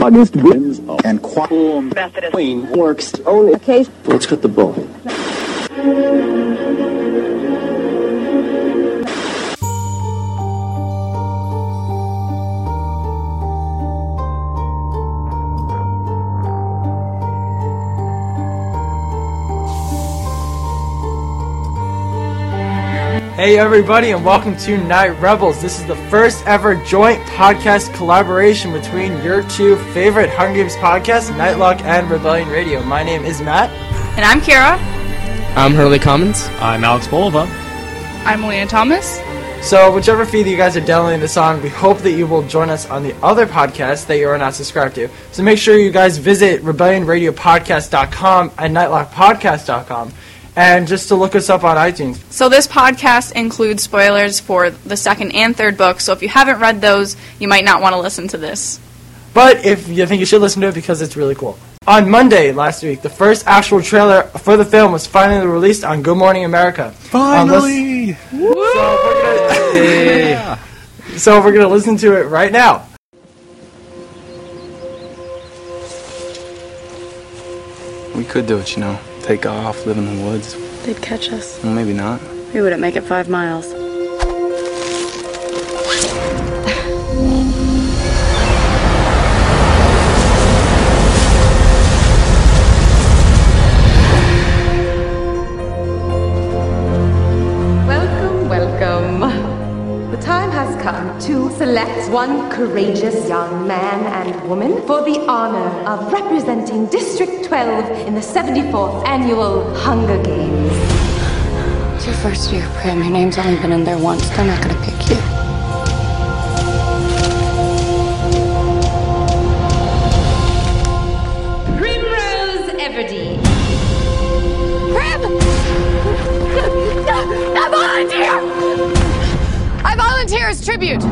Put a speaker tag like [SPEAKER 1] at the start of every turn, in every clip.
[SPEAKER 1] August wins and Quattro Methodist Queen works only
[SPEAKER 2] Okay,
[SPEAKER 3] Let's cut the bull.
[SPEAKER 4] Hey everybody, and welcome to Night Rebels. This is the first ever joint podcast collaboration between your two favorite Hunger Games podcasts, Nightlock and Rebellion Radio. My name is Matt.
[SPEAKER 5] And I'm Kira.
[SPEAKER 6] I'm Hurley Commons.
[SPEAKER 7] I'm Alex Bolova.
[SPEAKER 5] I'm Leanne Thomas.
[SPEAKER 4] So, whichever feed you guys are downloading this on, we hope that you will join us on the other podcasts that you are not subscribed to. So make sure you guys visit rebellionradiopodcast.com and nightlogpodcast.com, and just to look us up on iTunes.
[SPEAKER 5] So this podcast includes spoilers for the second and third book, so if you haven't read those, you might not want to listen to this.
[SPEAKER 4] But if you think you should listen to it because it's really cool. On Monday last week, the first actual trailer for the film was finally released on Good Morning America. Um, Finally! so we're gonna listen to it right now.
[SPEAKER 8] We could do it, you know. Take off, live in the woods.
[SPEAKER 9] They'd catch us.
[SPEAKER 8] Well, maybe not.
[SPEAKER 9] We wouldn't make it five miles.
[SPEAKER 10] Welcome, welcome. The time has come to select one courageous young man and woman for the honor of representing District 12 in the 74th Annual Hunger Games.
[SPEAKER 9] It's your first year, Prim. Your name's only been in there once. They're not gonna pick you.
[SPEAKER 10] Primrose Everdeen. Prim! I volunteer! I volunteer as tribute!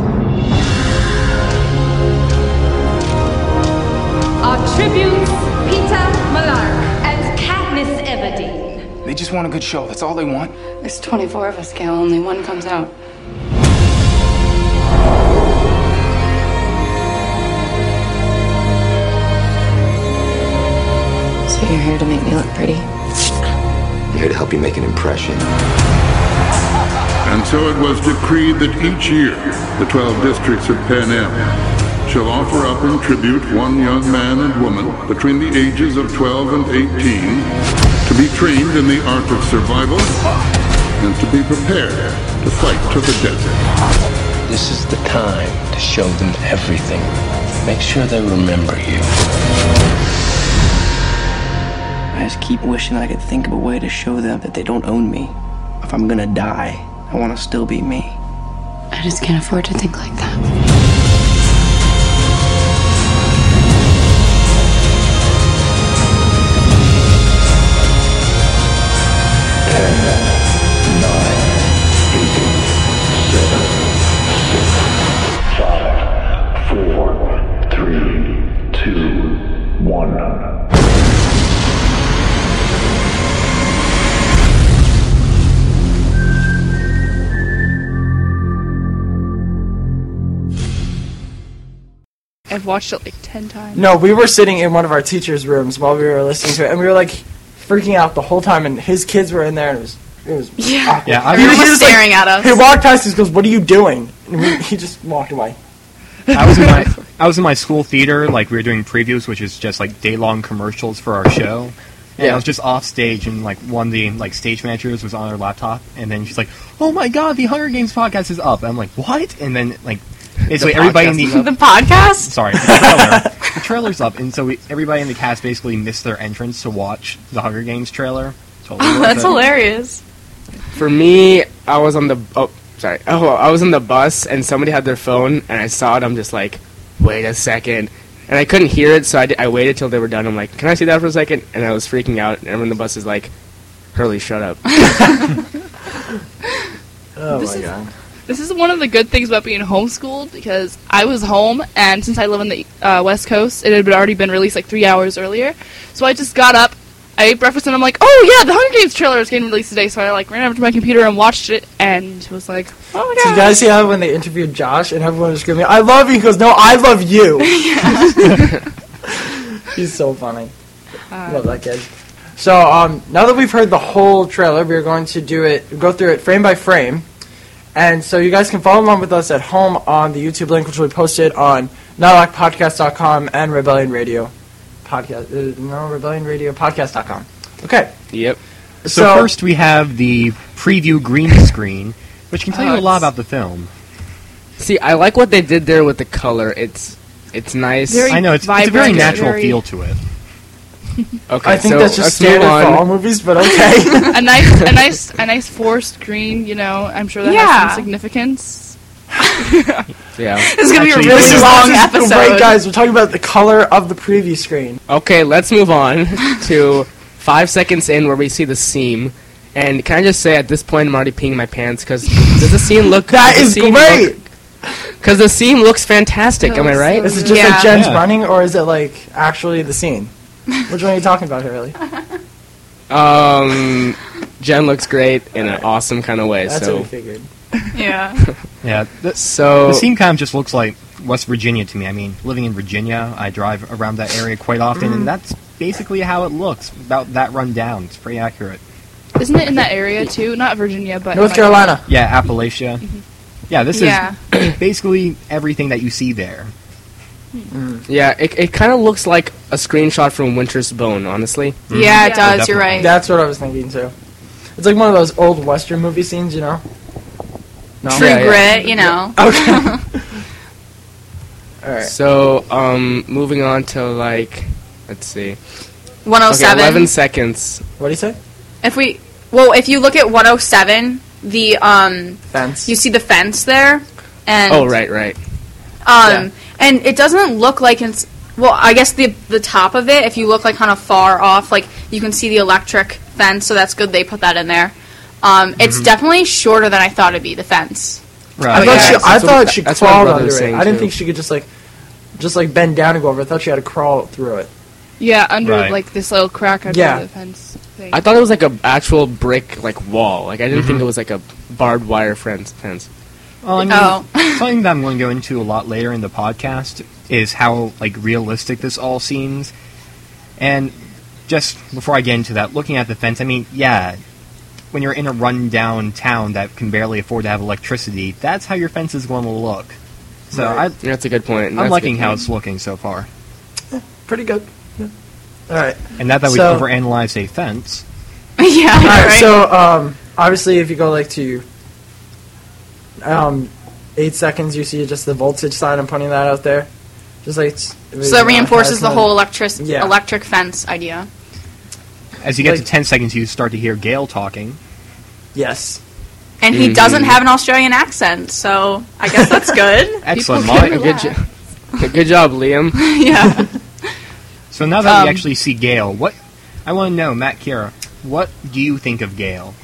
[SPEAKER 10] Our tributes, Peter Malark and Katniss Everdeen.
[SPEAKER 8] They just want a good show. That's all they want.
[SPEAKER 9] There's 24 of us, Gal. Only one comes out. So you're here to make me look pretty?
[SPEAKER 3] I'm here to help you make an impression.
[SPEAKER 11] And so it was decreed that each year, the 12 districts of Pan Am shall offer up in tribute one young man and woman between the ages of 12 and 18 to be trained in the art of survival and to be prepared to fight to the death.
[SPEAKER 3] This is the time to show them everything. Make sure they remember you.
[SPEAKER 8] I just keep wishing I could think of a way to show them that they don't own me. If I'm gonna die, I wanna still be me.
[SPEAKER 9] I just can't afford to think like that.
[SPEAKER 12] Five, four, three, two, one.
[SPEAKER 5] I've watched it like 10 times.
[SPEAKER 4] No, we were sitting in one of our teachers' rooms while we were listening to it, and we were like freaking out the whole time. And his kids were in there, and it was it was
[SPEAKER 5] Yeah.
[SPEAKER 4] awkward.
[SPEAKER 7] Yeah, I
[SPEAKER 4] He
[SPEAKER 5] Everyone
[SPEAKER 4] was
[SPEAKER 5] was
[SPEAKER 4] just like-
[SPEAKER 5] staring at
[SPEAKER 4] He
[SPEAKER 5] us.
[SPEAKER 4] walked past us, goes, "What are you doing?" And we, he just walked away.
[SPEAKER 7] I was in my I was in my school theater, like we were doing previews, which is just like day long commercials for our show. And
[SPEAKER 4] Yeah.
[SPEAKER 7] I was just off stage, and like one of the like stage managers was on her laptop, and then she's like, "Oh my god, the Hunger Games podcast is up!" And I'm like, "What?" And then like basically everybody in
[SPEAKER 3] podcast is
[SPEAKER 7] the
[SPEAKER 5] The podcast?
[SPEAKER 7] sorry the, trailer, the trailer's up, and so we, everybody in the cast basically missed their entrance to watch the Hunger Games trailer. Totally worth
[SPEAKER 5] That's
[SPEAKER 7] it.
[SPEAKER 5] hilarious.
[SPEAKER 6] For me, I was on the oh sorry oh I was on the bus and somebody had their phone and I saw it. I'm just like, wait a second, and I couldn't hear it, so I, di- I waited till they were done. I'm like, can I see that for a second? And I was freaking out. And everyone on the bus is like, Hurley, shut up.
[SPEAKER 4] Oh
[SPEAKER 2] This is-
[SPEAKER 4] my god!
[SPEAKER 2] This is one of the good things about being homeschooled because I was home, and since I live on the uh, West Coast, it had been- already been released like three hours earlier. So I just got up,
[SPEAKER 10] I ate breakfast and I'm like, oh yeah, the Hunger Games trailer is getting released today. So I like ran over to my computer and watched it and was like, oh my god.
[SPEAKER 4] Did you guys see how when they interviewed Josh and everyone was screaming, "I love you"? He goes, "No, I love you." He's so funny. love that kid. So um, now that we've heard the whole trailer, we're going to do it, go through it frame by frame, and so you guys can follow along with us at home on the YouTube link, which we posted on NotLikePodcast.com and Rebellion Radio podcast. Uh, no, Rebellion Radio podcast.com. Okay.
[SPEAKER 1] Yep.
[SPEAKER 8] So,
[SPEAKER 4] So-
[SPEAKER 8] first we have the preview green screen, which can tell you a lot about the film.
[SPEAKER 1] See, I like what they did there with the color. It's it's nice.
[SPEAKER 8] Very I know, it's- it's a very vibrant, natural very- feel to it.
[SPEAKER 1] Okay,
[SPEAKER 4] I think
[SPEAKER 1] so
[SPEAKER 4] that's just
[SPEAKER 1] let's
[SPEAKER 4] standard
[SPEAKER 1] move
[SPEAKER 4] for
[SPEAKER 1] on.
[SPEAKER 4] all movies, but okay.
[SPEAKER 10] a nice, a nice, a nice forest green. You know, I'm sure that has
[SPEAKER 5] Yeah.
[SPEAKER 10] some significance.
[SPEAKER 1] Yeah.
[SPEAKER 10] This is gonna be a really
[SPEAKER 4] This is-
[SPEAKER 10] long
[SPEAKER 4] this is
[SPEAKER 10] episode.
[SPEAKER 4] Great, guys. We're talking about the color of the preview screen.
[SPEAKER 1] Okay, let's move on to five seconds in where we see the seam. And can I just say at this point I'm already peeing my pants because does Oh, the seam look
[SPEAKER 4] That is great!
[SPEAKER 1] Because the seam looks fantastic. Am I right?
[SPEAKER 4] Is it just like Jen's running, or is it like actually the scene? Which one are you talking about here, really?
[SPEAKER 1] Um, Jen looks great in an awesome kind of way.
[SPEAKER 4] That's
[SPEAKER 1] so
[SPEAKER 4] what we figured.
[SPEAKER 5] Yeah.
[SPEAKER 8] Yeah. The,
[SPEAKER 1] So-
[SPEAKER 8] the scene kind of just looks like West Virginia to me. I mean, living in Virginia, I drive around that area quite often,
[SPEAKER 5] Mm-hmm.
[SPEAKER 8] and that's basically how it looks. About that run down, it's pretty accurate.
[SPEAKER 10] Isn't it in that area too? Not Virginia, but
[SPEAKER 8] North
[SPEAKER 10] like-
[SPEAKER 4] Carolina.
[SPEAKER 8] Yeah, Appalachia. Yeah, this
[SPEAKER 10] Yeah.
[SPEAKER 8] is basically everything that you see there.
[SPEAKER 1] yeah, it, it kind of looks like a screenshot from Winter's Bone, honestly.
[SPEAKER 5] Yeah, it does. You're right.
[SPEAKER 4] That's what I was thinking too. It's like one of those old Western movie scenes, you know? No.
[SPEAKER 5] True grit, you know.
[SPEAKER 4] Oh, Alright.
[SPEAKER 1] So, um, moving on to like, let's see.
[SPEAKER 5] 107.
[SPEAKER 1] Okay, 11 seconds.
[SPEAKER 4] What do you say?
[SPEAKER 5] If we well, if you look at 107, the um,
[SPEAKER 4] Fence.
[SPEAKER 5] you see the fence there, and
[SPEAKER 1] oh, right, right.
[SPEAKER 5] Um, and it doesn't look like it's well. I guess the the top of it, if you look like kind of far off, like you can see the electric fence, so that's good. They put that in there. Um, it's
[SPEAKER 1] Mhm.
[SPEAKER 5] definitely shorter than I thought it'd be. The fence.
[SPEAKER 4] I thought she, I
[SPEAKER 1] That's what-
[SPEAKER 4] thought she
[SPEAKER 1] that's what my
[SPEAKER 4] crawled
[SPEAKER 1] brother
[SPEAKER 4] under
[SPEAKER 1] was
[SPEAKER 4] it.
[SPEAKER 1] saying,
[SPEAKER 4] I didn't
[SPEAKER 1] too.
[SPEAKER 4] think she could just like, just like bend down and go over. I thought she had to crawl through it.
[SPEAKER 10] Yeah, under
[SPEAKER 1] Right.
[SPEAKER 10] like this little crack under
[SPEAKER 1] Yeah.
[SPEAKER 10] the fence thing.
[SPEAKER 1] I thought it was like a actual brick like wall. Like I didn't think it was like a barbed wire fence. fence.
[SPEAKER 8] Well, I mean,
[SPEAKER 5] Oh.
[SPEAKER 8] something that I'm going to go into a lot later in the podcast is how like realistic this all seems. And just before I get into that, looking at the fence, I mean, yeah, when you're in a rundown town that can barely afford to have electricity, that's how your fence is going to look. So
[SPEAKER 1] Right.
[SPEAKER 8] I,
[SPEAKER 1] Yeah, that's a good point. That's
[SPEAKER 8] I'm
[SPEAKER 1] a
[SPEAKER 8] liking
[SPEAKER 1] good
[SPEAKER 8] how
[SPEAKER 1] point.
[SPEAKER 8] it's looking so far,
[SPEAKER 4] Pretty good. Yeah. All right.
[SPEAKER 8] and not that we
[SPEAKER 4] So-
[SPEAKER 8] overanalyze a fence.
[SPEAKER 5] yeah.
[SPEAKER 4] All right,
[SPEAKER 8] right.
[SPEAKER 4] So um, obviously, if you go like to um, eight seconds, you see just the voltage sign. I'm pointing that out there. Just like it's-
[SPEAKER 5] So that reinforces the whole electric
[SPEAKER 4] Yeah.
[SPEAKER 5] electric fence idea.
[SPEAKER 8] As you get to
[SPEAKER 4] Like-
[SPEAKER 8] ten seconds, you start to hear Gale talking.
[SPEAKER 4] Yes.
[SPEAKER 5] And he doesn't
[SPEAKER 8] Mhm.
[SPEAKER 1] Mm-hmm.
[SPEAKER 5] have an Australian accent, so I guess that's good.
[SPEAKER 8] Excellent,
[SPEAKER 5] People can
[SPEAKER 8] Molly.
[SPEAKER 5] relax.
[SPEAKER 1] Good, jo- good job, Liam.
[SPEAKER 5] yeah.
[SPEAKER 8] So now
[SPEAKER 1] Ah,
[SPEAKER 8] that
[SPEAKER 5] Um,
[SPEAKER 8] we actually see Gale, what I want to know, Matt Kira, what do you think of Gale?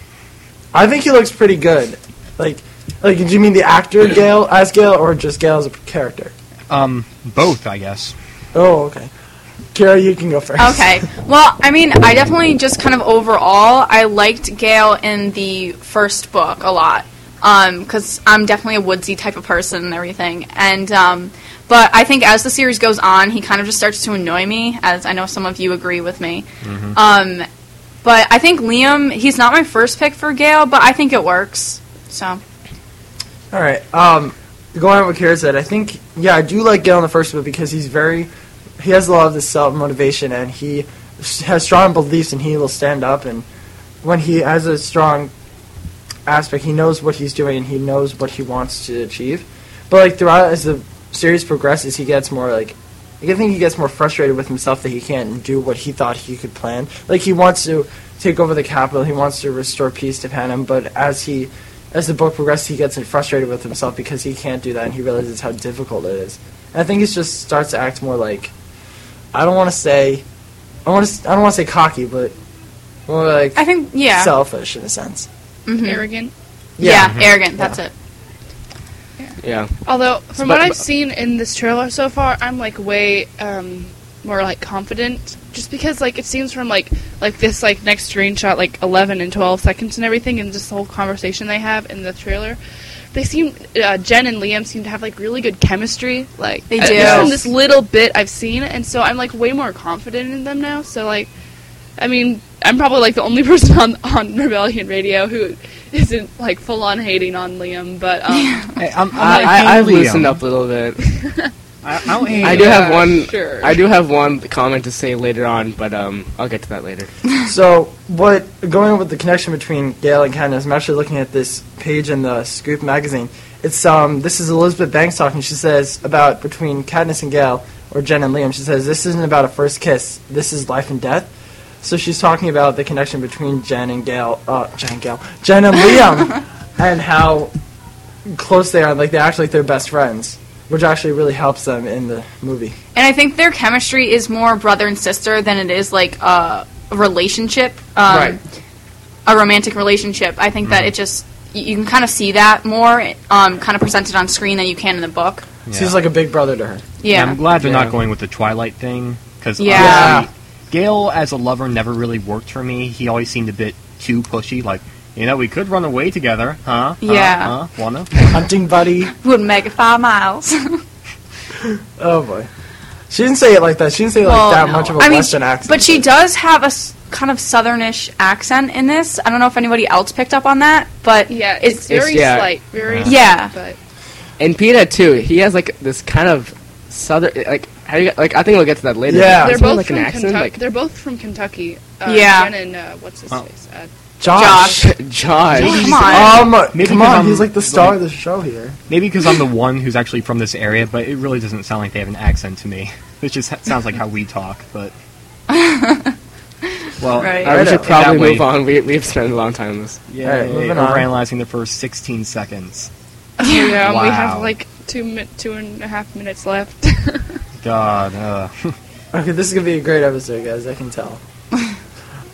[SPEAKER 4] I think he looks pretty good. Like, like, do you mean the actor Gale as Gale, or just Gale as a character?
[SPEAKER 8] Um, both, I guess.
[SPEAKER 4] Oh, okay. Kara, you can go first.
[SPEAKER 5] Okay. Well, I mean, I definitely just kind of overall, I liked Gail in the first book a lot because I'm definitely a woodsy type of person and everything. And um, but I think as the series goes on, he kind of just starts to annoy me, as I know some of you agree with me.
[SPEAKER 1] Mm-hmm.
[SPEAKER 5] Um, but I think Liam, he's not my first pick for Gail, but I think it works. So
[SPEAKER 4] All right. Um, going on what Kara said, I think yeah, I do like Gale in the first one because he's very, he has a lot of this self motivation and he s- has strong beliefs and he will stand up and when he has a strong aspect, he knows what he's doing and he knows what he wants to achieve. But like throughout as the series progresses, he gets more like. I think he gets more frustrated with himself that he can't do what he thought he could plan. Like he wants to take over the capital, he wants to restore peace to Panem, but as he as the book progresses, he gets frustrated with himself because he can't do that, and he realizes how difficult it is. And I think he just starts to act more like I don't want to say I want to I don't want to say cocky, but more like
[SPEAKER 5] I think yeah.
[SPEAKER 4] selfish in a sense.
[SPEAKER 5] Mhm.
[SPEAKER 10] Arrogant.
[SPEAKER 5] Yeah,
[SPEAKER 4] Yeah. Mhm.
[SPEAKER 5] arrogant. That's it.
[SPEAKER 1] Yeah.
[SPEAKER 10] Although,
[SPEAKER 1] But-
[SPEAKER 10] from what I've
[SPEAKER 1] but-
[SPEAKER 10] seen in this trailer so far, I'm like way um, more like confident, just because like it seems from like like this like next screenshot like 11 and 12 seconds and everything, and just the whole conversation they have in the trailer. They seem uh, Jen and Liam seem to have like really good chemistry. Like
[SPEAKER 5] They
[SPEAKER 10] at
[SPEAKER 5] do.
[SPEAKER 10] least from this little bit I've seen, and so I'm like way more confident in them now. So like, I mean, I'm probably like the only person on on Rebellion Radio who isn't like full on hating on Liam, but um,
[SPEAKER 8] I'm,
[SPEAKER 1] I,
[SPEAKER 10] like,
[SPEAKER 1] I, I
[SPEAKER 8] Liam.
[SPEAKER 1] loosened up a little bit.
[SPEAKER 8] I, don't hate
[SPEAKER 1] I do
[SPEAKER 8] it.
[SPEAKER 1] have one.
[SPEAKER 10] sure.
[SPEAKER 1] I do have one comment to say later on, but um, I'll get to that later.
[SPEAKER 4] so what going with the connection between Gail and Ken is I'm actually looking at this page in the Scoop magazine. It's um this is Elizabeth Banks talking. She says about between Katniss and Gail or Jen and Liam. She says this isn't about a first kiss. This is life and death. So she's talking about the connection between Jen and Gail, uh, Jen and Gail, Jen and Liam, and how close they are. Like they're actually they're best friends, which actually really helps them in the movie.
[SPEAKER 5] And I think their chemistry is more brother and sister than it is like a relationship, um,
[SPEAKER 4] Right. Mm-hmm.
[SPEAKER 5] a romantic relationship. I think that it just you, you can kind of see that more, um, kind of presented on screen than you can in the book.
[SPEAKER 4] Seems like a big brother to her.
[SPEAKER 5] Yeah.
[SPEAKER 8] I'm glad they're
[SPEAKER 4] Yeah.
[SPEAKER 8] not going with the Twilight thing because
[SPEAKER 5] Yeah.
[SPEAKER 8] Gail as a lover never really worked for me. He always seemed a bit too pushy. Like, you know, we could run away together, huh? Huh?
[SPEAKER 5] Yeah.
[SPEAKER 4] Uh-huh.
[SPEAKER 8] huh? Wanna?
[SPEAKER 4] Hunting buddy.
[SPEAKER 5] Would make it five miles.
[SPEAKER 4] Oh boy. She didn't say it like that. She didn't say it like
[SPEAKER 5] Well,
[SPEAKER 4] that
[SPEAKER 5] no.
[SPEAKER 4] much of a
[SPEAKER 5] I mean,
[SPEAKER 4] Western accent.
[SPEAKER 5] But she does have a s- kind of southernish accent in this. I don't know if anybody else picked up on that, but
[SPEAKER 10] yeah, it's, very
[SPEAKER 1] It's- yeah.
[SPEAKER 10] slight, very
[SPEAKER 5] Yeah.
[SPEAKER 10] slight, but
[SPEAKER 1] And Peta too. He has like this kind of southern like. How do you, like I think we'll get to that later.
[SPEAKER 4] Yeah.
[SPEAKER 10] they're
[SPEAKER 1] Isn't there,
[SPEAKER 10] both
[SPEAKER 1] like
[SPEAKER 10] from
[SPEAKER 1] an accent.
[SPEAKER 10] Kentucky.
[SPEAKER 1] Like
[SPEAKER 10] they're both from Kentucky. Uh,
[SPEAKER 5] Yeah.
[SPEAKER 10] Jen and uh, what's his face? Uh,
[SPEAKER 4] Josh.
[SPEAKER 1] Josh.
[SPEAKER 5] come on.
[SPEAKER 4] Um,
[SPEAKER 8] Maybe
[SPEAKER 4] come on,
[SPEAKER 8] because I'm-
[SPEAKER 4] he's like the star of the show here.
[SPEAKER 8] Maybe because I'm the one who's actually from this area, but it really doesn't sound like they have an accent to me. It just ha- sounds like how we talk, but. well,
[SPEAKER 5] Right.
[SPEAKER 1] Alright, we should
[SPEAKER 8] that
[SPEAKER 1] probably
[SPEAKER 8] way-
[SPEAKER 1] move on. We we've spent a long time on this.
[SPEAKER 8] Yeah,
[SPEAKER 4] Alright, moving on.
[SPEAKER 8] over analyzing the first 16 seconds.
[SPEAKER 10] yeah, we have
[SPEAKER 8] Wow.
[SPEAKER 10] like two mi- two and a half minutes left.
[SPEAKER 8] God, uh.
[SPEAKER 4] Okay, this is gonna be a great episode, guys. I can tell.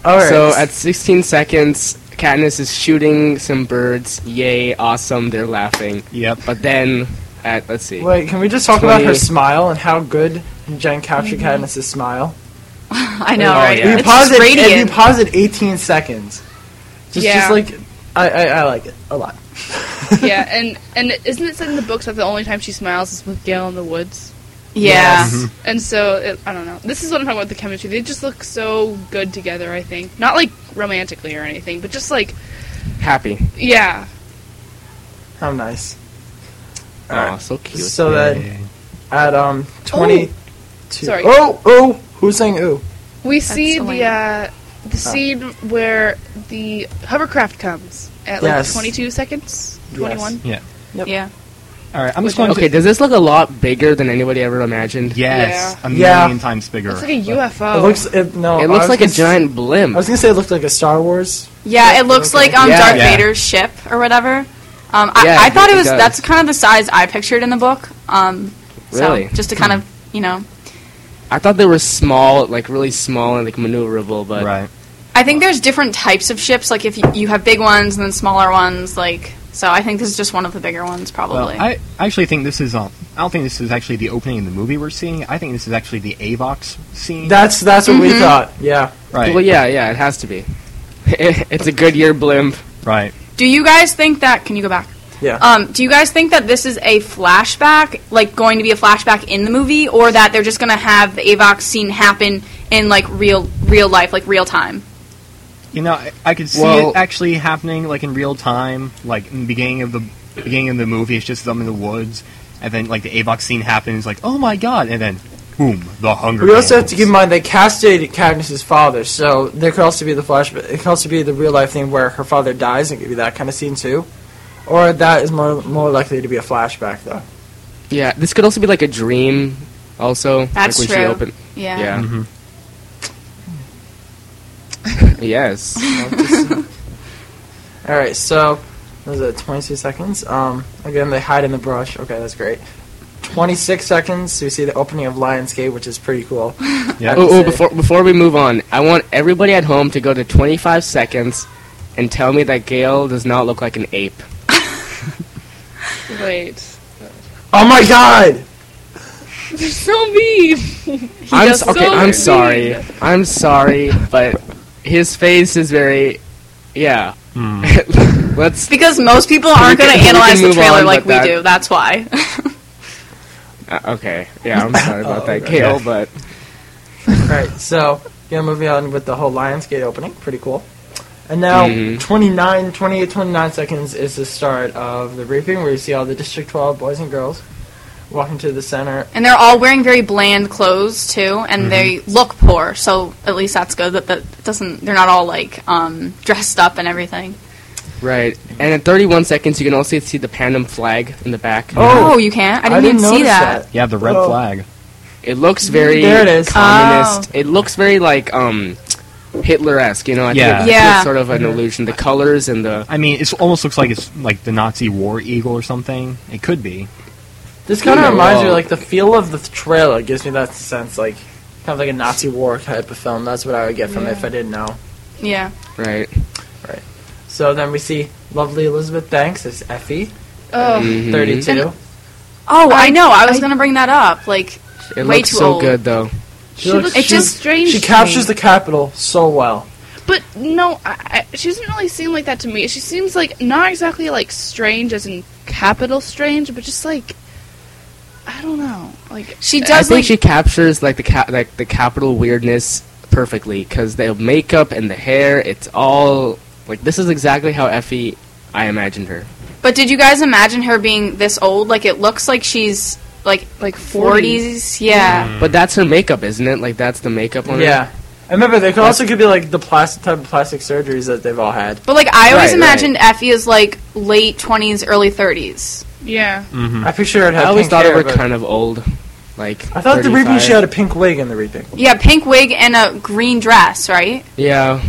[SPEAKER 4] All right.
[SPEAKER 1] So at 16 seconds, Katniss is shooting some birds. Yay! Awesome! They're laughing.
[SPEAKER 8] Yep.
[SPEAKER 1] But then, at let's see.
[SPEAKER 4] wait, can we just talk about her
[SPEAKER 1] 20
[SPEAKER 4] smile and how good Jen captured Katniss's smile?
[SPEAKER 5] Mm-hmm. I know,
[SPEAKER 1] Oh,
[SPEAKER 5] right?
[SPEAKER 1] yeah.
[SPEAKER 4] You
[SPEAKER 5] It's
[SPEAKER 4] pause
[SPEAKER 5] just
[SPEAKER 4] it.
[SPEAKER 5] radiant.
[SPEAKER 4] If you pause it 18 seconds, just
[SPEAKER 10] Yeah.
[SPEAKER 4] just like I, I I like it a lot.
[SPEAKER 10] yeah, and and isn't it said in the books that the only time she smiles is with Gail in the woods?
[SPEAKER 5] yeah. Mm-hmm.
[SPEAKER 10] And so it, I don't know. This is what I'm talking about with the chemistry. They just look so good together. I think not like romantically or anything, but just like
[SPEAKER 1] Happy.
[SPEAKER 10] yeah,
[SPEAKER 4] How nice. All
[SPEAKER 1] Oh,
[SPEAKER 4] right.
[SPEAKER 1] so cute.
[SPEAKER 4] So that
[SPEAKER 8] Yeah.
[SPEAKER 4] at um 22.
[SPEAKER 10] Sorry.
[SPEAKER 4] Oh oh, who's saying ooh?
[SPEAKER 10] We see the uh,
[SPEAKER 5] Elena.
[SPEAKER 10] the scene where the hovercraft comes at like
[SPEAKER 4] Yes.
[SPEAKER 10] 22 seconds,
[SPEAKER 4] Yes.
[SPEAKER 10] 21.
[SPEAKER 8] Yeah.
[SPEAKER 4] Yep.
[SPEAKER 5] Yeah.
[SPEAKER 8] All right, I'm just going
[SPEAKER 1] Okay,
[SPEAKER 8] to.
[SPEAKER 1] does this look a lot bigger than anybody ever imagined?
[SPEAKER 8] Yes, a
[SPEAKER 4] Yeah.
[SPEAKER 8] million times bigger.
[SPEAKER 10] It's like a UFO.
[SPEAKER 4] It looks it, no.
[SPEAKER 1] It
[SPEAKER 4] I
[SPEAKER 1] looks
[SPEAKER 4] was
[SPEAKER 1] like a
[SPEAKER 4] gonna s-
[SPEAKER 1] giant blimp.
[SPEAKER 4] I was gonna say it looked like a Star Wars.
[SPEAKER 5] Yeah, it looks
[SPEAKER 4] Okay.
[SPEAKER 5] like um,
[SPEAKER 1] Yeah.
[SPEAKER 5] Darth
[SPEAKER 8] Yeah.
[SPEAKER 5] Vader's ship or whatever. Um, I,
[SPEAKER 1] Yeah,
[SPEAKER 5] I thought
[SPEAKER 1] it
[SPEAKER 5] it was
[SPEAKER 1] does.
[SPEAKER 5] that's kind of the size I pictured in the book. Um, so
[SPEAKER 1] Really?
[SPEAKER 5] just to kind of you know,
[SPEAKER 1] I thought they were small, like really small and like maneuverable, but
[SPEAKER 8] right.
[SPEAKER 5] I think there's different types of ships. Like if you, you have big ones and then smaller ones, like so I think this is just one of the bigger ones
[SPEAKER 1] Oh,
[SPEAKER 8] Well,
[SPEAKER 5] probably.
[SPEAKER 8] I I actually think this is. Um, I don't think this is actually the opening of the movie we're seeing. I think this is actually the Avox scene.
[SPEAKER 4] That's that's what we thought. Yeah.
[SPEAKER 8] right.
[SPEAKER 1] well, yeah, yeah, it has to be. it's a Goodyear blimp.
[SPEAKER 8] Right.
[SPEAKER 5] do you guys think that? Can you go back?
[SPEAKER 4] Yeah.
[SPEAKER 5] Um, do you guys think that this is a flashback, like going to be a flashback in the movie, or that they're just gonna have the Avox scene happen in like real real life, like real time?
[SPEAKER 8] You know, I, I could see
[SPEAKER 1] Well-
[SPEAKER 8] it actually happening like in real time, like in the beginning of the beginning of the movie. It's just them in the woods, and then like the Avox scene happens. Like, oh my god! And then boom, the hunger.
[SPEAKER 4] We also have
[SPEAKER 8] Games.
[SPEAKER 4] to keep in mind they casted Katniss's father, so there could also be the flash. It could also be the real life thing where her father dies and give you that kind of scene too, or that is more more likely to be a flashback though.
[SPEAKER 1] Yeah, this could also be like a dream. Also,
[SPEAKER 5] That's
[SPEAKER 1] like when She
[SPEAKER 5] true.
[SPEAKER 1] opened,
[SPEAKER 5] Yeah.
[SPEAKER 1] yeah. yes.
[SPEAKER 4] All right, so was it 22 seconds? Um, again, they hide in the brush. Okay, that's great. 26 seconds. We see the opening of Lionsgate, which is pretty cool.
[SPEAKER 8] Yeah.
[SPEAKER 1] Oh, oh,
[SPEAKER 4] Say-
[SPEAKER 1] before before we move on, I want everybody at home to go to 25 seconds and tell me that Gail does not look like an ape.
[SPEAKER 10] Wait.
[SPEAKER 4] Oh my god!
[SPEAKER 10] They're so mean. He
[SPEAKER 1] I'm
[SPEAKER 10] does
[SPEAKER 1] s- okay.
[SPEAKER 10] so
[SPEAKER 1] I'm
[SPEAKER 10] mean.
[SPEAKER 1] sorry. I'm sorry, but his face is very, yeah.
[SPEAKER 8] Hmm.
[SPEAKER 1] Let's
[SPEAKER 5] Because most people
[SPEAKER 1] We
[SPEAKER 5] aren't
[SPEAKER 1] can-
[SPEAKER 5] going
[SPEAKER 1] we
[SPEAKER 5] to
[SPEAKER 1] can
[SPEAKER 5] analyze the
[SPEAKER 1] move
[SPEAKER 5] trailer
[SPEAKER 1] on,
[SPEAKER 5] like
[SPEAKER 1] but that-
[SPEAKER 5] we do. That's why.
[SPEAKER 1] uh, okay. Yeah, I'm sorry about that,
[SPEAKER 4] Oh, okay.
[SPEAKER 1] Kale. But
[SPEAKER 4] Right, so yeah, moving on with the whole Lionsgate opening, pretty cool. And now
[SPEAKER 8] Mm-hmm.
[SPEAKER 1] Mhm.
[SPEAKER 4] 29, 28, 29 seconds is the start of the briefing where you see all the District 12 boys and girls walking to the center.
[SPEAKER 5] and they're all wearing very bland clothes too, and they
[SPEAKER 1] Mm-hmm.
[SPEAKER 5] look poor. So at least that's good that that doesn't. They're not all like um, dressed up and everything.
[SPEAKER 1] right, and in 31 seconds, you can also see the Panem flag in the back.
[SPEAKER 5] Oh, you can't. I didn't, even see that.
[SPEAKER 8] Yeah, the red
[SPEAKER 1] Oh.
[SPEAKER 8] flag.
[SPEAKER 1] It looks very
[SPEAKER 4] There it is. Oh.
[SPEAKER 1] communist. It looks very like um Hitler-esque, you know. I
[SPEAKER 8] Yeah.
[SPEAKER 1] think it's
[SPEAKER 8] Yeah.
[SPEAKER 1] sort of an
[SPEAKER 8] Mhm.
[SPEAKER 1] illusion. The colors and the
[SPEAKER 8] I mean, it almost looks like it's like the Nazi war eagle or something. It could be.
[SPEAKER 4] This kind
[SPEAKER 8] Yeah,
[SPEAKER 4] of reminds me,
[SPEAKER 8] well-
[SPEAKER 4] like, the feel of the trailer gives me that sense, like, kind of like a Nazi war type of film. That's what I would get from it if I didn't know.
[SPEAKER 5] Yeah.
[SPEAKER 1] right.
[SPEAKER 4] Right. So then we see lovely Elizabeth Banks as Effie,
[SPEAKER 5] Oh.
[SPEAKER 1] Mhm.
[SPEAKER 8] Mm-hmm.
[SPEAKER 4] 32.
[SPEAKER 5] And- Oh, I, know. I was going to bring that up. Like,
[SPEAKER 1] It
[SPEAKER 5] way
[SPEAKER 1] looks
[SPEAKER 5] too
[SPEAKER 1] so
[SPEAKER 5] old.
[SPEAKER 1] good though.
[SPEAKER 4] She
[SPEAKER 10] She looks
[SPEAKER 4] looks-
[SPEAKER 10] it's just strange.
[SPEAKER 4] She
[SPEAKER 10] to
[SPEAKER 4] captures the
[SPEAKER 10] me.
[SPEAKER 4] capital so well.
[SPEAKER 10] But no, I, I, she doesn't really seem like that to me. She seems like not exactly like strange, as in capital strange, but just like I don't know. Like
[SPEAKER 5] she
[SPEAKER 1] I think she captures like the ca- like the capital weirdness perfectly because the makeup and the hair, it's all like this is exactly how Effie I imagined her.
[SPEAKER 5] But did you guys imagine her being this old? Like, it looks like she's like
[SPEAKER 10] like
[SPEAKER 5] 40s. Yeah.
[SPEAKER 8] Hmm.
[SPEAKER 1] but that's her makeup, isn't it? Like that's the makeup
[SPEAKER 8] Mm-hmm.
[SPEAKER 1] on her.
[SPEAKER 4] Yeah. I remember they could also could be like the plastic type of plastic surgeries that they've all had.
[SPEAKER 5] But like, I always
[SPEAKER 4] Right,
[SPEAKER 5] imagined Effie as like late 20s, early 30s.
[SPEAKER 10] Yeah.
[SPEAKER 8] Hmm.
[SPEAKER 4] I picture it had
[SPEAKER 1] I always
[SPEAKER 4] pink
[SPEAKER 1] thought
[SPEAKER 4] hair,
[SPEAKER 1] of her
[SPEAKER 4] but-
[SPEAKER 1] kind of old, like.
[SPEAKER 4] I thought the reaping she
[SPEAKER 1] 35.
[SPEAKER 4] had a pink wig in the reaping.
[SPEAKER 5] Yeah, pink wig and a green dress, right?
[SPEAKER 1] Yeah.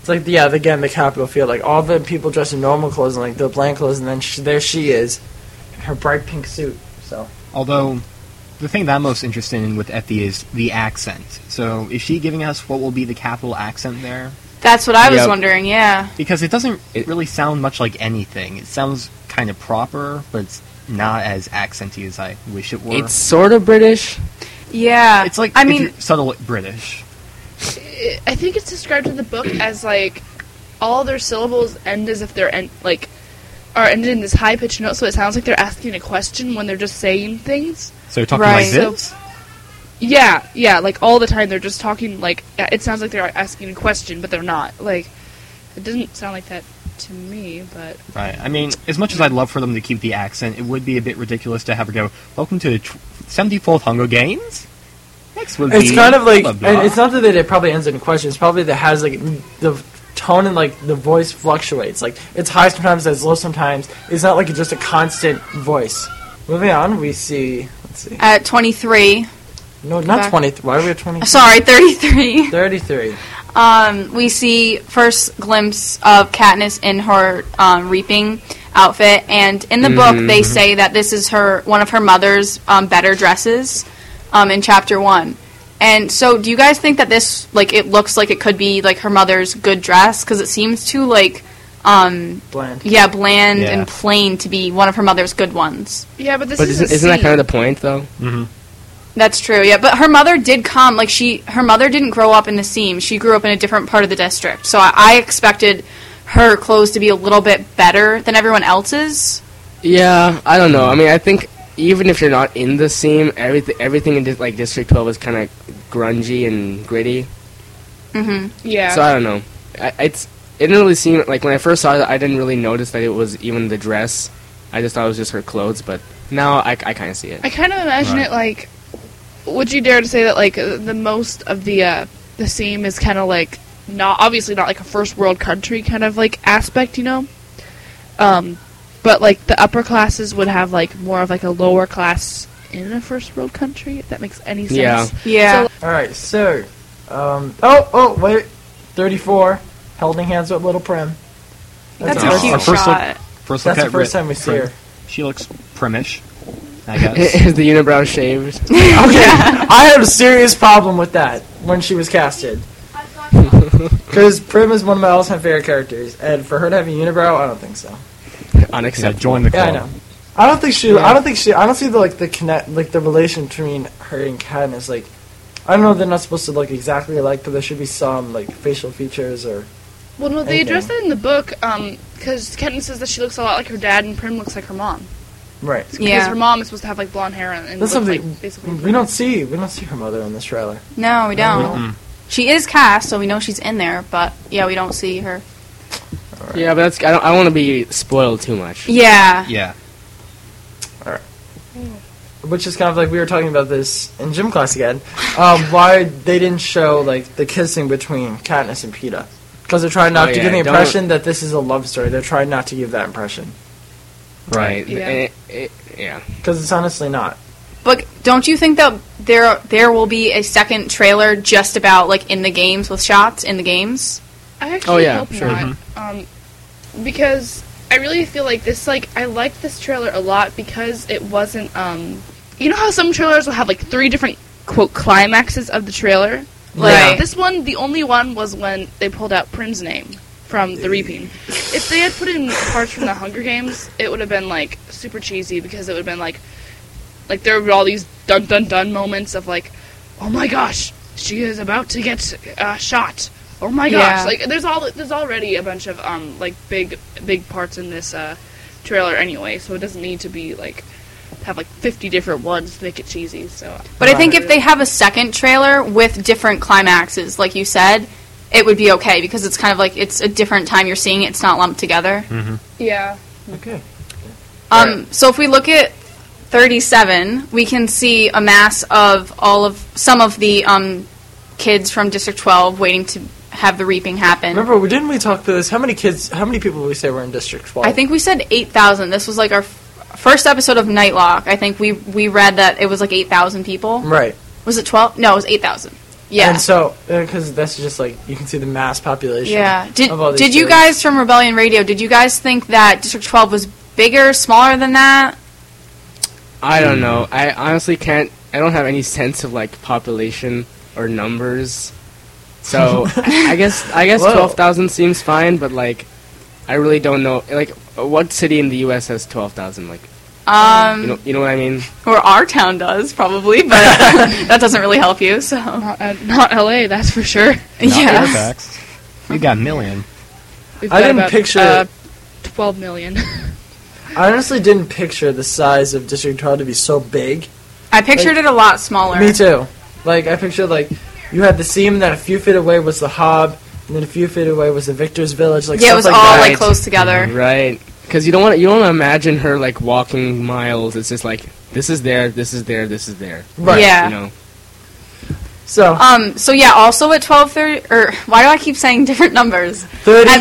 [SPEAKER 4] It's like yeah, again the Capitol field, like all the people dressed in normal clothes and like the blank clothes, and then she, there she is, in her bright pink suit. So
[SPEAKER 8] Although, the thing that I'm most interested in with Effie is the accent. So, is she giving us what will be the capital accent there?
[SPEAKER 5] That's what I was
[SPEAKER 8] Yep.
[SPEAKER 5] wondering. Yeah.
[SPEAKER 8] Because it doesn't really sound much like anything. It sounds kind of proper, but it's not as accenty as I wish it were.
[SPEAKER 1] It's sort of British.
[SPEAKER 5] Yeah.
[SPEAKER 8] It's like
[SPEAKER 5] I
[SPEAKER 8] if
[SPEAKER 5] mean,
[SPEAKER 8] you're subtle British.
[SPEAKER 10] I- I think it's described in the book as like all their syllables end as if they're en- like are ended in this high pitched note, so it sounds like they're asking a question when they're just saying things.
[SPEAKER 8] So you're talking
[SPEAKER 10] Right.
[SPEAKER 8] like this.
[SPEAKER 10] Yeah, yeah, like all the time they're just talking like yeah, it sounds like they're asking a question, but they're not. Like it doesn't sound like that to me, but
[SPEAKER 8] Right. I mean, as much as I'd love for them to keep the accent, it would be a bit ridiculous to have her go, "Welcome to the tw- 74th Hunger Games." Next will
[SPEAKER 4] it's
[SPEAKER 8] be
[SPEAKER 4] kind of like
[SPEAKER 8] blah, blah,
[SPEAKER 4] and
[SPEAKER 8] blah."
[SPEAKER 4] it's not that it probably ends in question. It's probably that has like the tone and like the voice fluctuates. Like it's high sometimes, it's low sometimes. It's not like just a constant voice. Moving on, we see. Let's see.
[SPEAKER 5] at 23,
[SPEAKER 4] No, not
[SPEAKER 5] back.
[SPEAKER 4] twenty. Why are we at twenty?
[SPEAKER 5] sorry, 33.
[SPEAKER 4] Thirty-three.
[SPEAKER 5] Um, we see first glimpse of Katniss in her um, reaping outfit, and in the book they
[SPEAKER 13] Mhm.
[SPEAKER 5] say that this is her one of her mother's um, better dresses um, in chapter one. And so, do you guys think that this like it looks like it could be like her mother's good dress because it seems too like um,
[SPEAKER 4] bland,
[SPEAKER 5] yeah, bland
[SPEAKER 1] Yeah.
[SPEAKER 5] and plain to be one of her mother's good ones.
[SPEAKER 10] Yeah, but this
[SPEAKER 1] but
[SPEAKER 10] is a
[SPEAKER 1] isn't, isn't that
[SPEAKER 10] scene.
[SPEAKER 1] kind of the point though? Mm-hmm.
[SPEAKER 5] That's true, yeah. But her mother did come. Like she, her mother didn't grow up in the seam. She grew up in a different part of the district. So I, I expected her clothes to be a little bit better than everyone else's.
[SPEAKER 1] Yeah, I don't know. I mean, I think even if you're not in the scene, everything everything in dis- like District 12 is kind of grungy and gritty.
[SPEAKER 5] Mm-hmm.
[SPEAKER 10] Yeah.
[SPEAKER 1] So I don't know. I, it's it didn't really seem like when I first saw it, I didn't really notice that it was even the dress. I just thought it was just her clothes, but now I, I kind of see it.
[SPEAKER 10] I kind of imagine
[SPEAKER 1] Right.
[SPEAKER 10] it like. Would you dare to say that like uh, the most of the uh, the same is kind of like not obviously not like a first world country kind of like aspect, you know? Um, but like the upper classes would have like more of like a lower class in a first world country. If that makes any sense. So,
[SPEAKER 4] All right. So, um. Oh. Oh. Wait. Thirty-four. Holding hands with little Prim.
[SPEAKER 8] That's
[SPEAKER 4] our
[SPEAKER 8] a cute Our first look- shot. first look
[SPEAKER 4] That's
[SPEAKER 8] at
[SPEAKER 4] the first
[SPEAKER 8] Ri-
[SPEAKER 4] time we see
[SPEAKER 8] Prim.
[SPEAKER 4] her.
[SPEAKER 8] She looks primish. I guess.
[SPEAKER 1] Is the unibrow shaved?
[SPEAKER 4] I had a serious problem with that when she was casted. Because Prim is one of my all-time favorite characters, and for her to have a unibrow, I don't think so.
[SPEAKER 1] Unacceptable.
[SPEAKER 8] join the
[SPEAKER 4] Yeah, I
[SPEAKER 8] club.
[SPEAKER 4] know. I don't think she.
[SPEAKER 1] Oh. Yeah.
[SPEAKER 4] I don't think she. I don't see the like the connect like the relation between her and Ken is like. I don't know. They're not supposed to look exactly alike, but there should be some like facial features or.
[SPEAKER 10] Well, no, they
[SPEAKER 4] anything.
[SPEAKER 10] address that in the book because Kenton says that she looks a lot like her dad, and Prim looks like her mom.
[SPEAKER 4] Right.
[SPEAKER 10] Because her mom is supposed to have like blonde hair and, and
[SPEAKER 4] That's
[SPEAKER 10] look
[SPEAKER 4] something
[SPEAKER 10] like basically.
[SPEAKER 4] we don't see. We don't see her mother in this trailer.
[SPEAKER 5] No, we don't.
[SPEAKER 8] Mm-hmm.
[SPEAKER 4] Mm-mm.
[SPEAKER 5] She is cast, so we know she's in there, but yeah, we don't see her.
[SPEAKER 1] Yeah, but that's I don't I want to be spoiled too much.
[SPEAKER 5] Yeah.
[SPEAKER 8] Yeah.
[SPEAKER 4] All right. Which is kind of like we were talking about this in gym class again. Um, why they didn't show like the kissing between Katniss and Peeta? Because they're trying not
[SPEAKER 1] Oh,
[SPEAKER 4] to
[SPEAKER 1] yeah,
[SPEAKER 4] give the
[SPEAKER 1] don't-
[SPEAKER 4] impression that this is a love story. They're trying not to give that impression.
[SPEAKER 1] Right.
[SPEAKER 5] Yeah.
[SPEAKER 1] Eh, eh, yeah.
[SPEAKER 4] Because it's honestly not.
[SPEAKER 5] But don't you think that there there will be a second trailer just about like in the games with shots in the games?
[SPEAKER 10] I actually
[SPEAKER 5] Oh, yeah,
[SPEAKER 10] hope
[SPEAKER 5] sure.
[SPEAKER 10] not, um, because I really feel like this. Like I liked this trailer a lot because it wasn't. Um, you know how some trailers will have like three different quote climaxes of the trailer. Like
[SPEAKER 5] Right.
[SPEAKER 10] this one, the only one was when they pulled out Prim's name from the reaping. if they had put in parts from the Hunger Games, it would have been like super cheesy because it would have been like, like there were all these dun dun dun moments of like, oh my gosh, she is about to get uh, shot. Oh my gosh!
[SPEAKER 5] Yeah.
[SPEAKER 10] Like there's all there's already a bunch of um like big big parts in this uh trailer anyway, so it doesn't need to be like have like 50 different ones to make it cheesy. So,
[SPEAKER 5] But I think if they have a second trailer with different climaxes, like you said, it would be okay because it's kind of like it's a different time you're seeing it. It's not lumped together.
[SPEAKER 10] yeah.
[SPEAKER 4] Okay.
[SPEAKER 5] Um, so if we look at 37, we can see a mass of all of some of the um, kids from District 12 waiting to have the reaping happen.
[SPEAKER 4] Remember, we didn't we talk through this? How many kids? How many people did we say were in District Twelve?
[SPEAKER 5] I think we said 8,000. This was like our f- first episode of Nightlock. I think we we read that it was like 8,000 people.
[SPEAKER 4] Right.
[SPEAKER 5] Was it 12? No, it was 8,000. Yeah.
[SPEAKER 4] Mm-hmm. And so, because that's just like you can see the mass population.
[SPEAKER 5] yeah. Did
[SPEAKER 4] of all these
[SPEAKER 5] did you
[SPEAKER 4] kids.
[SPEAKER 5] guys from Rebellion Radio, did you guys think that District 12 was bigger, smaller than that?
[SPEAKER 1] I don't
[SPEAKER 8] Hmm.
[SPEAKER 1] know. I honestly can't. I don't have any sense of like population or numbers. So I guess I guess
[SPEAKER 4] Whoa.
[SPEAKER 1] twelve thousand seems fine, but like I really don't know. Like what city in the U.S. has twelve thousand? Like
[SPEAKER 5] Um
[SPEAKER 1] you know you know what I mean?
[SPEAKER 5] or our town does probably, but that doesn't really help you. So
[SPEAKER 10] not, uh, not LA, that's for sure.
[SPEAKER 8] Not
[SPEAKER 5] yeah.
[SPEAKER 8] Fairfax. We got a million.
[SPEAKER 10] We've
[SPEAKER 4] I
[SPEAKER 10] got
[SPEAKER 4] didn't
[SPEAKER 10] about,
[SPEAKER 4] picture-
[SPEAKER 10] uh, 12 million.
[SPEAKER 4] I honestly didn't picture the size of District Twelve to be so big.
[SPEAKER 5] I pictured it a lot smaller.
[SPEAKER 4] Me too. Like I pictured like you had the seam that a few feet away was the Hob, and then a few feet away was the Victor's Village. Like
[SPEAKER 5] yeah, it
[SPEAKER 4] stuff
[SPEAKER 5] was
[SPEAKER 4] like
[SPEAKER 5] all
[SPEAKER 4] that.
[SPEAKER 5] like close together.
[SPEAKER 1] Right. Because you don't want you don't want to imagine her like walking miles. It's just like this is there, this is there, this is there.
[SPEAKER 5] Right. Yeah.
[SPEAKER 1] You know.
[SPEAKER 4] So
[SPEAKER 5] Um. So yeah. Also at twelve thirty, or why do I keep saying different numbers? At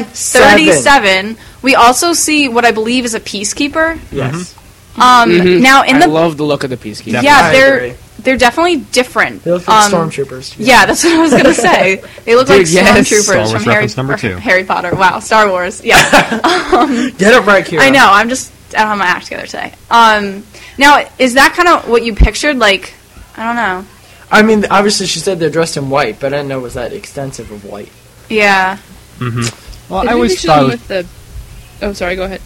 [SPEAKER 4] 37.
[SPEAKER 5] thirty-seven, we also see what I believe is a peacekeeper.
[SPEAKER 4] Yes.
[SPEAKER 5] Um.
[SPEAKER 4] Mm-hmm.
[SPEAKER 1] Mhm.
[SPEAKER 5] Now in
[SPEAKER 1] I
[SPEAKER 5] the
[SPEAKER 1] love the look of the peacekeeper.
[SPEAKER 5] yeah,
[SPEAKER 4] agree.
[SPEAKER 5] they're they're definitely different.
[SPEAKER 4] They look like
[SPEAKER 5] Um,
[SPEAKER 4] stormtroopers.
[SPEAKER 5] Yeah, that's what I was gonna say. They look
[SPEAKER 4] Dude,
[SPEAKER 5] like
[SPEAKER 4] yes.
[SPEAKER 5] stormtroopers
[SPEAKER 4] Star Wars
[SPEAKER 5] from Harry,
[SPEAKER 4] reference number
[SPEAKER 5] or
[SPEAKER 4] two.
[SPEAKER 5] Harry Potter. Wow, Star Wars. Yeah.
[SPEAKER 4] Get up right here.
[SPEAKER 5] I know. I'm just I don't have my act together today. Um, now is that kind of what you pictured? Like, I don't know.
[SPEAKER 4] I mean, obviously she said they're dressed in white, but I didn't know it was that extensive of white.
[SPEAKER 5] Yeah.
[SPEAKER 8] Mm-hmm. Well,
[SPEAKER 10] They
[SPEAKER 8] I
[SPEAKER 10] really
[SPEAKER 8] always
[SPEAKER 10] should
[SPEAKER 8] thought.
[SPEAKER 10] have done
[SPEAKER 8] it was-
[SPEAKER 10] with the. Oh, sorry. Go ahead.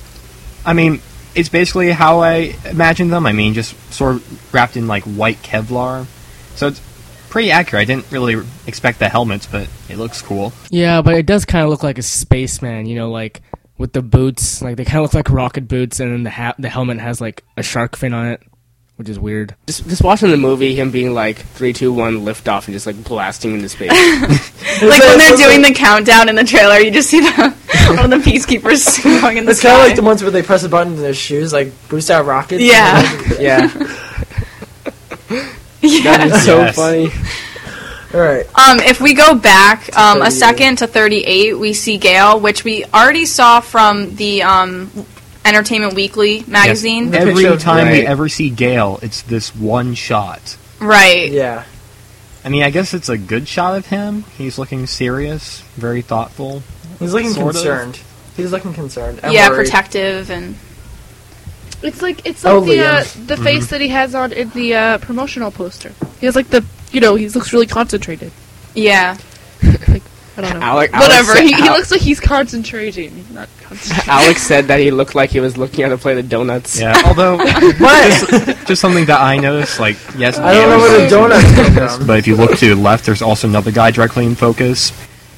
[SPEAKER 8] I mean, it's basically how I imagined them. I mean, just sort of wrapped in like white Kevlar, so it's pretty accurate. I didn't really expect the helmets, but it looks cool.
[SPEAKER 1] Yeah, but it does kind of look like a spaceman, you know, like with the boots, like they kind of look like rocket boots, and then the hat, the helmet has like a shark fin on it, which is weird. Just, just watching the movie, him being like three, two, one, lift off, and just like blasting into space.
[SPEAKER 5] Like when they're doing the countdown in the trailer, you just see the one of the peacekeepers going in the
[SPEAKER 4] It's kind of
[SPEAKER 5] sky.
[SPEAKER 4] like the ones where they press a button in their shoes, like boost out rockets.
[SPEAKER 5] Yeah.
[SPEAKER 1] yeah.
[SPEAKER 5] yeah.
[SPEAKER 1] That is so
[SPEAKER 4] Yes.
[SPEAKER 1] funny.
[SPEAKER 4] All right.
[SPEAKER 5] Um, if we go back um, a
[SPEAKER 4] 38.
[SPEAKER 5] second to 38, we see Gail, which we already saw from the um, Entertainment Weekly magazine.
[SPEAKER 4] The picture
[SPEAKER 8] Every
[SPEAKER 4] of-
[SPEAKER 8] time we
[SPEAKER 4] Right.
[SPEAKER 8] ever see Gale, it's this one shot.
[SPEAKER 5] Right.
[SPEAKER 4] Yeah.
[SPEAKER 8] I mean, I guess it's a good shot of him. He's looking serious, very thoughtful.
[SPEAKER 4] He's looking
[SPEAKER 8] Sort of.
[SPEAKER 4] concerned. He's looking concerned. and
[SPEAKER 5] yeah,
[SPEAKER 4] worried.
[SPEAKER 5] protective and
[SPEAKER 10] It's like it's like
[SPEAKER 4] Oh,
[SPEAKER 10] the uh,
[SPEAKER 4] Liam.
[SPEAKER 1] Mm-hmm.
[SPEAKER 10] the face
[SPEAKER 4] Mhm.
[SPEAKER 10] that he has on in the uh, promotional poster. He has like the you know he looks really concentrated.
[SPEAKER 5] yeah.
[SPEAKER 10] I don't know.
[SPEAKER 1] Alec- Alex
[SPEAKER 10] Whatever.
[SPEAKER 1] said-
[SPEAKER 10] he, he
[SPEAKER 1] Al-
[SPEAKER 10] looks like he's concentrating. Not concentrating.
[SPEAKER 1] Alex said that he looked like he was looking at a plate of donuts.
[SPEAKER 8] Yeah, although just, just something that I noticed, like yes,
[SPEAKER 4] I don't know where the donuts come from.
[SPEAKER 8] But if you look to the left, there's also another guy directly in focus,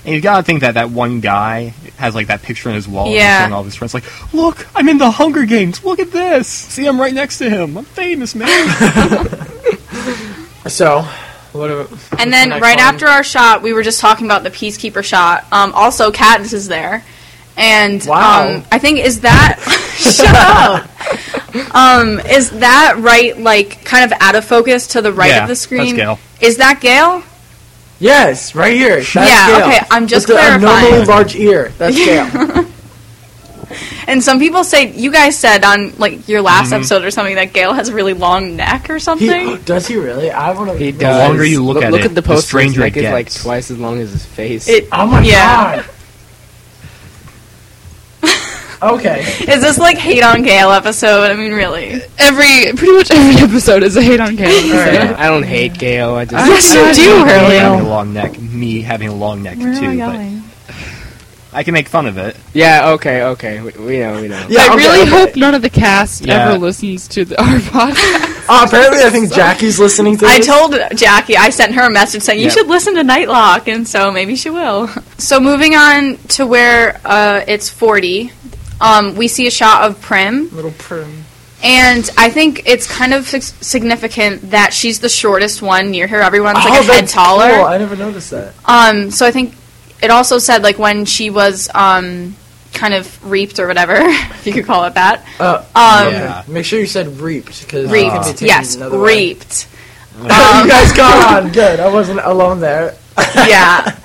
[SPEAKER 8] and you gotta think that that one guy has like that picture on his wall,
[SPEAKER 5] Yeah.
[SPEAKER 8] and showing all of his friends, like, look, I'm in the Hunger Games. Look at this. See, I'm right next to him. I'm famous, man.
[SPEAKER 4] So, what? Are,
[SPEAKER 5] And then
[SPEAKER 4] next
[SPEAKER 5] right
[SPEAKER 4] one?
[SPEAKER 5] after our shot, we were just talking about the peacekeeper shot. Um, also, Katniss is there, and
[SPEAKER 4] Wow.
[SPEAKER 5] um, I think is that shut up. Um, is that right? Like kind of out of focus to the right
[SPEAKER 4] Yeah,
[SPEAKER 5] of the
[SPEAKER 4] that's
[SPEAKER 5] screen.
[SPEAKER 4] Gale.
[SPEAKER 5] Is that Gale?
[SPEAKER 4] Yes, right here. That's
[SPEAKER 5] Yeah,
[SPEAKER 4] Gale.
[SPEAKER 5] okay, I'm just
[SPEAKER 4] With the abnormally
[SPEAKER 5] clarifying.
[SPEAKER 4] large ear. That's Gale.
[SPEAKER 5] And some people say you guys said on like your last
[SPEAKER 4] Mhm.
[SPEAKER 5] episode or something that Gale has a really long neck or something.
[SPEAKER 4] He, does he really? I want to. He
[SPEAKER 1] The longer you look, at it, the poster. stranger neck is like twice as long as his face.
[SPEAKER 5] It-
[SPEAKER 4] oh my
[SPEAKER 5] yeah.
[SPEAKER 4] god. Okay.
[SPEAKER 5] Is this like hate on Gale episode? I mean, really? Oh
[SPEAKER 10] Every pretty much every episode is a hate on Gale.
[SPEAKER 1] All right, I don't hate Gail. I just
[SPEAKER 10] Yes, you do,
[SPEAKER 8] Me
[SPEAKER 10] Harley.
[SPEAKER 8] Having a long neck, me having a long neck too, but I can make fun of it.
[SPEAKER 1] Yeah. Okay. Okay. We, we know. We know.
[SPEAKER 10] I really hope none of the cast
[SPEAKER 1] Yeah.
[SPEAKER 10] ever listens to the, our podcast.
[SPEAKER 4] Uh, apparently, I think Jackie's listening to this.
[SPEAKER 5] I told Jackie, I sent her a message saying, you
[SPEAKER 4] Yeah.
[SPEAKER 5] should listen to Nightlock, and so maybe she will. So moving on to where uh, it's 40, um, we see a shot of Prim.
[SPEAKER 4] Little Prim.
[SPEAKER 5] And I think it's kind of sig- significant that she's the shortest one near her. Everyone's like
[SPEAKER 4] oh,
[SPEAKER 5] a head
[SPEAKER 4] that's
[SPEAKER 5] taller.
[SPEAKER 4] Cool. I never noticed that.
[SPEAKER 5] Um, so I think it also said like when she was um, kind of reaped or whatever, if you could call it that.
[SPEAKER 4] Uh,
[SPEAKER 5] Um,
[SPEAKER 4] okay. Make sure you said reaped because
[SPEAKER 5] Reaped, yes, reaped. Um,
[SPEAKER 4] you guys got on good. I wasn't alone there.
[SPEAKER 5] yeah.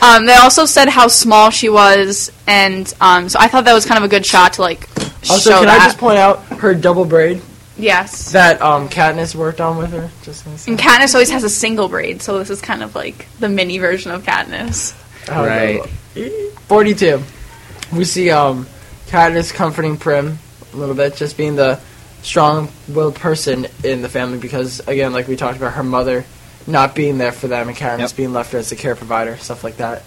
[SPEAKER 5] Um, they also said how small she was, and um, so I thought that was kind of a good shot to like
[SPEAKER 4] Also,
[SPEAKER 5] show
[SPEAKER 4] can
[SPEAKER 5] that.
[SPEAKER 4] I just point out her double braid
[SPEAKER 5] yes.
[SPEAKER 4] that um, Katniss worked on with her? Just gonna say.
[SPEAKER 5] And Katniss always has a single braid, so this is kind of like the mini version of Katniss.
[SPEAKER 4] I don't know. Forty-two. We see um, Katniss comforting Prim a little bit, just being the strong-willed person in the family because, again, like we talked about, her mother not being there for them and Katniss being left as the care provider, stuff like that,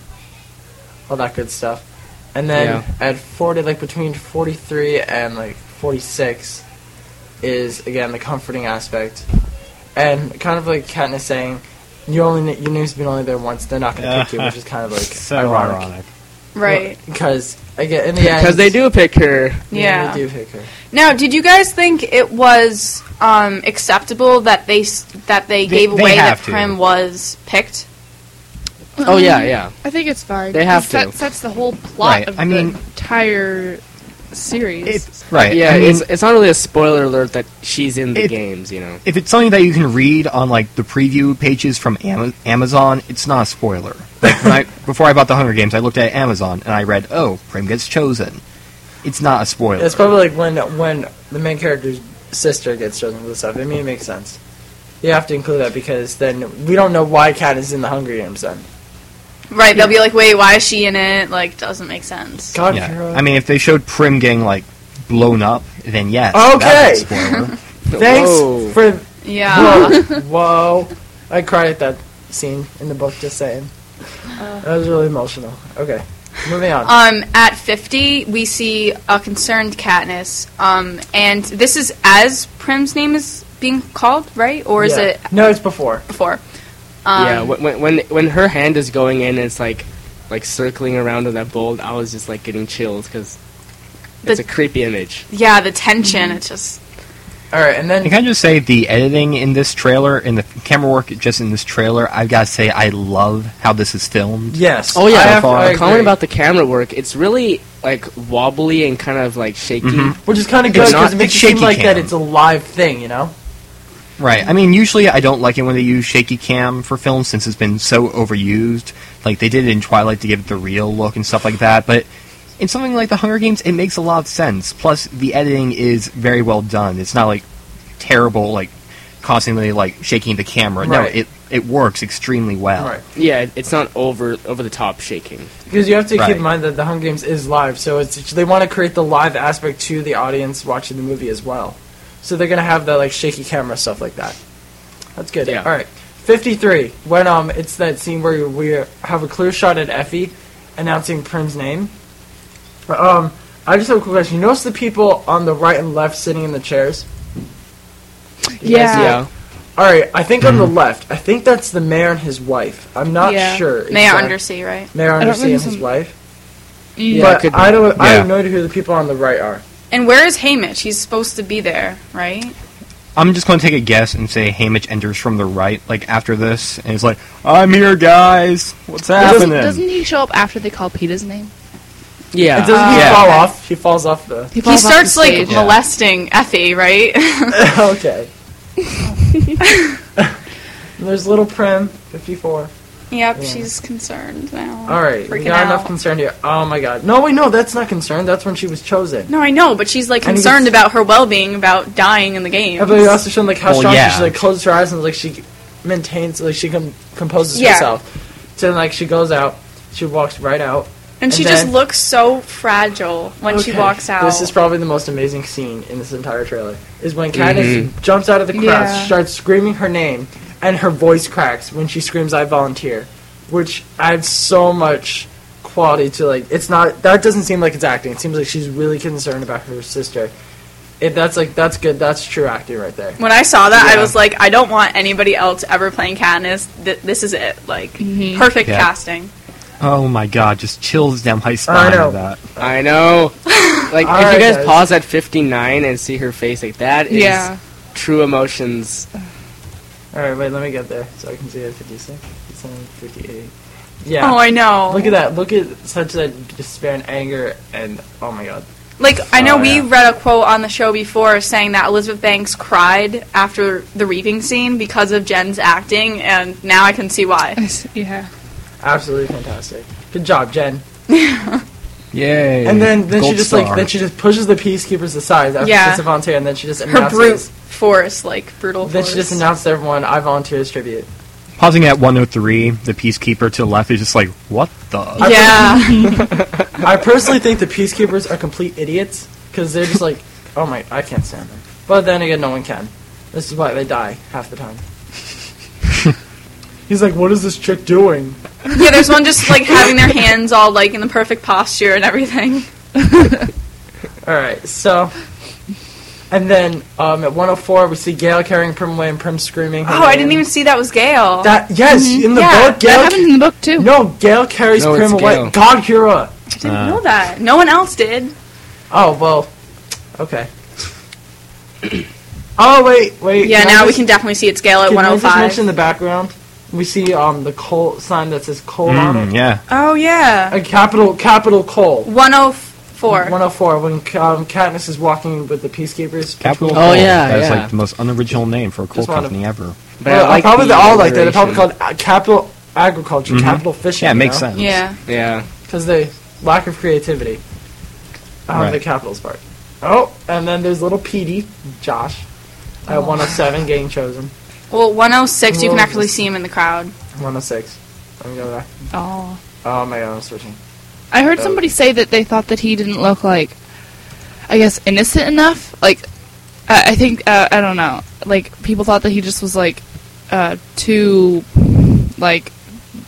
[SPEAKER 4] all that good stuff. And then at forty, like between forty-three and like forty-six, is again the comforting aspect, and kind of like Katniss saying. You only your name's been only there once. They're not gonna pick you, which is kind of like
[SPEAKER 8] so
[SPEAKER 4] ironic.
[SPEAKER 8] ironic.
[SPEAKER 5] Right.
[SPEAKER 4] Because again, in the end,
[SPEAKER 1] Because they do pick her.
[SPEAKER 5] Yeah.
[SPEAKER 4] they do pick her.
[SPEAKER 5] Now, did you guys think it was um, acceptable that they s- that they, gave
[SPEAKER 1] they
[SPEAKER 5] away that
[SPEAKER 1] have to.
[SPEAKER 5] Prim was picked?
[SPEAKER 1] Oh yeah. Yeah.
[SPEAKER 10] I think it's fine.
[SPEAKER 1] They have
[SPEAKER 10] That
[SPEAKER 1] to.
[SPEAKER 10] sets the whole plot
[SPEAKER 1] Right,
[SPEAKER 10] of
[SPEAKER 1] I mean-
[SPEAKER 10] the entire series.
[SPEAKER 8] Right.
[SPEAKER 1] Yeah.
[SPEAKER 8] I mean-
[SPEAKER 1] it's it's not really a spoiler alert that she's in the
[SPEAKER 8] It-
[SPEAKER 1] games. You know.
[SPEAKER 8] If it's something that you can read on like the preview pages from Ama- Amazon, it's not a spoiler. Like when I, before I bought the Hunger Games, I looked at Amazon and I read, "Oh, Prim gets chosen." It's not a spoiler.
[SPEAKER 4] It's probably like when when the main character's sister gets chosen for the stuff. I mean, it makes sense. You have to include that because then we don't know why Kat is in the Hunger Games. Then
[SPEAKER 5] Right. They'll be like, wait, why is she in it? Like, doesn't make sense.
[SPEAKER 4] God,
[SPEAKER 8] Yeah.
[SPEAKER 4] Kira.
[SPEAKER 8] I mean, if they showed Prim getting like blown up, then yes.
[SPEAKER 4] Okay.
[SPEAKER 8] That's a spoiler.
[SPEAKER 4] thanks
[SPEAKER 8] Whoa.
[SPEAKER 4] for
[SPEAKER 5] Yeah.
[SPEAKER 4] whoa, whoa. I cried at that scene in the book. Just saying,
[SPEAKER 5] Uh.
[SPEAKER 4] that was really emotional. Okay, moving on.
[SPEAKER 5] Um, at 50, we see a concerned Katniss, um, and this is as Prim's name is being called, right? Or is
[SPEAKER 1] Yeah.
[SPEAKER 5] it
[SPEAKER 4] no, it's before.
[SPEAKER 5] before? Um,
[SPEAKER 1] yeah. When, when- when when her hand is going in, it's like like circling around in that bold. I was just like getting chills because it's a
[SPEAKER 5] The-
[SPEAKER 1] creepy image.
[SPEAKER 5] yeah, the tension. It's just
[SPEAKER 4] Mm-hmm. All right, and then
[SPEAKER 8] And can I just say the editing in this trailer and the camera work just in this trailer? I've got to say, I love how this is filmed.
[SPEAKER 4] Yes.
[SPEAKER 1] Oh
[SPEAKER 8] So
[SPEAKER 1] yeah,
[SPEAKER 8] far.
[SPEAKER 1] a comment about the camera work. It's really like wobbly and kind of like shaky.
[SPEAKER 8] Mhm.
[SPEAKER 4] Which is kind of good
[SPEAKER 8] It's not-
[SPEAKER 4] because it makes
[SPEAKER 8] it's
[SPEAKER 4] it seem
[SPEAKER 8] shaky
[SPEAKER 4] like that
[SPEAKER 8] cam.
[SPEAKER 4] it's a live thing, you know?
[SPEAKER 8] Right. I mean, usually I don't like it when they use shaky cam for films since it's been so overused. Like they did it in Twilight to give it the real look and stuff like that. But in something like The Hunger Games, it makes a lot of sense. Plus, the editing is very well done. It's not like terrible, like constantly like shaking the camera.
[SPEAKER 1] Right.
[SPEAKER 8] No, it it works extremely well.
[SPEAKER 1] Yeah, it- it's not over over the top shaking.
[SPEAKER 4] Because you have to keep
[SPEAKER 1] Right.
[SPEAKER 4] in mind that the Hunger Games is live, so it's they want to create the live aspect to the audience watching the movie as well. So they're gonna have that like shaky camera stuff like that. That's good.
[SPEAKER 1] Yeah.
[SPEAKER 4] All right, 53. When um, it's that scene where we have a clear shot at Effie announcing Prim's name. Um, I just have a quick question. You notice the people on the right and left sitting in the chairs? You guys
[SPEAKER 10] Yeah.
[SPEAKER 4] see
[SPEAKER 10] Yeah.
[SPEAKER 4] it? All right. I think on the left. I think that's the mayor and his wife. I'm not
[SPEAKER 5] Yeah.
[SPEAKER 4] sure.
[SPEAKER 5] Mayor
[SPEAKER 4] exact-
[SPEAKER 5] Undersea, right?
[SPEAKER 4] Mayor
[SPEAKER 5] I don't
[SPEAKER 4] Undersea and
[SPEAKER 5] remember
[SPEAKER 4] his
[SPEAKER 5] some-
[SPEAKER 4] wife.
[SPEAKER 5] Mm.
[SPEAKER 4] But
[SPEAKER 1] Could be.
[SPEAKER 4] I don't. I
[SPEAKER 1] Yeah.
[SPEAKER 4] have no idea who the people on the right are.
[SPEAKER 5] And where is Hamish? He's supposed to be there, right?
[SPEAKER 8] I'm just going to take a guess and say Hamish enters from the right, like after this, and he's like, "I'm here, guys. What's
[SPEAKER 10] Doesn't,
[SPEAKER 8] happening?"
[SPEAKER 10] doesn't he show up after they call Peter's name?
[SPEAKER 1] Yeah.
[SPEAKER 4] And doesn't he
[SPEAKER 8] Yeah.
[SPEAKER 4] fall
[SPEAKER 8] Okay.
[SPEAKER 4] off? He falls off the.
[SPEAKER 5] He, starts like
[SPEAKER 4] Yeah.
[SPEAKER 5] molesting Effie, right?
[SPEAKER 4] okay. And there's little Prim, 54.
[SPEAKER 5] Yep,
[SPEAKER 4] Yeah.
[SPEAKER 5] she's concerned now.
[SPEAKER 4] All right, we
[SPEAKER 5] freaking
[SPEAKER 4] got
[SPEAKER 5] out.
[SPEAKER 4] enough concern here. Oh my God! No, wait, no, that's not concern. That's when she was chosen.
[SPEAKER 5] No, I know, but she's like
[SPEAKER 4] And he
[SPEAKER 5] concerned
[SPEAKER 4] gets-
[SPEAKER 5] about her well-being, about dying in the game.
[SPEAKER 4] Yeah, but they also shown like how
[SPEAKER 8] Well,
[SPEAKER 4] strong she-
[SPEAKER 8] yeah.
[SPEAKER 4] she like closes her eyes and like she maintains like she com- composes
[SPEAKER 5] Yeah.
[SPEAKER 4] herself. So then like she goes out, she walks right out,
[SPEAKER 5] and she just
[SPEAKER 4] then-
[SPEAKER 5] looks so fragile when she
[SPEAKER 4] Okay,
[SPEAKER 5] walks out.
[SPEAKER 4] This is probably the most amazing scene in this entire trailer. Is when Katniss
[SPEAKER 8] Mm-hmm.
[SPEAKER 1] Mhm.
[SPEAKER 4] jumps out of the crowd,
[SPEAKER 5] Yeah.
[SPEAKER 4] starts screaming her name, and her voice cracks when she screams "I volunteer," which adds so much quality to like. It's not that doesn't seem like it's acting. It seems like she's really concerned about her sister. If that's like that's good, that's true acting right there.
[SPEAKER 5] when I saw that, I
[SPEAKER 4] Yeah.
[SPEAKER 5] was like, I don't want anybody else ever playing Katniss. Th- this is it. Like, perfect
[SPEAKER 8] Yeah.
[SPEAKER 5] casting.
[SPEAKER 8] oh my God! Just chills down my
[SPEAKER 4] I
[SPEAKER 8] spine.
[SPEAKER 4] know.
[SPEAKER 8] with That.
[SPEAKER 1] I know. Like, if
[SPEAKER 4] Alright,
[SPEAKER 1] you guys
[SPEAKER 4] guys.
[SPEAKER 1] pause at 59 and see her face, like, that is
[SPEAKER 10] Yeah.
[SPEAKER 1] true emotions.
[SPEAKER 4] All right, wait, let me get there so I can see it. 56, 57, 58. Yeah.
[SPEAKER 5] Oh, I know.
[SPEAKER 4] Look at that. Look at such a despair and anger, and oh my god.
[SPEAKER 5] Like, I know
[SPEAKER 4] Oh,
[SPEAKER 5] we
[SPEAKER 4] yeah.
[SPEAKER 5] read a quote on the show before saying that Elizabeth Banks cried after the reaping scene because of Jen's acting, and now I can see why.
[SPEAKER 10] yeah.
[SPEAKER 4] Absolutely fantastic. Good job, Jen.
[SPEAKER 8] Yay!
[SPEAKER 4] And then, then she
[SPEAKER 8] Gold
[SPEAKER 4] just like
[SPEAKER 8] star.
[SPEAKER 4] then she just pushes the peacekeepers aside after
[SPEAKER 5] Yeah.
[SPEAKER 4] she's a volunteer, and then she just
[SPEAKER 5] Her brute
[SPEAKER 4] announces.
[SPEAKER 5] force, like, brutal
[SPEAKER 4] Then she
[SPEAKER 5] force.
[SPEAKER 4] just announced to everyone, "I volunteer as tribute."
[SPEAKER 8] Pausing at 103, the peacekeeper to the left is just like, "What the?"
[SPEAKER 5] yeah.
[SPEAKER 4] I personally think the peacekeepers are complete idiots because they're just like, "Oh my, I can't stand them." But then again, no one can. This is why they die half the time. He's like, "What is this chick doing?"
[SPEAKER 5] yeah, there's one just, like, having their hands all, like, in the perfect posture and everything.
[SPEAKER 4] All right, so. And then um, at 104, we see Gail carrying Prim away and Prim screaming. her
[SPEAKER 5] Oh, I
[SPEAKER 4] name.
[SPEAKER 5] didn't even see that was Gail.
[SPEAKER 4] That yes, in the
[SPEAKER 5] Yeah,
[SPEAKER 4] book, Gail.
[SPEAKER 10] That happened in the book too.
[SPEAKER 4] no, Gail carries
[SPEAKER 1] No, it's
[SPEAKER 4] Prim away.
[SPEAKER 1] Gale.
[SPEAKER 4] God, Hira.
[SPEAKER 5] I didn't
[SPEAKER 4] Uh.
[SPEAKER 5] know that. No one else did.
[SPEAKER 4] Oh well, okay. oh wait, wait.
[SPEAKER 5] Yeah,
[SPEAKER 4] can I
[SPEAKER 5] now we
[SPEAKER 4] just-
[SPEAKER 5] can definitely see it's Gail at
[SPEAKER 4] Can I just
[SPEAKER 5] 105.
[SPEAKER 4] mention the background? We see um the coal sign that says coal on
[SPEAKER 8] Mm,
[SPEAKER 4] it.
[SPEAKER 8] yeah.
[SPEAKER 5] Oh, yeah.
[SPEAKER 4] A capital capital coal.
[SPEAKER 5] 104.
[SPEAKER 4] 104. When um, Katniss is walking with the peacekeepers.
[SPEAKER 8] Capital.
[SPEAKER 1] Oh,
[SPEAKER 8] Coal.
[SPEAKER 1] yeah,
[SPEAKER 8] That's
[SPEAKER 1] yeah.
[SPEAKER 8] like the most unoriginal name for a coal
[SPEAKER 4] Just wanna-
[SPEAKER 8] company ever.
[SPEAKER 1] But
[SPEAKER 4] Well,
[SPEAKER 1] I like
[SPEAKER 4] uh, probably
[SPEAKER 1] the
[SPEAKER 4] they're all like that. They're probably
[SPEAKER 1] alliteration. Mm-hmm.
[SPEAKER 4] called uh, capital agriculture,
[SPEAKER 8] Mhm.
[SPEAKER 4] capital fishing.
[SPEAKER 8] Yeah, it
[SPEAKER 4] you
[SPEAKER 8] makes
[SPEAKER 4] know?
[SPEAKER 8] sense.
[SPEAKER 5] Yeah.
[SPEAKER 1] Yeah.
[SPEAKER 4] because the lack of creativity on the
[SPEAKER 8] Right.
[SPEAKER 4] Capitals part. Oh, and then there's little Petey, Josh, at
[SPEAKER 5] Oh.
[SPEAKER 4] 107 getting chosen.
[SPEAKER 5] Well, 106, you can
[SPEAKER 4] Whoa.
[SPEAKER 5] actually see him in the crowd.
[SPEAKER 4] 106. Let me go back.
[SPEAKER 10] Oh.
[SPEAKER 4] Oh my god, I'm switching.
[SPEAKER 10] I heard somebody say that they thought that he didn't look like, I guess, innocent enough. Like, I, I think uh, I don't know. Like people thought that he just was like uh, too, like,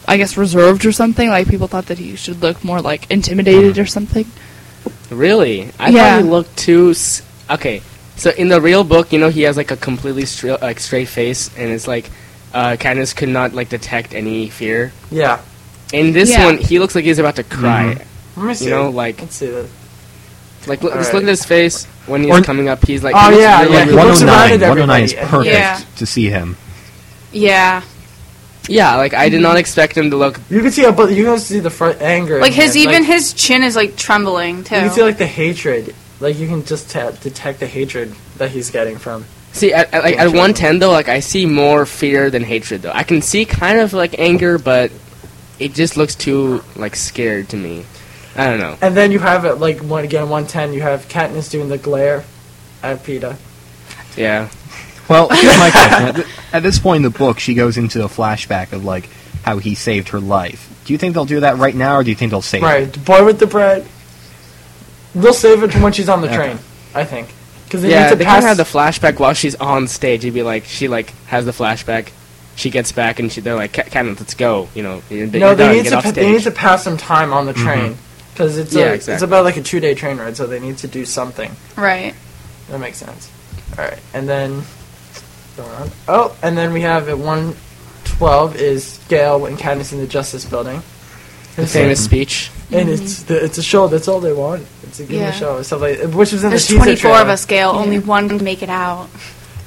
[SPEAKER 10] I guess reserved or something. Like people thought that he should look more like intimidated or something.
[SPEAKER 1] Really? I
[SPEAKER 10] Yeah.
[SPEAKER 1] thought he looked too. S- okay, so in the real book, you know, he has like a completely stra- like straight face, and it's like uh, Katniss could not like detect any fear.
[SPEAKER 4] Yeah,
[SPEAKER 1] In this
[SPEAKER 10] Yeah.
[SPEAKER 1] one, he looks like he's about to cry.
[SPEAKER 4] let me see.
[SPEAKER 1] You know, like
[SPEAKER 4] Let's see this.
[SPEAKER 1] like look, just
[SPEAKER 4] Alright.
[SPEAKER 1] look at his face when he's
[SPEAKER 8] Or-
[SPEAKER 1] coming up. He's like,
[SPEAKER 4] Oh,
[SPEAKER 1] he looks
[SPEAKER 4] yeah,
[SPEAKER 1] really,
[SPEAKER 4] yeah,
[SPEAKER 1] really-
[SPEAKER 4] he looks around
[SPEAKER 8] 109.
[SPEAKER 4] at
[SPEAKER 8] 109 is
[SPEAKER 4] everybody.
[SPEAKER 8] perfect
[SPEAKER 5] Yeah.
[SPEAKER 8] to see him.
[SPEAKER 5] Yeah.
[SPEAKER 1] yeah, Like I did not
[SPEAKER 4] Mm-hmm.
[SPEAKER 1] expect him to look.
[SPEAKER 4] You can see a, but you can see the front anger.
[SPEAKER 5] Like,
[SPEAKER 4] in
[SPEAKER 5] his
[SPEAKER 4] him.
[SPEAKER 5] even his chin is, like, trembling, too.
[SPEAKER 4] You can see like the hatred. Like you can just ta detect the hatred that he's getting from.
[SPEAKER 1] See, at, at, like
[SPEAKER 4] Yeah,
[SPEAKER 1] at
[SPEAKER 4] sure.
[SPEAKER 1] one ten though, like I see more fear than hatred though. I can see kind of like anger, but it just looks too like scared to me. I don't know.
[SPEAKER 4] And then you have it like one again 110. You have Katniss doing the glare at Peeta.
[SPEAKER 1] Yeah.
[SPEAKER 8] Well, here's my question. At, th- at this point in the book, she goes into a flashback of like how he saved her life. Do you think they'll do that right now, or do you think they'll save?
[SPEAKER 4] Right, the boy with the bread. They'll save it for when she's on the
[SPEAKER 8] Okay.
[SPEAKER 4] train, I think, because they
[SPEAKER 1] yeah,
[SPEAKER 4] need to
[SPEAKER 1] they
[SPEAKER 4] pass.
[SPEAKER 1] kind of have the flashback while she's on stage. You'd be like, she like has the flashback. she gets back and she, they're like, "Ca- Canon, let's go. You know, you're,
[SPEAKER 4] no,
[SPEAKER 1] you're
[SPEAKER 4] they
[SPEAKER 1] done.
[SPEAKER 4] need
[SPEAKER 1] get
[SPEAKER 4] to
[SPEAKER 1] off
[SPEAKER 4] pa-
[SPEAKER 1] stage. Mm-hmm.
[SPEAKER 4] they need to pass some time on the train because it's
[SPEAKER 1] Yeah,
[SPEAKER 4] a, it's
[SPEAKER 1] exactly.
[SPEAKER 4] about like a two day train ride, so they need to do something.
[SPEAKER 5] Right.
[SPEAKER 4] That makes sense. All right, and then going on. Oh, and then we have at one twelve is Gail and Katniss in the Justice Building.
[SPEAKER 1] The famous speech.
[SPEAKER 4] And it's the, it's a show. That's all they want. It's a give me
[SPEAKER 5] Mm-hmm. Yeah.
[SPEAKER 4] a show. Stuff like which was in
[SPEAKER 5] There's
[SPEAKER 4] the teaser
[SPEAKER 5] 24
[SPEAKER 4] trailer.
[SPEAKER 5] of us, Gail. Only one can make it out.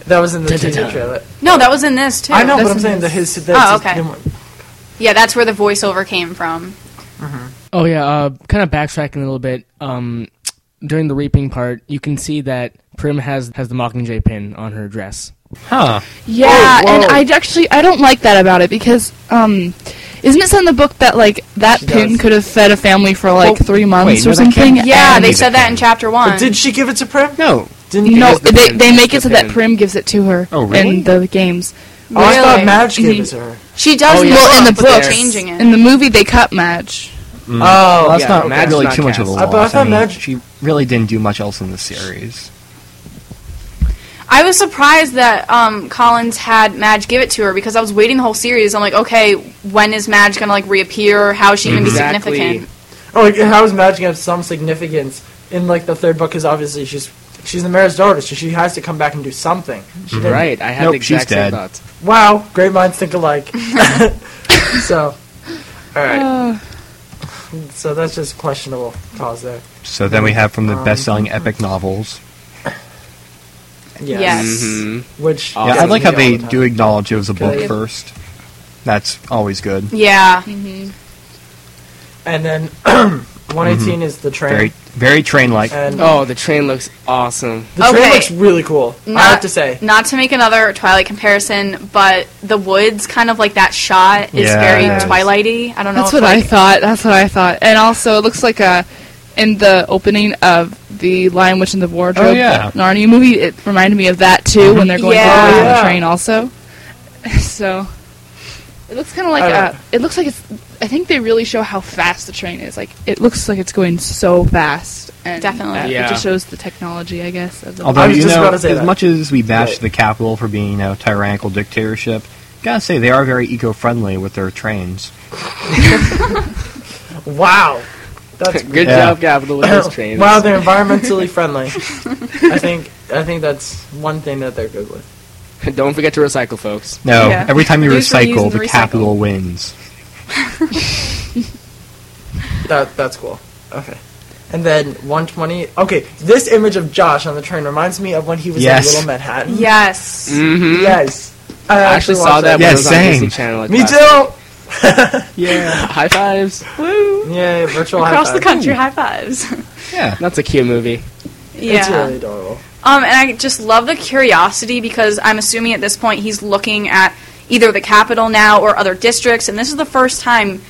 [SPEAKER 4] That was in the
[SPEAKER 1] Da-da-da.
[SPEAKER 4] teaser trailer.
[SPEAKER 5] No, that was in this too.
[SPEAKER 4] I know,
[SPEAKER 5] That's
[SPEAKER 4] but I'm
[SPEAKER 5] in
[SPEAKER 4] saying that
[SPEAKER 5] this.
[SPEAKER 4] his
[SPEAKER 5] oh,
[SPEAKER 4] that's his-
[SPEAKER 5] okay.
[SPEAKER 4] them-
[SPEAKER 5] Yeah, that's where the voiceover came from.
[SPEAKER 1] Oh yeah, uh, kind of backtracking a little bit. Um, during the reaping part, you can see that Prim has has the Mockingjay pin on her dress.
[SPEAKER 8] Huh.
[SPEAKER 10] Yeah,
[SPEAKER 1] Whoa, whoa.
[SPEAKER 10] and I actually I don't like that about it because um, isn't it said in the book that like that pin could have fed a family for like three months
[SPEAKER 8] wait,
[SPEAKER 10] or
[SPEAKER 8] no, that
[SPEAKER 10] something?
[SPEAKER 8] can't-
[SPEAKER 5] Yeah,
[SPEAKER 10] and-
[SPEAKER 5] they said that in chapter one.
[SPEAKER 4] But did she give it to Prim?
[SPEAKER 8] No.
[SPEAKER 4] Didn't you?
[SPEAKER 10] no,
[SPEAKER 1] It's the
[SPEAKER 10] they
[SPEAKER 1] pin,
[SPEAKER 10] they
[SPEAKER 1] it's
[SPEAKER 10] make
[SPEAKER 1] the
[SPEAKER 10] it so that
[SPEAKER 1] pin.
[SPEAKER 10] Prim gives it to her
[SPEAKER 8] Oh, really?
[SPEAKER 10] in the games.
[SPEAKER 4] Oh, I thought
[SPEAKER 5] Really? Mm-hmm.
[SPEAKER 4] Madge gave
[SPEAKER 10] Mhm.
[SPEAKER 4] it to her.
[SPEAKER 5] she does
[SPEAKER 1] Oh,
[SPEAKER 5] in
[SPEAKER 1] yeah.
[SPEAKER 5] the
[SPEAKER 10] well, in the
[SPEAKER 5] book, but they're
[SPEAKER 10] books,
[SPEAKER 5] changing it.
[SPEAKER 10] in the movie they cut Madge.
[SPEAKER 4] Oh,
[SPEAKER 8] Well, that's
[SPEAKER 1] Mm. yeah,
[SPEAKER 8] not
[SPEAKER 1] Madge
[SPEAKER 8] really
[SPEAKER 1] was
[SPEAKER 8] too
[SPEAKER 1] not
[SPEAKER 8] much of a
[SPEAKER 1] cast.
[SPEAKER 8] loss.
[SPEAKER 4] I- Uh, but I thought
[SPEAKER 8] mean,
[SPEAKER 4] Madge-
[SPEAKER 8] she really didn't do much else in the series.
[SPEAKER 5] I was surprised that um, Collins had Madge give it to her because I was waiting the whole series. I'm like, okay, when is Madge gonna like reappear? How is she gonna
[SPEAKER 1] Exactly.
[SPEAKER 5] be significant?
[SPEAKER 4] Oh, like, how is Madge gonna have some significance in like the third book? Because obviously she's she's the mayor's daughter, so she has to come back and do something. She didn't.
[SPEAKER 1] Mm-hmm. Right, I had
[SPEAKER 8] Nope,
[SPEAKER 1] the
[SPEAKER 8] she's
[SPEAKER 1] exact same
[SPEAKER 8] dead.
[SPEAKER 1] thoughts.
[SPEAKER 4] Wow, great minds think alike. so, all right.
[SPEAKER 5] Uh.
[SPEAKER 4] So that's just questionable cause there.
[SPEAKER 8] So then we have from the
[SPEAKER 4] Um,
[SPEAKER 8] best-selling epic novels.
[SPEAKER 4] Yes.
[SPEAKER 5] Yes.
[SPEAKER 1] Mhm.
[SPEAKER 4] Which
[SPEAKER 1] Yeah,
[SPEAKER 8] Yeah, I
[SPEAKER 4] gets
[SPEAKER 8] like
[SPEAKER 4] me
[SPEAKER 8] how
[SPEAKER 4] all
[SPEAKER 8] they
[SPEAKER 4] the time.
[SPEAKER 8] do acknowledge it was a book
[SPEAKER 4] Good.
[SPEAKER 8] first. That's always good.
[SPEAKER 5] Yeah,
[SPEAKER 4] And then 118 is the train.
[SPEAKER 8] Mhm. Very, very train-like.
[SPEAKER 4] And
[SPEAKER 1] Oh, the train looks awesome.
[SPEAKER 4] the train
[SPEAKER 5] Okay.
[SPEAKER 4] looks really cool. I have to say.
[SPEAKER 5] not to make another Twilight comparison, but the woods, kind of like that shot, is
[SPEAKER 8] Yeah,
[SPEAKER 5] very
[SPEAKER 8] it is.
[SPEAKER 5] Twilighty. I don't know.
[SPEAKER 10] That's
[SPEAKER 5] if,
[SPEAKER 10] what I
[SPEAKER 5] like-
[SPEAKER 10] thought. That's what I thought. And also, it looks like a in the opening of the Lion Witch in the Wardrobe
[SPEAKER 8] Oh, yeah.
[SPEAKER 10] Narnia movie. It reminded me of that too when they're going
[SPEAKER 5] Yeah.
[SPEAKER 10] over
[SPEAKER 4] Yeah.
[SPEAKER 10] the train also. so it looks kind of like
[SPEAKER 4] I
[SPEAKER 10] uh
[SPEAKER 4] don't-
[SPEAKER 10] it looks like it's. I think they really show how fast the train is. Like it looks like it's going so fast. And
[SPEAKER 5] Definitely.
[SPEAKER 10] that-
[SPEAKER 1] Yeah.
[SPEAKER 10] It just shows the technology, I guess. Of the
[SPEAKER 8] Although
[SPEAKER 4] I was
[SPEAKER 8] you
[SPEAKER 4] just
[SPEAKER 8] know,
[SPEAKER 4] about to
[SPEAKER 8] as
[SPEAKER 4] say that.
[SPEAKER 8] much as we bash
[SPEAKER 4] Right.
[SPEAKER 8] the capital for being a tyrannical dictatorship, gotta say they are very eco-friendly with their trains.
[SPEAKER 4] Wow. That's
[SPEAKER 1] Good
[SPEAKER 8] Yeah.
[SPEAKER 1] job, Capital, with those trains.
[SPEAKER 4] Wow, they're environmentally friendly. I think I think that's one thing that they're good with.
[SPEAKER 1] Don't forget to recycle, folks.
[SPEAKER 8] No,
[SPEAKER 5] Yeah.
[SPEAKER 8] every time you
[SPEAKER 5] Use, reuse,
[SPEAKER 8] recycle,
[SPEAKER 5] and
[SPEAKER 8] the
[SPEAKER 5] recycle.
[SPEAKER 8] capital wins.
[SPEAKER 4] That that's cool. Okay. And then 120. Okay, this image of Josh on the train reminds me of when he was
[SPEAKER 8] Yes.
[SPEAKER 4] in Little Manhattan.
[SPEAKER 5] Yes.
[SPEAKER 1] Mm-hmm.
[SPEAKER 4] Yes. I,
[SPEAKER 1] I actually saw
[SPEAKER 4] watched
[SPEAKER 1] that
[SPEAKER 8] Yeah,
[SPEAKER 1] when it was on
[SPEAKER 8] same.
[SPEAKER 1] Disney Channel. Like
[SPEAKER 4] Me
[SPEAKER 1] last-
[SPEAKER 4] too.
[SPEAKER 1] Yeah. High fives. Woo.
[SPEAKER 4] Yeah, virtual
[SPEAKER 5] Across
[SPEAKER 4] high
[SPEAKER 5] the
[SPEAKER 4] five.
[SPEAKER 5] country, high fives.
[SPEAKER 8] Yeah.
[SPEAKER 1] That's a cute movie.
[SPEAKER 5] yeah.
[SPEAKER 4] It's really adorable.
[SPEAKER 5] Um, and I just love the curiosity because I'm assuming at this point he's looking at either the capital now or other districts, and this is the first time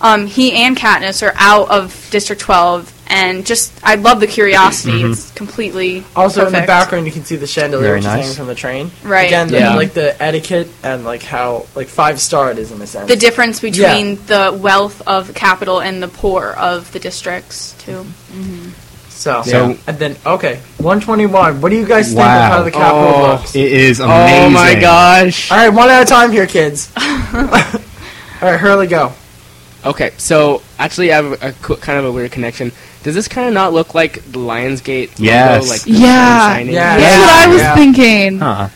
[SPEAKER 5] um, he and Katniss are out of District 12. And just, I love the curiosity. It's completely
[SPEAKER 4] Also in the
[SPEAKER 5] perfect.
[SPEAKER 4] background, you can see the chandelier
[SPEAKER 8] Very
[SPEAKER 4] which is
[SPEAKER 8] nice.
[SPEAKER 4] hanging from the train.
[SPEAKER 5] Right.
[SPEAKER 4] Again, the,
[SPEAKER 1] Yeah.
[SPEAKER 4] like the etiquette and like how like five star it is in a sense.
[SPEAKER 5] The difference between the wealth of capital and the poor of the districts too.
[SPEAKER 4] so,
[SPEAKER 8] So-
[SPEAKER 4] and then okay, 121. What do you guys think
[SPEAKER 8] Wow.
[SPEAKER 4] of how the capital
[SPEAKER 1] Oh.
[SPEAKER 4] looks?
[SPEAKER 8] It is amazing.
[SPEAKER 1] Oh my gosh.
[SPEAKER 4] All right, one at a time here, kids. All right, Hurley, go.
[SPEAKER 1] Okay, so actually, I have a, qu- kind of a weird connection. Does this kind of not look like the Lionsgate?
[SPEAKER 8] Yes.
[SPEAKER 1] Logo, like the
[SPEAKER 10] Yeah.
[SPEAKER 1] sun shining?
[SPEAKER 4] Yeah.
[SPEAKER 10] That's what I was
[SPEAKER 4] Yeah.
[SPEAKER 10] thinking.
[SPEAKER 8] Huh.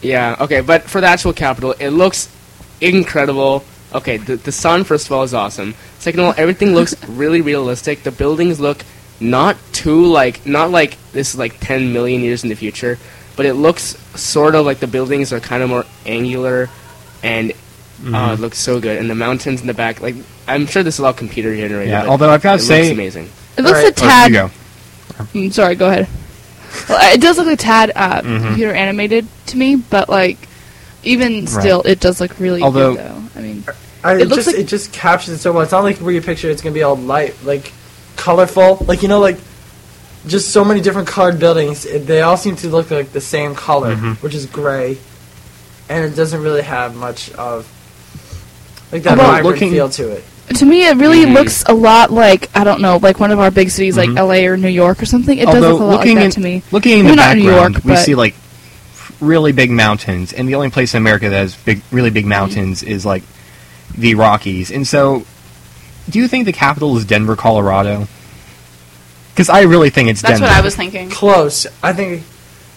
[SPEAKER 1] Yeah, okay, but for the actual capital, it looks incredible. Okay, the, the sun, first of all, is awesome. Second of all, everything looks really realistic. The buildings look not too, like, not like this is like 10 million years in the future, but it looks sort of like the buildings are kind of more angular and.
[SPEAKER 8] Mm-hmm.
[SPEAKER 1] Oh, it looks so good, and the mountains in the back. Like, I'm sure this is all computer generated.
[SPEAKER 8] Yeah,
[SPEAKER 1] but
[SPEAKER 8] although I've gotta
[SPEAKER 1] it
[SPEAKER 8] say-
[SPEAKER 1] looks amazing.
[SPEAKER 10] It looks
[SPEAKER 4] Alright.
[SPEAKER 10] a
[SPEAKER 8] Oh, you
[SPEAKER 10] tad
[SPEAKER 8] go.
[SPEAKER 10] Mm, sorry, go ahead. Well, it does look a tad uh,
[SPEAKER 8] Mm-hmm.
[SPEAKER 10] computer animated to me, but like even still, it does look really
[SPEAKER 8] Although-
[SPEAKER 10] good though. I mean,
[SPEAKER 4] I, it,
[SPEAKER 10] It
[SPEAKER 4] just
[SPEAKER 10] looks like-
[SPEAKER 4] it just captures it so well. It's not like where you picture it's gonna be all light, like colorful, like you know, like just so many different colored buildings. It, they all seem to look like the same color,
[SPEAKER 8] Mm-hmm.
[SPEAKER 4] which is gray, and it doesn't really have much of like that
[SPEAKER 8] Although
[SPEAKER 4] vibrant
[SPEAKER 8] looking-
[SPEAKER 4] feel to it.
[SPEAKER 10] to me, it really
[SPEAKER 8] Mm-hmm.
[SPEAKER 10] looks a lot like I don't know, like one of our big cities, like L.A. or New York or something. It does
[SPEAKER 8] Although
[SPEAKER 10] look a lot
[SPEAKER 8] looking
[SPEAKER 10] like that
[SPEAKER 8] in,
[SPEAKER 10] to me.
[SPEAKER 8] looking in the
[SPEAKER 10] Maybe not New
[SPEAKER 8] background,
[SPEAKER 10] York,
[SPEAKER 8] we
[SPEAKER 10] but-
[SPEAKER 8] see like really big mountains, and the only place in America that has big, really big mountains is like the Rockies. And so, do you think the capital is Denver, Colorado? Because I really think it's
[SPEAKER 5] That's
[SPEAKER 8] Denver.
[SPEAKER 5] what I was thinking.
[SPEAKER 4] Close. I think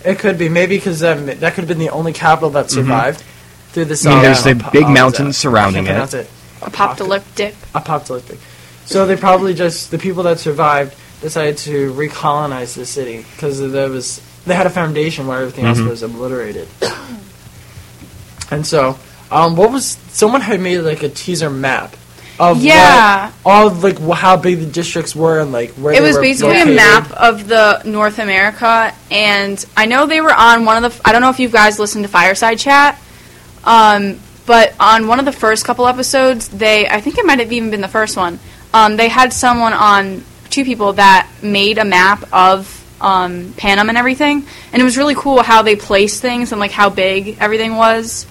[SPEAKER 4] it could be maybe because um, that could have been the only capital that survived through the.
[SPEAKER 8] Mm-hmm. I mean, there's
[SPEAKER 4] Solomon
[SPEAKER 8] the
[SPEAKER 4] Ap-
[SPEAKER 8] big
[SPEAKER 4] Ap-
[SPEAKER 8] mountains surrounding
[SPEAKER 4] I can't
[SPEAKER 8] it.
[SPEAKER 4] pronounce it.
[SPEAKER 5] Apocalyptic.
[SPEAKER 4] Apocalyptic. So they probably just the people that survived decided to recolonize the city because there was they had a foundation where everything
[SPEAKER 8] Mhm.
[SPEAKER 4] else was obliterated. and so, um, what was someone had made like a teaser map of what-
[SPEAKER 5] Yeah.
[SPEAKER 4] all of, like wh- how big the districts were and like where
[SPEAKER 5] It
[SPEAKER 4] they
[SPEAKER 5] was
[SPEAKER 4] were
[SPEAKER 5] basically a
[SPEAKER 4] located.
[SPEAKER 5] map of the North America, and I know they were on one of the. I don't know if you guys listened to Fireside Chat, um, but on one of the first couple episodes, they I think it might have even been the first one. Um, they had someone on two people that made a map of um, Panem and everything, and it was really cool how they placed things and like how big everything was.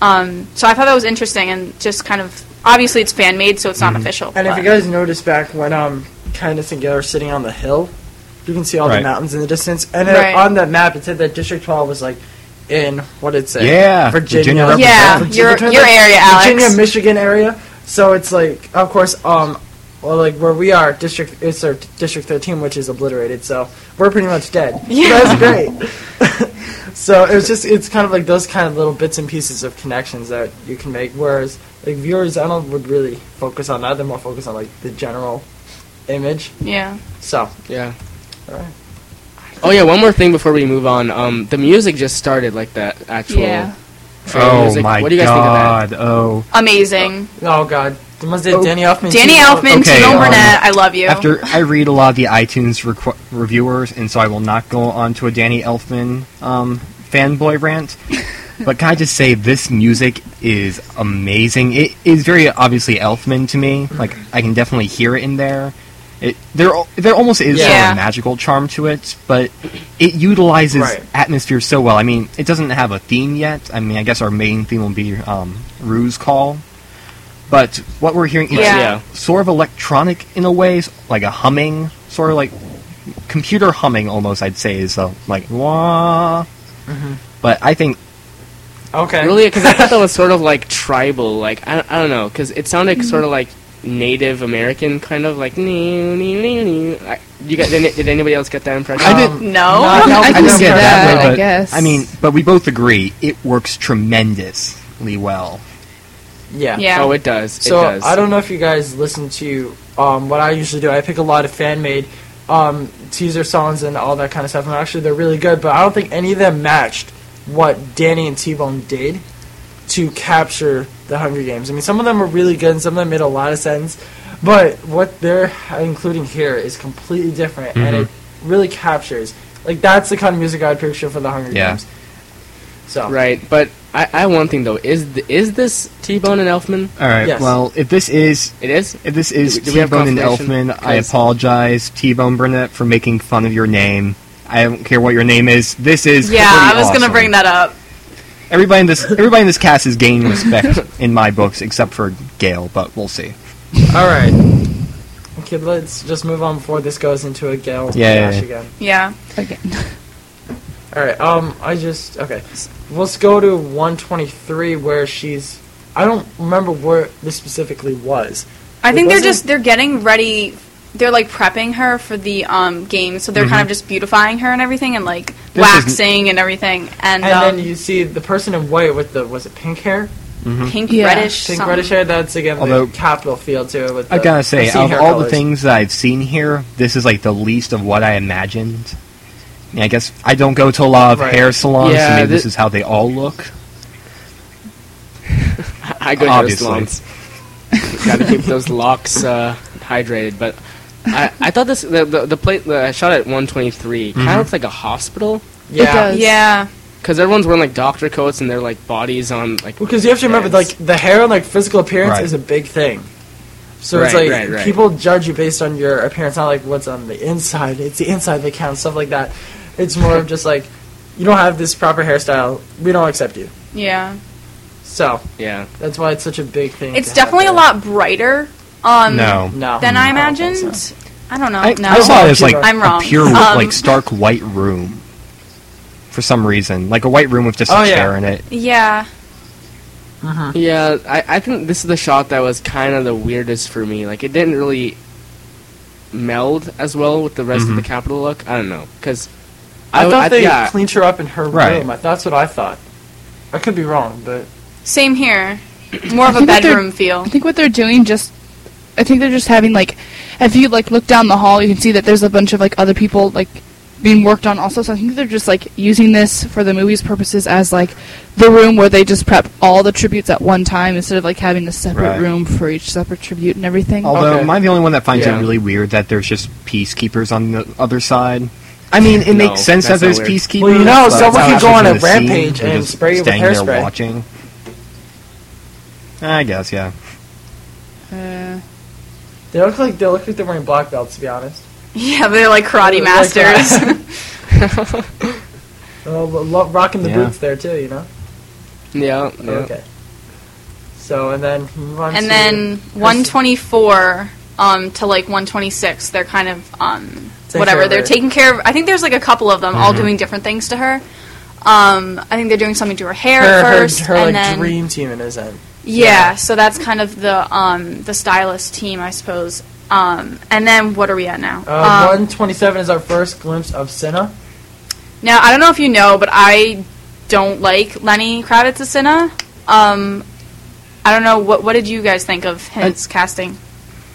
[SPEAKER 5] Um, so I thought that was interesting and just kind of obviously it's fan made, so it's
[SPEAKER 4] Mm-hmm.
[SPEAKER 5] not official.
[SPEAKER 4] And if
[SPEAKER 5] but-
[SPEAKER 4] you guys notice back when um Candace and Gail are sitting on the hill, you can see all
[SPEAKER 8] Right.
[SPEAKER 4] the mountains in the distance. And then
[SPEAKER 5] Right.
[SPEAKER 4] on that map, it said that District 12 was like in what did it say?
[SPEAKER 8] Yeah, Virginia
[SPEAKER 4] Virginia.
[SPEAKER 8] represent. Yeah,
[SPEAKER 4] Virginia-
[SPEAKER 5] your-
[SPEAKER 4] between,
[SPEAKER 5] your
[SPEAKER 4] like,
[SPEAKER 5] area, Alex.
[SPEAKER 4] Virginia, Michigan area. So it's like, of course, um, well, like where we are, District it's our District 13, which is obliterated. So we're pretty much dead.
[SPEAKER 5] Yeah.
[SPEAKER 4] that's great. So it was just it's kind of like those kind of little bits and pieces of connections that you can make. Whereas like viewers, I don't would really focus on that. They're more focused on like the general image.
[SPEAKER 5] yeah.
[SPEAKER 4] So
[SPEAKER 1] Yeah.
[SPEAKER 4] all right.
[SPEAKER 1] Oh yeah, one more thing before we move on. Um, the music just started, like the actual.
[SPEAKER 5] Yeah.
[SPEAKER 1] trailer
[SPEAKER 8] Oh
[SPEAKER 1] music.
[SPEAKER 8] my
[SPEAKER 1] What do you guys
[SPEAKER 8] god! Oh,
[SPEAKER 5] Amazing.
[SPEAKER 4] Oh god, the ones that Danny Elfman.
[SPEAKER 5] Danny
[SPEAKER 4] Timo-
[SPEAKER 5] Elfman,
[SPEAKER 8] Okay,
[SPEAKER 5] Timo
[SPEAKER 8] um,
[SPEAKER 5] Burnett, I love you.
[SPEAKER 8] after I read a lot of the iTunes requ- reviewers, and so I will not go on to a Danny Elfman um, fanboy rant. but can I just say this music is amazing? It is very obviously Elfman to me. Like I can definitely hear it in there. It, there, al- there almost is sort of
[SPEAKER 5] Yeah.
[SPEAKER 8] a magical charm to it, but it utilizes
[SPEAKER 4] Right.
[SPEAKER 8] atmosphere so well. I mean, it doesn't have a theme yet. I mean, I guess our main theme will be um, Ruse Call, but what we're hearing is
[SPEAKER 5] Yeah. Yeah.
[SPEAKER 8] sort of electronic in a way, s- like a humming, sort of like computer humming almost. I'd say is uh, like wah.
[SPEAKER 1] Mm-hmm.
[SPEAKER 8] But I think
[SPEAKER 4] Okay.
[SPEAKER 1] Really? Because I thought that was sort of like tribal. Like I, I don't know, because it sounded sort of like Native American, kind of like. Nee, nee, nee, nee. I, you got? Did, did anybody else get that impression?
[SPEAKER 8] I
[SPEAKER 4] Um,
[SPEAKER 8] did.
[SPEAKER 5] no.
[SPEAKER 4] not
[SPEAKER 1] I
[SPEAKER 8] I
[SPEAKER 4] Elfman,
[SPEAKER 1] can
[SPEAKER 8] didn't
[SPEAKER 4] but-
[SPEAKER 1] see
[SPEAKER 8] get
[SPEAKER 1] that,
[SPEAKER 8] that way,
[SPEAKER 1] I
[SPEAKER 8] but
[SPEAKER 10] guess.
[SPEAKER 8] I mean, but we both agree it works tremendously well.
[SPEAKER 4] Yeah.
[SPEAKER 5] Yeah.
[SPEAKER 1] Oh, it does. It
[SPEAKER 4] So
[SPEAKER 1] does.
[SPEAKER 4] I don't know if you guys listen to um, what I usually do. I pick a lot of fan made um, teaser songs and all that kind of stuff. And actually, they're really good. But I don't think any of them matched what Danny and T Bone did to capture the Hunger Games. I mean, some of them were really good, and some of them made a lot of sense. But what they're including here is completely different,
[SPEAKER 1] Mm-hmm.
[SPEAKER 4] and it really captures. Like that's the kind of music I'd picture for the Hunger
[SPEAKER 8] Yeah.
[SPEAKER 4] Games. So
[SPEAKER 1] Right, but I, I have one thing though. Is th- is this T Bone and Elfman?
[SPEAKER 8] All right.
[SPEAKER 4] Yes.
[SPEAKER 8] Well, if this is
[SPEAKER 1] It is.
[SPEAKER 8] If this is
[SPEAKER 1] Do we- do we have
[SPEAKER 8] T-Bone and
[SPEAKER 1] confirmation?
[SPEAKER 8] Elfman, I
[SPEAKER 1] 'Cause-
[SPEAKER 8] apologize, T-Bone Burnett, for making fun of your name. I don't care what your name is. This is
[SPEAKER 5] yeah, I
[SPEAKER 8] pretty
[SPEAKER 5] was gonna
[SPEAKER 8] awesome.
[SPEAKER 5] bring that up.
[SPEAKER 8] Everybody in this everybody in this cast is gaining respect in my books, except for Gail. But we'll see.
[SPEAKER 4] All right. Okay, let's just move on before this goes into a Gale
[SPEAKER 8] Yeah, yeah,
[SPEAKER 4] dash
[SPEAKER 8] yeah.
[SPEAKER 4] again.
[SPEAKER 5] Yeah.
[SPEAKER 4] All right. Um, I just okay. Let's go to 123 where she's. I don't remember where this specifically was.
[SPEAKER 5] I
[SPEAKER 4] It
[SPEAKER 5] think they're
[SPEAKER 4] wasn't-
[SPEAKER 5] just they're getting ready they're like prepping her for the um game, so they're kind of just beautifying her and everything and like
[SPEAKER 8] Mm-hmm. This isn't-
[SPEAKER 5] waxing and everything and,
[SPEAKER 4] And
[SPEAKER 5] um,
[SPEAKER 4] then you see the person in white with the was it pink hair,
[SPEAKER 5] pink
[SPEAKER 10] Yeah.
[SPEAKER 5] reddish
[SPEAKER 4] pink
[SPEAKER 5] something.
[SPEAKER 4] reddish hair. That's again
[SPEAKER 8] Although-
[SPEAKER 4] the capital field too. With
[SPEAKER 8] I
[SPEAKER 4] the-
[SPEAKER 8] gotta say,
[SPEAKER 4] I've seen
[SPEAKER 8] out of
[SPEAKER 4] hair
[SPEAKER 8] all
[SPEAKER 4] colors.
[SPEAKER 8] the things that I've seen here, this is like the least of what I imagined. I, mean, I guess I don't go to a lot of
[SPEAKER 4] Right.
[SPEAKER 8] hair salons, so
[SPEAKER 1] Yeah,
[SPEAKER 8] maybe this
[SPEAKER 1] thi-
[SPEAKER 8] is how they all look.
[SPEAKER 1] I go to
[SPEAKER 8] Obviously.
[SPEAKER 1] salons. Gotta keep those locks uh, hydrated. But I, I thought this the the, the, plate, the shot at 123 kind of looks like a hospital
[SPEAKER 4] Yeah.
[SPEAKER 10] does.
[SPEAKER 5] Yeah.
[SPEAKER 1] because everyone's wearing like doctor coats and their like bodies on like.
[SPEAKER 4] Because you have to remember,
[SPEAKER 1] beds.
[SPEAKER 4] like the hair and like physical appearance
[SPEAKER 8] Right.
[SPEAKER 4] is a big thing. So it's
[SPEAKER 1] Right,
[SPEAKER 4] like
[SPEAKER 1] right, right.
[SPEAKER 4] people judge you based on your appearance, not like what's on the inside. It's the inside that counts, stuff like that. It's more of just like you don't have this proper hairstyle, we don't accept you.
[SPEAKER 5] Yeah.
[SPEAKER 4] So
[SPEAKER 1] yeah,
[SPEAKER 4] that's why it's such a big thing.
[SPEAKER 5] It's
[SPEAKER 4] to have
[SPEAKER 5] definitely a
[SPEAKER 4] that.
[SPEAKER 5] lot brighter um
[SPEAKER 8] No,
[SPEAKER 4] No,
[SPEAKER 5] than I
[SPEAKER 4] don't think
[SPEAKER 5] imagined.
[SPEAKER 4] so.
[SPEAKER 5] I don't know.
[SPEAKER 8] I,
[SPEAKER 5] no.
[SPEAKER 8] I saw it as like
[SPEAKER 5] I'm
[SPEAKER 8] a
[SPEAKER 5] wrong.
[SPEAKER 8] pure
[SPEAKER 5] Um,
[SPEAKER 8] like stark white room. for some reason, like a white room with just a
[SPEAKER 1] Oh, yeah.
[SPEAKER 8] chair in it.
[SPEAKER 5] Yeah.
[SPEAKER 1] Yeah, I, I think this is the shot that was kind of the weirdest for me. Like, it didn't really meld as well with the rest of the Capitol look. I don't know, because
[SPEAKER 4] I, thought they
[SPEAKER 1] yeah,
[SPEAKER 4] cleaned her up in her
[SPEAKER 1] Right.
[SPEAKER 4] room. I- That's what I thought. I could be wrong, but
[SPEAKER 5] Same here. More of
[SPEAKER 10] I
[SPEAKER 5] a
[SPEAKER 10] think what they're-
[SPEAKER 5] bedroom feel.
[SPEAKER 10] I think what they're doing just I think they're just having like if you like look down the hall you can see that there's a bunch of like other people like being worked on also so I think they're just like using this for the movie's purposes as like the room where they just prep all the tributes at one time instead of like having a separate
[SPEAKER 8] Right.
[SPEAKER 10] room for each separate tribute and everything.
[SPEAKER 8] Although, am I the only one that finds
[SPEAKER 10] Yeah.
[SPEAKER 8] it really weird that there's just peacekeepers on the other side? I mean, it
[SPEAKER 4] No,
[SPEAKER 8] makes sense
[SPEAKER 4] that's
[SPEAKER 8] that there's
[SPEAKER 4] not weird.
[SPEAKER 8] peacekeepers.
[SPEAKER 4] Well, you know,
[SPEAKER 8] but it's
[SPEAKER 4] someone
[SPEAKER 8] not
[SPEAKER 4] could go
[SPEAKER 8] actually
[SPEAKER 4] on a
[SPEAKER 8] from the scene,
[SPEAKER 4] rampage
[SPEAKER 8] they're
[SPEAKER 4] and
[SPEAKER 8] just
[SPEAKER 4] spray you with
[SPEAKER 8] standing there
[SPEAKER 4] hairspray.
[SPEAKER 8] watching. I guess, yeah.
[SPEAKER 10] Uh,
[SPEAKER 4] they look like they look like they're wearing black belts. To be honest,
[SPEAKER 5] Yeah, they're like karate
[SPEAKER 4] They're like that.
[SPEAKER 5] masters.
[SPEAKER 4] Uh, lo- lo- rocking the
[SPEAKER 1] Yeah.
[SPEAKER 4] boots there too. You know.
[SPEAKER 1] yeah, yeah.
[SPEAKER 4] Okay. So and then move on to
[SPEAKER 5] and then 124 um, to like 126, they're kind of um,
[SPEAKER 4] Taking care
[SPEAKER 5] whatever.
[SPEAKER 4] of
[SPEAKER 5] They're
[SPEAKER 4] her.
[SPEAKER 5] taking care of. I think there's like a couple of them all
[SPEAKER 4] Mhm.
[SPEAKER 5] doing different things to her. Um, I think they're doing something to her hair
[SPEAKER 4] her,
[SPEAKER 5] at first,
[SPEAKER 4] her, her,
[SPEAKER 5] and
[SPEAKER 4] like
[SPEAKER 5] then
[SPEAKER 4] dream team in his end.
[SPEAKER 5] yeah, So that's kind of the um, the stylist team, I suppose. Um, and then what are we at now?
[SPEAKER 4] Uh,
[SPEAKER 5] um,
[SPEAKER 4] One twenty-seven is our first glimpse of Cinna.
[SPEAKER 5] Now, I don't know if you know, but I don't like Lenny Kravitz as Cinna. Um, I don't know what what did you guys think of his casting?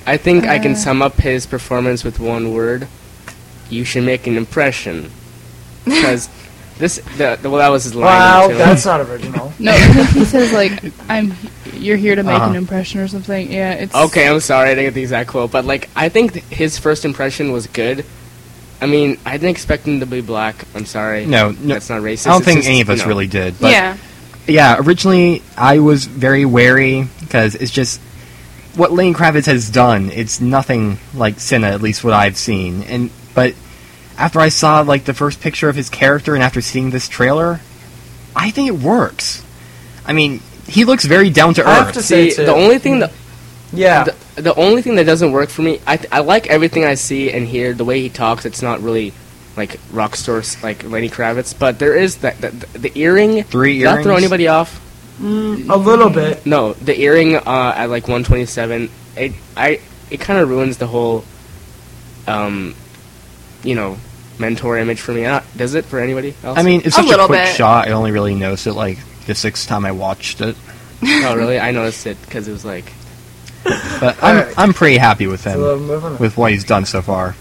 [SPEAKER 1] I think I
[SPEAKER 5] Uh.
[SPEAKER 1] can sum up his performance with one word. You should make an impression, because this the, the well that was his line.
[SPEAKER 4] Wow,
[SPEAKER 1] too.
[SPEAKER 4] that's not original.
[SPEAKER 10] no, I think he says like I'm you're here to make
[SPEAKER 1] Uh-huh.
[SPEAKER 10] an impression or something. Yeah, it's
[SPEAKER 1] Okay, I'm sorry, I didn't get the exact quote, but like I think th- his first impression was good. I mean, I didn't expect him to be black. I'm sorry.
[SPEAKER 8] No, no,
[SPEAKER 1] that's not racist.
[SPEAKER 8] I don't
[SPEAKER 1] It's
[SPEAKER 8] think
[SPEAKER 1] just,
[SPEAKER 8] any of
[SPEAKER 1] you
[SPEAKER 8] us
[SPEAKER 1] know.
[SPEAKER 8] really did. But yeah. originally I was very wary because it's just what Lane Kravitz has done. It's nothing like Cinna, at least what I've seen. And but after I saw like the first picture of his character and after seeing this trailer, I think it works. I mean, he looks very down to earth.
[SPEAKER 1] I have to say, See, the too. only thing that-
[SPEAKER 4] Yeah.
[SPEAKER 1] The, the only thing that doesn't work for me, I, th- I like everything I see and hear. The way he talks, it's not really like rock stars like Lenny Kravitz, but there is that the, the earring.
[SPEAKER 8] Three
[SPEAKER 1] Did I throw
[SPEAKER 8] earrings?
[SPEAKER 1] anybody off?
[SPEAKER 4] Mm, a little bit.
[SPEAKER 1] No, the earring uh, at like 127. It I it kind of ruins the whole, um, you know, mentor image for me. Uh, does it for anybody else?
[SPEAKER 8] I mean, it's such a, quick shot. I only really noticed it like the sixth time I watched it.
[SPEAKER 1] oh really? I noticed it because it was like
[SPEAKER 8] But I'm
[SPEAKER 1] Alright.
[SPEAKER 8] I'm pretty happy with him
[SPEAKER 1] So, move on.
[SPEAKER 8] with what he's done so far.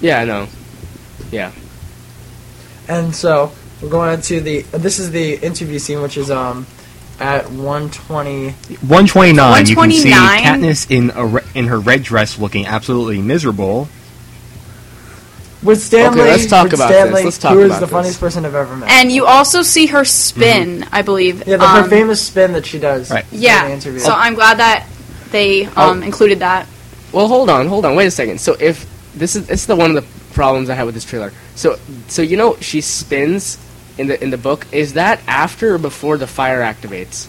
[SPEAKER 1] yeah, I know, yeah.
[SPEAKER 4] And so we're going on to the. This is the interview scene, which is um at one twenty.
[SPEAKER 8] 129. You can see
[SPEAKER 4] 129?
[SPEAKER 8] Katniss in a re- in her red dress, looking absolutely miserable.
[SPEAKER 4] With Stanley,
[SPEAKER 8] Okay, let's talk
[SPEAKER 4] with
[SPEAKER 8] about this.
[SPEAKER 4] Stanley,
[SPEAKER 8] Let's talk
[SPEAKER 4] who is
[SPEAKER 8] about
[SPEAKER 4] the
[SPEAKER 8] this.
[SPEAKER 4] funniest person I've ever met.
[SPEAKER 5] And you also see her spin,
[SPEAKER 1] Mm-hmm.
[SPEAKER 5] I believe.
[SPEAKER 4] yeah, the,
[SPEAKER 5] um,
[SPEAKER 4] her famous spin that she does.
[SPEAKER 1] Right.
[SPEAKER 4] in
[SPEAKER 5] yeah.
[SPEAKER 4] the interview.
[SPEAKER 5] So I'm glad that they um,
[SPEAKER 1] Oh.
[SPEAKER 5] included that.
[SPEAKER 1] Well, hold on, hold on, wait a second. So if this is this is the one of the problems I have with this trailer. So so you know she spins in the in the book. Is that after or before the fire activates?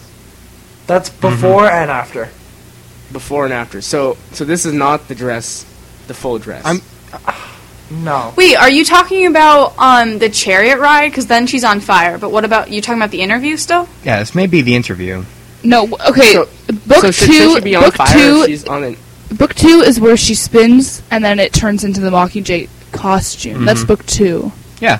[SPEAKER 4] That's before and after.
[SPEAKER 1] Before and after. So so this is not the dress, the full dress. I'm
[SPEAKER 4] no.
[SPEAKER 5] Wait, are you talking about um, the chariot ride? Because then she's on fire. But what about you talking about the interview still?
[SPEAKER 8] Yeah, this may be the interview.
[SPEAKER 10] No, w- okay. book
[SPEAKER 1] so should,
[SPEAKER 10] two.
[SPEAKER 1] should she be on
[SPEAKER 10] book
[SPEAKER 1] fire?
[SPEAKER 10] two.
[SPEAKER 1] If she's on an
[SPEAKER 10] Book two is where she spins and then it turns into the Mockingjay costume. That's
[SPEAKER 1] Mm-hmm.
[SPEAKER 8] Mhm.
[SPEAKER 10] book two.
[SPEAKER 8] Yeah.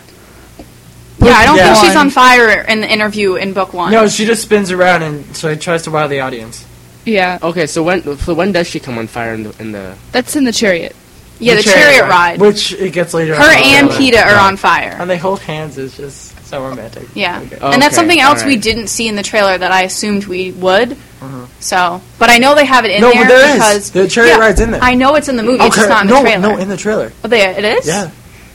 [SPEAKER 5] yeah, I don't
[SPEAKER 4] Yeah.
[SPEAKER 5] think she's
[SPEAKER 4] One.
[SPEAKER 5] on fire in the interview in book one.
[SPEAKER 4] No, she just spins around and so he tries to wow the audience.
[SPEAKER 10] Yeah.
[SPEAKER 1] Okay, so when so when does she come on fire in the in the
[SPEAKER 10] That's in the chariot.
[SPEAKER 5] Yeah, the, chariot, ride.
[SPEAKER 4] which it gets later.
[SPEAKER 5] Her
[SPEAKER 4] on in the
[SPEAKER 5] and
[SPEAKER 4] trailer.
[SPEAKER 5] Peeta are on fire.
[SPEAKER 4] and they hold hands. Is just so romantic.
[SPEAKER 5] Yeah,
[SPEAKER 4] Okay.
[SPEAKER 5] and that's something else we didn't see in the trailer that I assumed we would. So, but I know they have it in
[SPEAKER 4] Uh-huh.
[SPEAKER 5] there
[SPEAKER 4] No, but there is.
[SPEAKER 5] because
[SPEAKER 4] The chariot
[SPEAKER 5] Yeah,
[SPEAKER 4] ride's in there.
[SPEAKER 5] I know it's in the movie. It's just not in
[SPEAKER 4] no,
[SPEAKER 5] the trailer.
[SPEAKER 4] no, in the trailer.
[SPEAKER 5] Oh, there it is.
[SPEAKER 4] Yeah.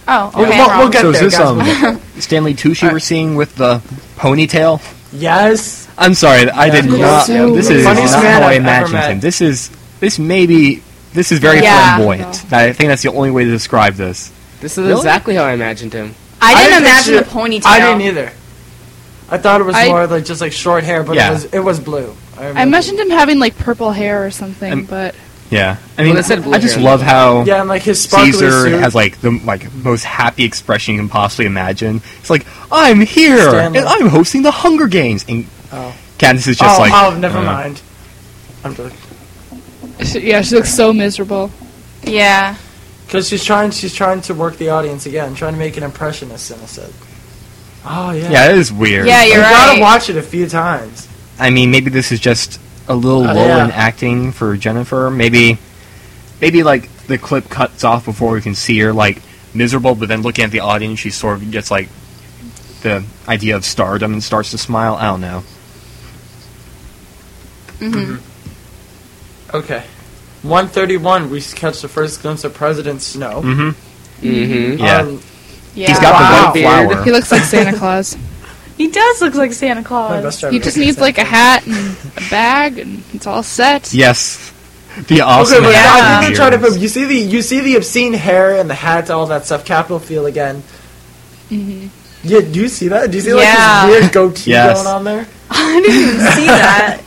[SPEAKER 5] Oh,
[SPEAKER 4] Yeah,
[SPEAKER 5] okay.
[SPEAKER 4] we'll-
[SPEAKER 5] I'm
[SPEAKER 4] we'll
[SPEAKER 5] wrong.
[SPEAKER 4] get
[SPEAKER 8] so
[SPEAKER 4] there,
[SPEAKER 8] is this
[SPEAKER 4] guys,
[SPEAKER 8] um, Stanley Tucci
[SPEAKER 4] Uh,
[SPEAKER 8] we're seeing with the ponytail?
[SPEAKER 4] Yes.
[SPEAKER 8] I'm sorry, I did
[SPEAKER 4] Yeah.
[SPEAKER 8] not.
[SPEAKER 4] So
[SPEAKER 8] this
[SPEAKER 4] the
[SPEAKER 8] is not
[SPEAKER 4] funniest man
[SPEAKER 8] how I
[SPEAKER 4] I've ever
[SPEAKER 8] imagined
[SPEAKER 4] met.
[SPEAKER 8] him. This is this may be this is very
[SPEAKER 5] Yeah.
[SPEAKER 8] flamboyant. I think that's the only way to describe this.
[SPEAKER 1] This is
[SPEAKER 8] Really?
[SPEAKER 1] exactly how I imagined him.
[SPEAKER 5] I didn't,
[SPEAKER 4] picture-
[SPEAKER 5] imagine the ponytail.
[SPEAKER 4] I didn't either. I thought it was
[SPEAKER 10] I-
[SPEAKER 4] more like just like short hair, but
[SPEAKER 8] Yeah.
[SPEAKER 4] it was it was blue.
[SPEAKER 10] I
[SPEAKER 4] remember.
[SPEAKER 10] imagined him having like purple hair or something,
[SPEAKER 8] I'm-
[SPEAKER 10] but
[SPEAKER 8] Yeah, I mean,
[SPEAKER 1] Well, they said blue
[SPEAKER 8] I just
[SPEAKER 1] hair.
[SPEAKER 8] love how
[SPEAKER 4] Yeah, and, like, his sparkly
[SPEAKER 8] Caesar
[SPEAKER 4] suit.
[SPEAKER 8] has like the like most happy expression you can possibly imagine. It's like I'm here
[SPEAKER 4] Stanley.
[SPEAKER 8] and I'm hosting the Hunger Games, and
[SPEAKER 4] Oh.
[SPEAKER 8] Candace is just
[SPEAKER 4] oh,
[SPEAKER 8] like,
[SPEAKER 4] oh, never
[SPEAKER 8] uh,
[SPEAKER 4] mind. I'm joking.
[SPEAKER 10] She, yeah, she looks so miserable.
[SPEAKER 5] Yeah.
[SPEAKER 4] Because she's trying, she's trying to work the audience again, trying to make an impression. As Cinna said. Oh yeah.
[SPEAKER 8] Yeah, it is weird.
[SPEAKER 5] Yeah, you're
[SPEAKER 4] you
[SPEAKER 5] right.
[SPEAKER 4] gotta watch it a few times.
[SPEAKER 8] I mean, maybe this is just a little
[SPEAKER 4] Uh,
[SPEAKER 8] lull
[SPEAKER 4] yeah.
[SPEAKER 8] in acting for Jennifer. Maybe, maybe like the clip cuts off before we can see her like miserable, but then looking at the audience, she sort of gets like the idea of stardom and starts to smile. I don't know.
[SPEAKER 5] Mm-hmm.
[SPEAKER 4] Okay. 131, we catch the first glimpse of President Snow.
[SPEAKER 8] Mm-hmm.
[SPEAKER 1] Mm-hmm.
[SPEAKER 8] Yeah.
[SPEAKER 4] Um,
[SPEAKER 5] Yeah.
[SPEAKER 8] He's got
[SPEAKER 4] Wow.
[SPEAKER 8] the white flower.
[SPEAKER 10] He looks like Santa Claus.
[SPEAKER 5] He does look like Santa
[SPEAKER 4] My
[SPEAKER 5] Claus.
[SPEAKER 4] best friend
[SPEAKER 10] He just
[SPEAKER 4] was
[SPEAKER 10] needs
[SPEAKER 4] Santa
[SPEAKER 10] like a hat and a bag, and it's all set.
[SPEAKER 8] Yes. The
[SPEAKER 4] Claus.
[SPEAKER 8] awesome.
[SPEAKER 4] Okay, but
[SPEAKER 5] Yeah.
[SPEAKER 4] I think
[SPEAKER 8] beard.
[SPEAKER 4] they tried to put- you see the you see the obscene hair and the hat, all that stuff. Capital feel again.
[SPEAKER 10] Mm-hmm.
[SPEAKER 4] Yeah, do you see that? Do you see
[SPEAKER 5] Yeah.
[SPEAKER 4] like this weird goatee
[SPEAKER 8] Yes.
[SPEAKER 4] going on there?
[SPEAKER 5] I didn't even see that.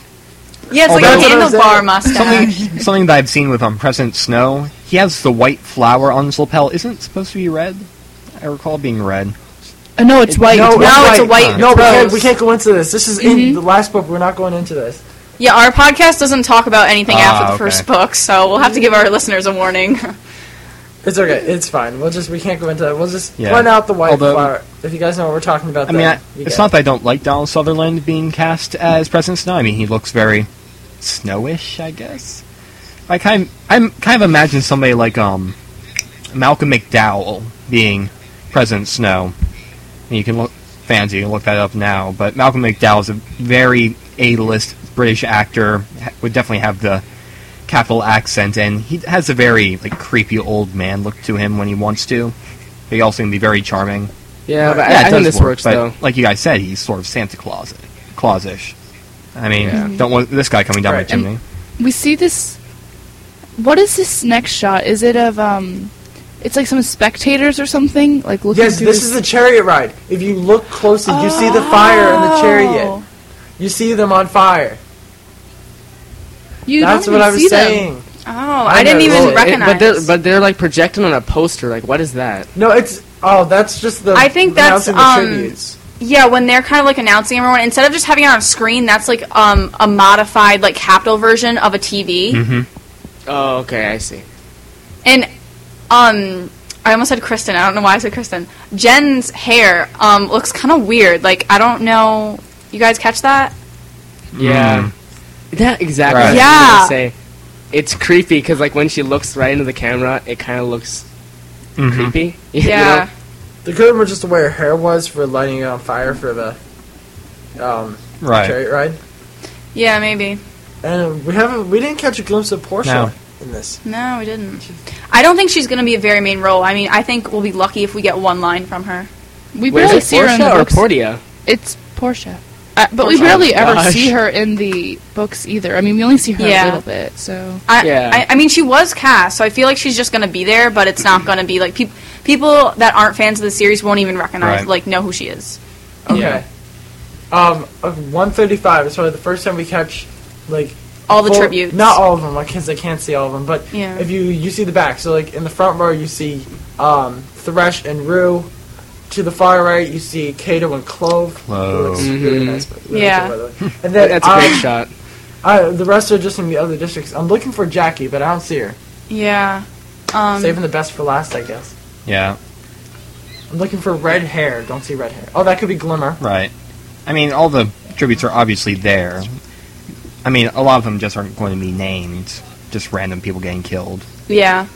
[SPEAKER 5] Yeah, it's like
[SPEAKER 8] Although-
[SPEAKER 5] a handlebar mustache.
[SPEAKER 8] something, something that I've seen with um, President Snow. He has the white flower on his lapel. Isn't it supposed to be red? I recall being red.
[SPEAKER 10] Uh, no, it's white.
[SPEAKER 4] No,
[SPEAKER 5] No, it's a white Mm-hmm.
[SPEAKER 4] No, we can't,
[SPEAKER 5] rose.
[SPEAKER 4] we can't go into this. This is in the last book. We're not going into this.
[SPEAKER 5] Yeah, our podcast doesn't talk about anything
[SPEAKER 8] Ah,
[SPEAKER 5] after the
[SPEAKER 8] okay.
[SPEAKER 5] first book, so we'll have to give our listeners a warning.
[SPEAKER 4] It's okay. It's fine. We'll just we can't go into that. We'll just
[SPEAKER 8] Yeah.
[SPEAKER 4] point out the white
[SPEAKER 8] Although-
[SPEAKER 4] flower. If you guys know what we're talking about,
[SPEAKER 8] I mean, I,
[SPEAKER 4] then you
[SPEAKER 8] it's
[SPEAKER 4] get
[SPEAKER 8] not that I don't like Donald Sutherland being cast as President Snow. I mean, he looks very snowish, I guess. Like I'm, I'm kind of imagine somebody like um, Malcolm McDowell being President Snow. And you can look fans, you can look that up now. But Malcolm McDowell is a very A-list British actor. ha- Would definitely have the capital accent, and he has a very like creepy old man look to him when he wants to. But he also can be very charming.
[SPEAKER 1] Yeah, but
[SPEAKER 8] Yeah, it
[SPEAKER 1] I, I
[SPEAKER 8] does
[SPEAKER 1] think this
[SPEAKER 8] work,
[SPEAKER 1] works
[SPEAKER 8] but
[SPEAKER 1] though.
[SPEAKER 8] Like you guys said, he's sort of Santa Claus, Clausish. I mean,
[SPEAKER 1] Yeah.
[SPEAKER 8] don't want this guy coming down
[SPEAKER 4] Right.
[SPEAKER 8] my chimney.
[SPEAKER 10] we see this. What is this next shot? Is it of um? It's like some spectators or something, like looking.
[SPEAKER 4] Yes,
[SPEAKER 10] through
[SPEAKER 4] this is the chariot ride. If you look closely, you see the fire and the chariot. You see them on fire.
[SPEAKER 10] You
[SPEAKER 4] That's
[SPEAKER 10] don't
[SPEAKER 4] what
[SPEAKER 10] even
[SPEAKER 4] I was
[SPEAKER 10] see them.
[SPEAKER 4] saying.
[SPEAKER 5] Oh, I,
[SPEAKER 4] I
[SPEAKER 5] didn't
[SPEAKER 4] know,
[SPEAKER 5] even
[SPEAKER 4] well, it-
[SPEAKER 1] It-
[SPEAKER 5] recognize.
[SPEAKER 1] but they're but they're like projecting on a poster. Like, what is that?
[SPEAKER 4] No, it's oh, that's just the.
[SPEAKER 5] I think
[SPEAKER 4] the
[SPEAKER 5] that's,
[SPEAKER 4] announcing the
[SPEAKER 5] um,
[SPEAKER 4] tributes.
[SPEAKER 5] yeah, when they're kind of like announcing everyone, instead of just having it on a screen, that's like um, a modified like capital version of a TV.
[SPEAKER 4] Hmm.
[SPEAKER 8] Mm-hmm.
[SPEAKER 1] Oh, okay, I see.
[SPEAKER 5] And um I almost said Kristen. I don't know why I said Kristen. Jen's hair um looks kind of weird. Like I don't know. You guys catch that?
[SPEAKER 1] Yeah,
[SPEAKER 4] Hmm.
[SPEAKER 1] that exactly.
[SPEAKER 8] Right.
[SPEAKER 1] what I was
[SPEAKER 5] Yeah.
[SPEAKER 1] gonna say it's creepy because like when she looks right into the camera, it kind of looks
[SPEAKER 4] Mm-hmm.
[SPEAKER 8] mm-hmm,
[SPEAKER 1] creepy. you know?
[SPEAKER 5] Yeah.
[SPEAKER 4] The good were just the way her hair was for lighting it on fire for the um,
[SPEAKER 8] Right.
[SPEAKER 4] chariot ride,
[SPEAKER 5] Yeah, maybe.
[SPEAKER 4] and we haven't we didn't catch a glimpse of Portia
[SPEAKER 8] No.
[SPEAKER 4] in this.
[SPEAKER 5] No, we didn't. I don't think she's going to be a very main role. I mean, I think we'll be lucky if we get one line from her.
[SPEAKER 10] We
[SPEAKER 1] Wait,
[SPEAKER 10] barely
[SPEAKER 1] is
[SPEAKER 10] see
[SPEAKER 1] it
[SPEAKER 10] her in the
[SPEAKER 1] Portia or
[SPEAKER 10] books.
[SPEAKER 1] Portia?
[SPEAKER 10] It's Portia. Uh, but we
[SPEAKER 1] Portia.
[SPEAKER 10] barely
[SPEAKER 1] Oh,
[SPEAKER 10] ever
[SPEAKER 1] gosh.
[SPEAKER 10] see her in the books either. I mean, we only see her
[SPEAKER 5] Yeah.
[SPEAKER 10] a little bit. So
[SPEAKER 5] I,
[SPEAKER 1] Yeah.
[SPEAKER 5] I, I mean, she was cast, so I feel like she's just going to be there, but it's not going to be like peop people that aren't fans of the series won't even recognize,
[SPEAKER 8] Right.
[SPEAKER 5] like, know who she is.
[SPEAKER 4] Okay.
[SPEAKER 1] Yeah.
[SPEAKER 4] Um, one thirty-five is probably the first time we catch like
[SPEAKER 5] All the
[SPEAKER 4] full-
[SPEAKER 5] tributes.
[SPEAKER 4] Not all of them, because I can't see all of them. But
[SPEAKER 5] Yeah.
[SPEAKER 4] if you you see the back, so like in the front row you see um, Thresh and Rue. To the far right, you see Kato and Clove. It looks really
[SPEAKER 8] Mm-hmm.
[SPEAKER 1] Clove.
[SPEAKER 4] nice, but really
[SPEAKER 5] Yeah.
[SPEAKER 4] cool, by the way. And then
[SPEAKER 1] That's a great
[SPEAKER 4] um,
[SPEAKER 1] shot.
[SPEAKER 4] I, the rest are just in the other districts. I'm looking for Jackie, but I don't see her.
[SPEAKER 5] Yeah. Um,
[SPEAKER 4] Saving the best for last, I guess.
[SPEAKER 8] Yeah,
[SPEAKER 4] I'm looking for red hair. Don't see red hair. Oh, that could be Glimmer.
[SPEAKER 8] right. I mean, all the tributes are obviously there. I mean, a lot of them just aren't going to be named. Just random people getting killed.
[SPEAKER 5] yeah.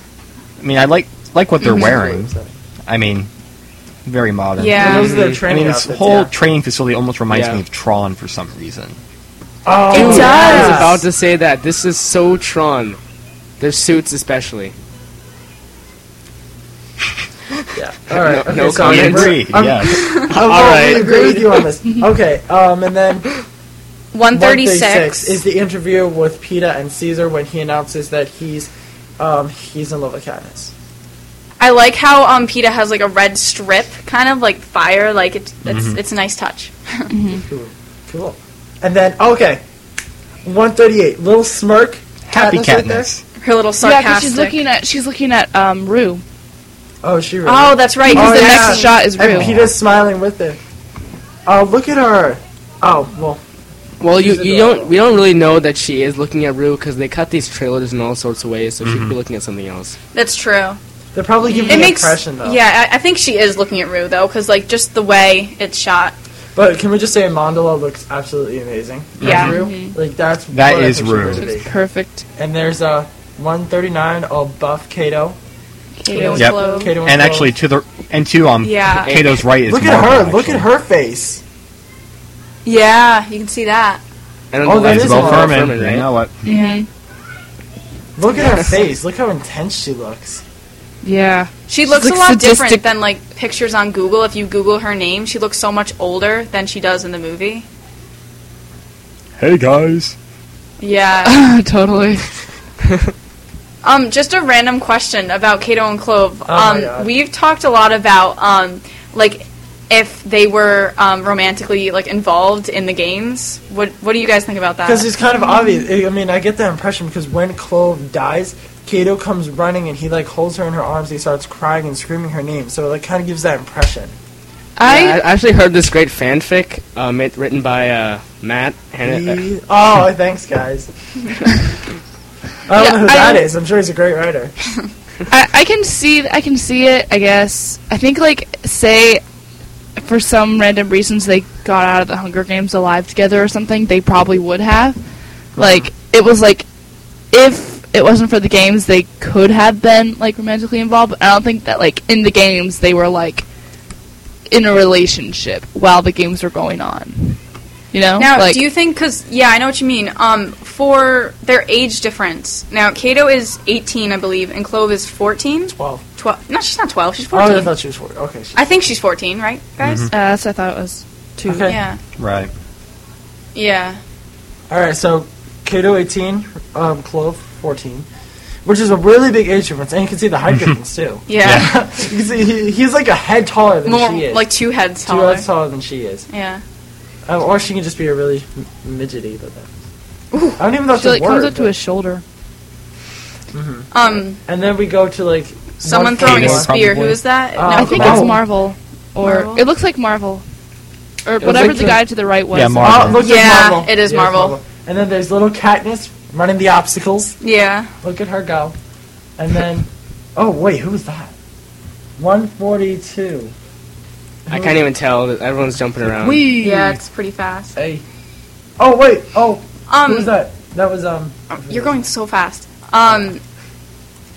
[SPEAKER 8] I mean, I like like what they're wearing.
[SPEAKER 4] And
[SPEAKER 8] I mean, very modern.
[SPEAKER 5] Yeah.
[SPEAKER 4] those are their
[SPEAKER 8] I
[SPEAKER 4] training
[SPEAKER 8] mean, this
[SPEAKER 4] outfits,
[SPEAKER 8] Mm-hmm. whole
[SPEAKER 4] yeah.
[SPEAKER 8] training facility almost reminds
[SPEAKER 1] Yeah.
[SPEAKER 8] me of Tron for some reason.
[SPEAKER 4] oh,
[SPEAKER 1] Dude, I was
[SPEAKER 4] yes.
[SPEAKER 1] about to say that. This is so Tron. Their suits, especially.
[SPEAKER 4] All right.
[SPEAKER 1] No-
[SPEAKER 4] okay,
[SPEAKER 1] no
[SPEAKER 4] so
[SPEAKER 1] I
[SPEAKER 8] I
[SPEAKER 1] comments.
[SPEAKER 4] I'm-
[SPEAKER 8] agree.
[SPEAKER 4] I'm-
[SPEAKER 8] Yes.
[SPEAKER 4] I'm
[SPEAKER 1] All
[SPEAKER 4] totally
[SPEAKER 1] right.
[SPEAKER 4] agree with you on this. Okay. Um, and then
[SPEAKER 5] 136.
[SPEAKER 4] 136 is the interview with Peta and Caesar when he announces that he's um, he's in love with Katniss.
[SPEAKER 5] I like how um, PETA has like a red strip, kind of like fire. Like it's it's, it's a nice touch.
[SPEAKER 4] Cool. And then okay, 138. Little smirk.
[SPEAKER 8] Happy
[SPEAKER 4] Katniss. right there.
[SPEAKER 8] Katniss.
[SPEAKER 5] her little
[SPEAKER 10] Yeah,
[SPEAKER 5] sarcastic.
[SPEAKER 10] 'cause she's looking at she's looking at um Rue.
[SPEAKER 4] Oh, she. Really?
[SPEAKER 10] Oh, that's right, 'cause the next shot is
[SPEAKER 4] and
[SPEAKER 10] real.
[SPEAKER 4] Peeta's smiling with it. Oh, look at her. Oh well.
[SPEAKER 1] Well, you,
[SPEAKER 4] She's
[SPEAKER 1] you don't we don't really know that she is looking at Rue because they cut these trailers in all sorts of ways, so
[SPEAKER 4] Mm-hmm.
[SPEAKER 1] she could be looking at something else.
[SPEAKER 5] That's true.
[SPEAKER 4] They're probably giving
[SPEAKER 5] it
[SPEAKER 4] the
[SPEAKER 5] makes,
[SPEAKER 4] impression though.
[SPEAKER 5] Yeah, I, I think she is looking at Rue though, because like just the way it's shot.
[SPEAKER 4] But can we just say Mandala looks absolutely amazing?
[SPEAKER 5] Yeah.
[SPEAKER 4] Mm-hmm. Rue?
[SPEAKER 5] Mhm.
[SPEAKER 4] Like that's
[SPEAKER 8] That
[SPEAKER 4] what I
[SPEAKER 8] is
[SPEAKER 4] think she
[SPEAKER 8] Rue.
[SPEAKER 4] would be.
[SPEAKER 8] Looks
[SPEAKER 10] Mm-hmm. perfect.
[SPEAKER 4] And there's a 139 all buff Kato.
[SPEAKER 10] Kato
[SPEAKER 8] Yep.
[SPEAKER 4] Kato
[SPEAKER 8] And
[SPEAKER 4] Flo.
[SPEAKER 8] actually, to the and to um,
[SPEAKER 5] Yeah.
[SPEAKER 8] Kato's right is
[SPEAKER 4] Look at her.
[SPEAKER 8] Marvel,
[SPEAKER 4] Look at her face.
[SPEAKER 5] Yeah, you can see that.
[SPEAKER 1] And
[SPEAKER 4] Oh, that is
[SPEAKER 8] Will
[SPEAKER 4] Laura
[SPEAKER 8] Furman.
[SPEAKER 4] Furman, right?
[SPEAKER 8] You know what?
[SPEAKER 5] Yeah.
[SPEAKER 4] Look at her face. Look how intense she looks.
[SPEAKER 10] Yeah.
[SPEAKER 5] She looks a lot different than like pictures on Google. If you Google her name, she looks so much older than she does in the movie.
[SPEAKER 8] Hey guys.
[SPEAKER 5] Yeah.
[SPEAKER 10] totally.
[SPEAKER 5] um, just a random question about Kato and Clove.
[SPEAKER 10] Oh my
[SPEAKER 5] um,
[SPEAKER 10] God.
[SPEAKER 5] we've talked a lot about um, like if they were um, romantically like involved in the games. What What do you guys think about
[SPEAKER 10] Uh,
[SPEAKER 5] that?
[SPEAKER 4] Because it's kind of obvious. I I mean, I get that impression because when Clove dies, Kato comes running and he like holds her in her arms. And he starts crying and screaming her name. So it like kind of gives that impression.
[SPEAKER 1] I, I actually heard this great fanfic uh, made, written by uh, Matt. uh,
[SPEAKER 8] uh,
[SPEAKER 1] Hanna-
[SPEAKER 4] He- oh, thanks guys. I don't
[SPEAKER 10] Yeah,
[SPEAKER 4] know who
[SPEAKER 10] I
[SPEAKER 4] that
[SPEAKER 10] don't-
[SPEAKER 4] is. I'm sure he's a great writer.
[SPEAKER 10] I, I can see I can see it. I guess I think like say for some random reasons they got out of the Hunger Games alive together or something. They probably would have. Like it was like if it wasn't for the games, they could have been like romantically involved. But I don't think that like in the games they were like in a relationship while the games were going on. You know,
[SPEAKER 5] Now,
[SPEAKER 10] like
[SPEAKER 5] do you think? Because yeah, I know what you mean. Um, for their age difference. Now, Kato is eighteen, I believe, and Clove is fourteen.
[SPEAKER 4] Twelve.
[SPEAKER 5] Twelve. No, she's not twelve. She's
[SPEAKER 4] Oh,
[SPEAKER 5] fourteen.
[SPEAKER 4] I thought she was four. Okay. she-
[SPEAKER 5] I think she's fourteen, right, guys?
[SPEAKER 10] uh, that's what I thought it was two.
[SPEAKER 4] Okay.
[SPEAKER 5] Yeah.
[SPEAKER 8] Right.
[SPEAKER 5] Yeah.
[SPEAKER 4] All right, so Kato 18, um, Clove 14, which is a really big age difference, and you can see the height difference too.
[SPEAKER 5] Yeah.
[SPEAKER 4] you can see he, he's like a head taller than
[SPEAKER 5] More
[SPEAKER 4] she is.
[SPEAKER 5] like two heads
[SPEAKER 4] two
[SPEAKER 5] taller.
[SPEAKER 4] heads taller than she is.
[SPEAKER 5] Yeah.
[SPEAKER 4] Um, or she can just be a really m- midgety. But that. I don't even know if
[SPEAKER 10] She
[SPEAKER 4] that's
[SPEAKER 10] like
[SPEAKER 4] a word. mm-hmm.
[SPEAKER 10] comes up to his shoulder.
[SPEAKER 5] Um,
[SPEAKER 4] and then we go to like
[SPEAKER 5] someone
[SPEAKER 4] 141.
[SPEAKER 5] throwing a spear. Who is that?
[SPEAKER 4] Uh,
[SPEAKER 10] I think it's Marvel, or
[SPEAKER 5] Marvel?
[SPEAKER 10] it looks like Marvel, or
[SPEAKER 4] It was
[SPEAKER 10] whatever
[SPEAKER 4] like
[SPEAKER 10] the
[SPEAKER 4] the-
[SPEAKER 10] guy to the right was.
[SPEAKER 8] Yeah, Marvel.
[SPEAKER 4] Oh, it looks like
[SPEAKER 5] Yeah,
[SPEAKER 4] Marvel.
[SPEAKER 5] it is
[SPEAKER 4] it's
[SPEAKER 5] Marvel.
[SPEAKER 4] And then there's little Katniss running the obstacles.
[SPEAKER 5] Yeah.
[SPEAKER 4] Look at her go. And then, oh wait, who was that? 142.
[SPEAKER 1] I can't even tell. that Everyone's jumping around.
[SPEAKER 4] Whee!
[SPEAKER 5] Yeah, it's pretty fast.
[SPEAKER 4] Hey. Oh wait. Oh.
[SPEAKER 5] Um,
[SPEAKER 4] who was that? That was um.
[SPEAKER 5] You're going so fast. Um,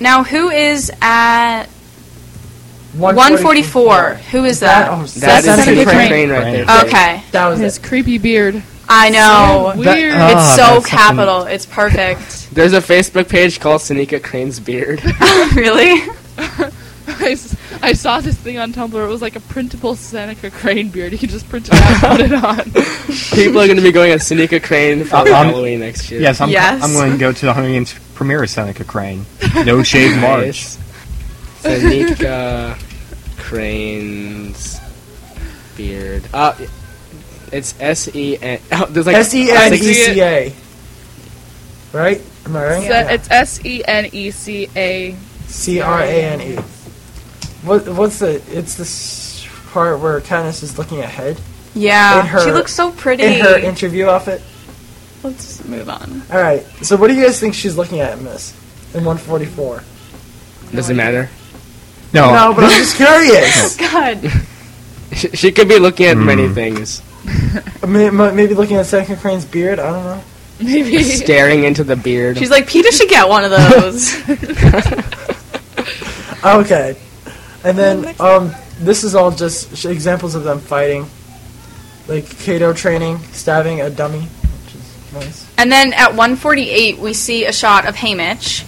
[SPEAKER 5] now who is at 144? Who is that?
[SPEAKER 4] That, oh,
[SPEAKER 1] That
[SPEAKER 4] Sam
[SPEAKER 1] is Sam
[SPEAKER 4] Crane.
[SPEAKER 1] Crane right there.
[SPEAKER 5] Okay.
[SPEAKER 4] That was
[SPEAKER 10] His
[SPEAKER 4] it.
[SPEAKER 10] creepy beard.
[SPEAKER 5] I know.
[SPEAKER 10] That- uh, Weird.
[SPEAKER 8] ah,
[SPEAKER 5] it's so
[SPEAKER 8] that's something-
[SPEAKER 5] capital. It's perfect.
[SPEAKER 1] There's a Facebook page called Sanika Crane's Beard.
[SPEAKER 5] really?
[SPEAKER 10] I, s- I saw this thing on Tumblr. It was like a printable Seneca Crane beard. You could just print it out and put it on.
[SPEAKER 1] People are going to be going at Sanika Crane for
[SPEAKER 8] Uh, um,
[SPEAKER 1] Halloween next year.
[SPEAKER 8] Yes, I'm.
[SPEAKER 5] Yes.
[SPEAKER 8] I'm going to go to the Hunger Games premiere of Seneca Crane. No shave March.
[SPEAKER 1] Nice. Sanika Crane's Beard. Uh, it's S E N. Oh, there's like
[SPEAKER 4] S E N E C
[SPEAKER 1] six-
[SPEAKER 4] A. Right? Am I right?
[SPEAKER 10] Se- It's S E N E C A.
[SPEAKER 4] C R A N E. What? What's the? It's this part where Katniss is looking ahead
[SPEAKER 5] Yeah.
[SPEAKER 4] In her-
[SPEAKER 5] she looks so pretty.
[SPEAKER 4] in her interview outfit.
[SPEAKER 5] Let's move on.
[SPEAKER 4] All right. So what do you guys think she's looking at in this? In 144.
[SPEAKER 1] Doesn't matter.
[SPEAKER 8] No.
[SPEAKER 4] No, but I'm just curious.
[SPEAKER 5] God.
[SPEAKER 1] She, she could be looking
[SPEAKER 8] Hmm.
[SPEAKER 1] at many things.
[SPEAKER 4] May- m- Maybe looking at Second Crane's beard. I don't know.
[SPEAKER 10] Maybe.
[SPEAKER 1] Staring into the beard.
[SPEAKER 5] She's like, Peter should get one of those.
[SPEAKER 4] Okay. And then um, this is all just sh- examples of them fighting, like Kato training, stabbing a dummy, which is nice.
[SPEAKER 5] and then at 148, we see a shot of Hamish.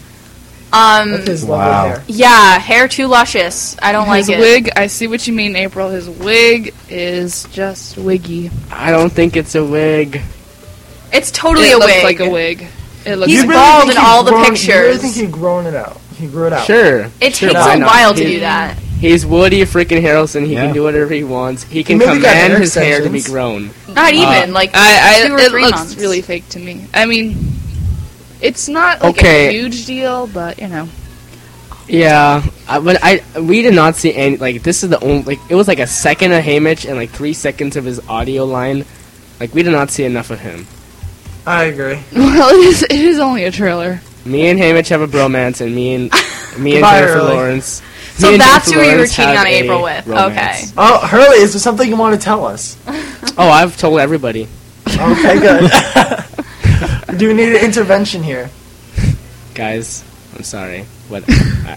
[SPEAKER 5] Um,
[SPEAKER 4] With his
[SPEAKER 8] Wow.
[SPEAKER 4] lovely hair.
[SPEAKER 5] yeah, hair too luscious. I don't
[SPEAKER 10] His
[SPEAKER 5] like it.
[SPEAKER 10] wig. I see what you mean, April. His wig is just wiggy.
[SPEAKER 1] I don't think it's a wig.
[SPEAKER 5] It's totally
[SPEAKER 10] it
[SPEAKER 5] a
[SPEAKER 10] looks
[SPEAKER 5] wig.
[SPEAKER 10] like a wig. It looks.
[SPEAKER 5] He's
[SPEAKER 10] like
[SPEAKER 4] You really
[SPEAKER 5] bald
[SPEAKER 4] think
[SPEAKER 5] in
[SPEAKER 4] he's
[SPEAKER 5] all the
[SPEAKER 4] grown- You really
[SPEAKER 5] pictures.
[SPEAKER 4] think he grown it out? He grew it out.
[SPEAKER 1] Sure.
[SPEAKER 5] it
[SPEAKER 1] sure,
[SPEAKER 5] takes
[SPEAKER 1] why
[SPEAKER 5] a
[SPEAKER 1] not?
[SPEAKER 5] while to
[SPEAKER 1] He-
[SPEAKER 5] do that.
[SPEAKER 1] He's Woody freaking Harrelson. He
[SPEAKER 8] Yeah.
[SPEAKER 1] can do whatever he wants. He can
[SPEAKER 4] Maybe got
[SPEAKER 1] command
[SPEAKER 4] hair
[SPEAKER 1] his hair to be
[SPEAKER 4] extensions.
[SPEAKER 1] grown.
[SPEAKER 4] Uh,
[SPEAKER 5] Not even like
[SPEAKER 10] I,
[SPEAKER 5] two
[SPEAKER 10] I
[SPEAKER 5] or
[SPEAKER 10] it
[SPEAKER 5] three
[SPEAKER 10] looks
[SPEAKER 5] months.
[SPEAKER 10] really fake to me. I mean, It's not like
[SPEAKER 1] Okay.
[SPEAKER 10] a huge deal, but you know.
[SPEAKER 1] Yeah, I, but I we did not see any like this is the only like it was like a second of Hamish and like three seconds of his audio line, like we did not see enough of him.
[SPEAKER 4] I agree.
[SPEAKER 10] Well, it is, it is only a trailer.
[SPEAKER 1] Me and Hamish have a bromance, and me and me and
[SPEAKER 4] Goodbye,
[SPEAKER 1] Jennifer
[SPEAKER 4] Hurley.
[SPEAKER 1] Lawrence.
[SPEAKER 4] So
[SPEAKER 1] me and
[SPEAKER 4] that's
[SPEAKER 1] Jennifer
[SPEAKER 4] who you were
[SPEAKER 1] Lawrence
[SPEAKER 4] cheating
[SPEAKER 1] have
[SPEAKER 4] on
[SPEAKER 1] a
[SPEAKER 4] April with.
[SPEAKER 1] romance.
[SPEAKER 4] Oh, Hurley, is there something you want to tell us?
[SPEAKER 1] Oh, I've told everybody.
[SPEAKER 4] Okay, good. Do we need an intervention here?
[SPEAKER 1] Guys, I'm sorry, but I,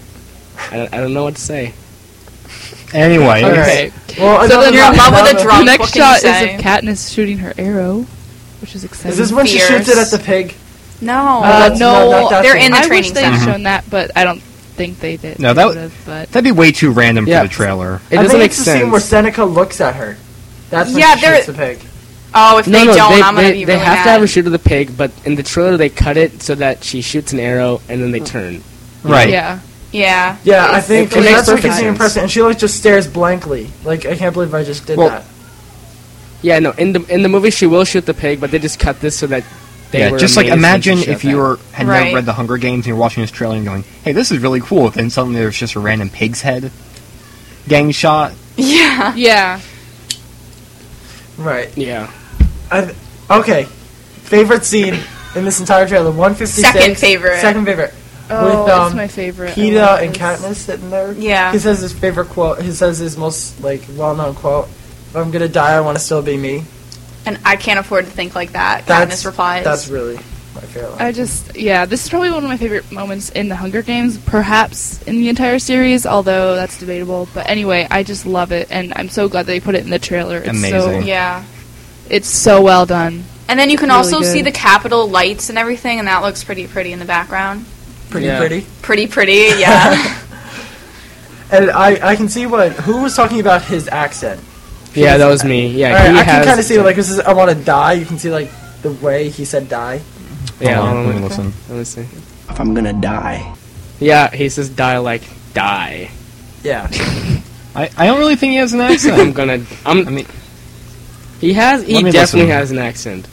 [SPEAKER 1] I, don't, I don't know what to say.
[SPEAKER 8] Anyway,
[SPEAKER 1] Okay.
[SPEAKER 4] Well,
[SPEAKER 10] So
[SPEAKER 4] another
[SPEAKER 10] then
[SPEAKER 4] You're in love with a drunk,
[SPEAKER 10] The next
[SPEAKER 4] what can you
[SPEAKER 10] shot is
[SPEAKER 4] say?
[SPEAKER 10] of Katniss shooting her arrow, which is exciting.
[SPEAKER 4] Is this when she shoots it at the pig?
[SPEAKER 5] Oh, No,
[SPEAKER 10] Uh,
[SPEAKER 4] That's-
[SPEAKER 10] no,
[SPEAKER 4] that- that's
[SPEAKER 10] they're
[SPEAKER 4] it.
[SPEAKER 10] in the
[SPEAKER 4] I
[SPEAKER 10] I
[SPEAKER 4] wish
[SPEAKER 10] training.
[SPEAKER 4] they
[SPEAKER 10] Wish they'd
[SPEAKER 8] Mhm.
[SPEAKER 10] shown that, but I don't think they did.
[SPEAKER 8] No,
[SPEAKER 10] They
[SPEAKER 8] that-
[SPEAKER 10] would've, but
[SPEAKER 8] that'd be way too random
[SPEAKER 1] Yeah.
[SPEAKER 8] for the trailer.
[SPEAKER 1] It
[SPEAKER 4] I
[SPEAKER 1] doesn't
[SPEAKER 4] think
[SPEAKER 1] make
[SPEAKER 4] it's the scene
[SPEAKER 1] sense.
[SPEAKER 4] where Seneca looks at her. That's when
[SPEAKER 5] Yeah,
[SPEAKER 4] she
[SPEAKER 5] there-
[SPEAKER 4] shoots the pig.
[SPEAKER 5] Oh, if they don't, I'm gonna
[SPEAKER 1] they,
[SPEAKER 5] be
[SPEAKER 1] they
[SPEAKER 5] really
[SPEAKER 1] have
[SPEAKER 5] mad.
[SPEAKER 1] to have her shoot at the pig, but in the trailer they cut it so that she shoots an arrow and then they turn.
[SPEAKER 8] Right.
[SPEAKER 10] Yeah.
[SPEAKER 5] Yeah.
[SPEAKER 4] Yeah, I think
[SPEAKER 1] it makes
[SPEAKER 4] that's what
[SPEAKER 1] perfect
[SPEAKER 4] gives me
[SPEAKER 1] sense.
[SPEAKER 4] impression. And she like just stares blankly. Like I can't believe I just did
[SPEAKER 1] Well,
[SPEAKER 4] that.
[SPEAKER 1] Yeah, no. In the in the movie, she will shoot the pig, but they just cut this so that they
[SPEAKER 8] yeah,
[SPEAKER 1] were
[SPEAKER 8] just like
[SPEAKER 1] made essentially
[SPEAKER 8] imagine
[SPEAKER 1] show
[SPEAKER 8] if
[SPEAKER 1] that.
[SPEAKER 8] you were, had
[SPEAKER 5] Right.
[SPEAKER 8] never read the Hunger Games and you're watching this trailer and going, "Hey, this is really cool." Then suddenly there's just a random pig's head gang shot.
[SPEAKER 5] Yeah.
[SPEAKER 10] Yeah.
[SPEAKER 4] Right.
[SPEAKER 1] Yeah.
[SPEAKER 4] I, okay. Favorite scene in this entire trailer. One fifty six.
[SPEAKER 5] Second favorite.
[SPEAKER 4] Second favorite.
[SPEAKER 10] Oh,
[SPEAKER 4] With, um,
[SPEAKER 10] it's my favorite. I
[SPEAKER 4] Peta
[SPEAKER 10] love
[SPEAKER 4] and
[SPEAKER 10] this.
[SPEAKER 4] Katniss sitting there.
[SPEAKER 5] Oh, Yeah.
[SPEAKER 4] He says his favorite quote. He says his most like well known quote. If I'm gonna die, I want to still be me.
[SPEAKER 5] And I can't afford to think like that.
[SPEAKER 4] That's
[SPEAKER 5] Katniss replies.
[SPEAKER 4] That's really my favorite. Line.
[SPEAKER 10] I just, yeah, this is probably one of my favorite moments in the Hunger Games, perhaps in the entire series, although that's debatable. But anyway, I just love it, and I'm so glad they put it in the trailer. It's
[SPEAKER 8] Amazing.
[SPEAKER 10] So,
[SPEAKER 5] yeah.
[SPEAKER 10] it's so well done.
[SPEAKER 5] And then you can
[SPEAKER 10] Really
[SPEAKER 5] also see
[SPEAKER 10] good.
[SPEAKER 5] the Capitol lights and everything, and that looks pretty pretty in the background.
[SPEAKER 4] pretty
[SPEAKER 1] Yeah.
[SPEAKER 4] pretty.
[SPEAKER 5] Pretty pretty, yeah.
[SPEAKER 4] And I I can see what who was talking about his accent.
[SPEAKER 1] Yeah, that was me. Yeah,
[SPEAKER 4] Alright,
[SPEAKER 1] he
[SPEAKER 4] I can
[SPEAKER 1] has-
[SPEAKER 4] kind of see like this is I want to die. You can see like the way he said die.
[SPEAKER 1] Yeah,
[SPEAKER 8] Hold on,
[SPEAKER 1] hold on,
[SPEAKER 8] let me listen.
[SPEAKER 1] Let me see.
[SPEAKER 14] If I'm gonna die,
[SPEAKER 1] Yeah, he says die like die.
[SPEAKER 4] Yeah.
[SPEAKER 8] I, I don't really think he has an
[SPEAKER 1] I'm
[SPEAKER 8] accent.
[SPEAKER 1] gonna. I'm.
[SPEAKER 8] I mean,
[SPEAKER 1] He has. He
[SPEAKER 8] Let me
[SPEAKER 1] definitely
[SPEAKER 8] listen.
[SPEAKER 1] has an accent.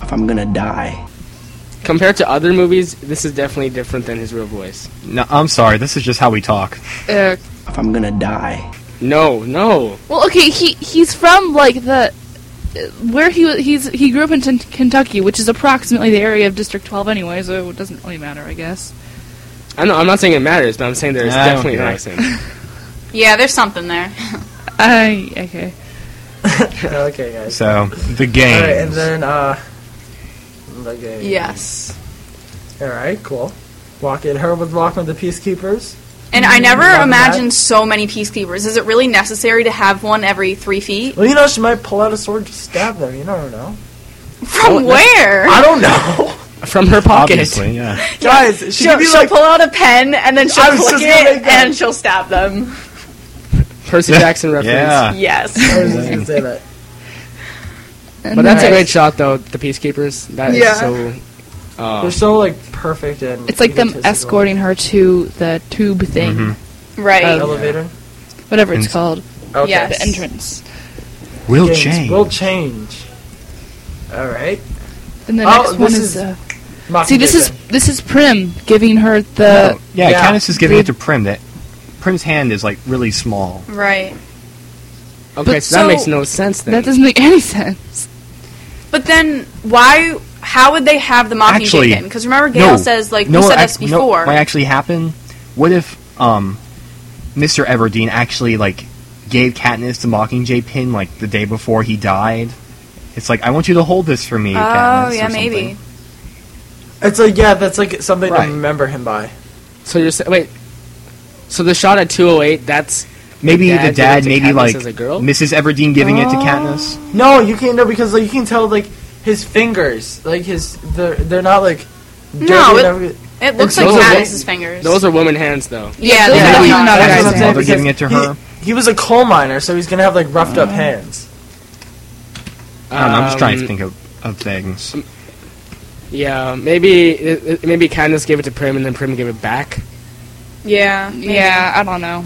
[SPEAKER 14] if I'm gonna die,
[SPEAKER 1] Compared to other movies, this is definitely different than his real voice.
[SPEAKER 8] no, I'm sorry. This is just how we talk.
[SPEAKER 10] Uh,
[SPEAKER 14] if I'm gonna die,
[SPEAKER 1] No, no.
[SPEAKER 10] well, okay, he he's from like the uh, where he wa- he's he grew up in t- Kentucky, which is approximately the area of District 12 anyway, so it doesn't really matter, I guess.
[SPEAKER 1] I know. I'm not saying it matters, but I'm saying there's
[SPEAKER 8] I don't
[SPEAKER 1] definitely an
[SPEAKER 8] care.
[SPEAKER 1] accent.
[SPEAKER 5] yeah, there's something there.
[SPEAKER 10] I okay.
[SPEAKER 4] okay, guys.
[SPEAKER 8] So the
[SPEAKER 4] All right, and
[SPEAKER 8] games.
[SPEAKER 4] then uh, the game.
[SPEAKER 5] yes.
[SPEAKER 4] All right, cool. Walking her with walking with the peacekeepers.
[SPEAKER 5] And I never
[SPEAKER 4] Love that.
[SPEAKER 5] imagined so many peacekeepers. Is it really necessary to have one every three feet?
[SPEAKER 4] Well, you know she might pull out a sword to stab them. You never know.
[SPEAKER 5] From where?
[SPEAKER 4] I don't know,
[SPEAKER 1] From her pocket.
[SPEAKER 8] Obviously, yeah.
[SPEAKER 4] guys. She
[SPEAKER 5] She'll,
[SPEAKER 4] could be
[SPEAKER 5] she'll
[SPEAKER 4] like,
[SPEAKER 5] pull out a pen and then she'll
[SPEAKER 4] I was
[SPEAKER 5] click
[SPEAKER 4] just gonna
[SPEAKER 5] it
[SPEAKER 4] make that.
[SPEAKER 5] and she'll stab them.
[SPEAKER 1] Percy Jackson reference.
[SPEAKER 8] Yeah.
[SPEAKER 5] Yes.
[SPEAKER 4] I was just gonna say that.
[SPEAKER 1] But that's a great shot, though. The peacekeepers. That is
[SPEAKER 5] Yeah.
[SPEAKER 8] Oh.
[SPEAKER 1] so. Uh,
[SPEAKER 4] They're so like perfect and
[SPEAKER 10] It's like them
[SPEAKER 4] egotistical.
[SPEAKER 10] escorting her to the tube thing,
[SPEAKER 8] Mhm.
[SPEAKER 5] right.
[SPEAKER 4] The elevator.
[SPEAKER 10] whatever it's
[SPEAKER 8] Ins-
[SPEAKER 10] called,
[SPEAKER 4] Okay.
[SPEAKER 5] Yes.
[SPEAKER 10] the entrance.
[SPEAKER 8] Will
[SPEAKER 4] Games
[SPEAKER 8] change.
[SPEAKER 4] Will change. All right.
[SPEAKER 10] And the
[SPEAKER 4] Oh,
[SPEAKER 10] next one
[SPEAKER 4] this is-
[SPEAKER 10] is. uh, See, this is this is Prim giving her
[SPEAKER 5] Uh,
[SPEAKER 10] the.
[SPEAKER 8] No, uh, yeah,
[SPEAKER 4] Yeah.
[SPEAKER 8] Candace is giving it to Prim. That Prim's hand is like really small.
[SPEAKER 5] Right.
[SPEAKER 1] okay,
[SPEAKER 10] But
[SPEAKER 1] so, that
[SPEAKER 10] so-
[SPEAKER 1] makes no sense then.
[SPEAKER 10] That doesn't make any sense.
[SPEAKER 5] But then why? How would they have the Mockingjay
[SPEAKER 8] Actually,
[SPEAKER 5] then? Because remember, Gail
[SPEAKER 8] no,
[SPEAKER 5] says like
[SPEAKER 8] no,
[SPEAKER 5] we said
[SPEAKER 8] ac-
[SPEAKER 5] this before.
[SPEAKER 8] No, might actually happen. What if um, Mr. Everdeen actually like gave Katniss the Mockingjay pin like the day before he died? It's like I want you to hold this for me. Katniss,
[SPEAKER 5] oh
[SPEAKER 8] or
[SPEAKER 5] yeah, maybe.
[SPEAKER 8] something.
[SPEAKER 4] It's like yeah, that's like something
[SPEAKER 1] Right.
[SPEAKER 4] to remember him by.
[SPEAKER 1] so you're sa- wait. So the shot at 208. That's
[SPEAKER 8] Maybe
[SPEAKER 1] The dad
[SPEAKER 8] the dad,
[SPEAKER 1] giving it to Katniss
[SPEAKER 8] maybe like
[SPEAKER 1] as a girl?
[SPEAKER 8] Mrs. Everdeen giving it to
[SPEAKER 5] Oh.
[SPEAKER 8] Katniss.
[SPEAKER 4] No, you can't know because like you can tell like his fingers, like his they're they're not like dirty
[SPEAKER 5] No,
[SPEAKER 4] and
[SPEAKER 5] it-
[SPEAKER 4] everything.
[SPEAKER 5] It looks
[SPEAKER 1] Those
[SPEAKER 5] like
[SPEAKER 1] are wo-
[SPEAKER 5] Katniss's fingers.
[SPEAKER 1] those are woman hands, though.
[SPEAKER 5] yeah,
[SPEAKER 10] those
[SPEAKER 5] they're
[SPEAKER 10] are
[SPEAKER 5] definitely
[SPEAKER 10] women
[SPEAKER 5] not
[SPEAKER 10] not
[SPEAKER 5] guys.
[SPEAKER 4] That's what
[SPEAKER 10] guys.
[SPEAKER 4] I'm saying,
[SPEAKER 8] Mother giving
[SPEAKER 4] because
[SPEAKER 8] it to her?
[SPEAKER 4] He, he was a coal miner, so he's gonna have like roughed up hands.
[SPEAKER 8] I don't know, I'm just trying to
[SPEAKER 1] Um,
[SPEAKER 8] think of, of things.
[SPEAKER 5] Um,
[SPEAKER 1] Yeah, maybe it- it- maybe Candace gave it to Prim and then Prim gave it back.
[SPEAKER 5] Yeah,
[SPEAKER 10] Yeah, I don't know.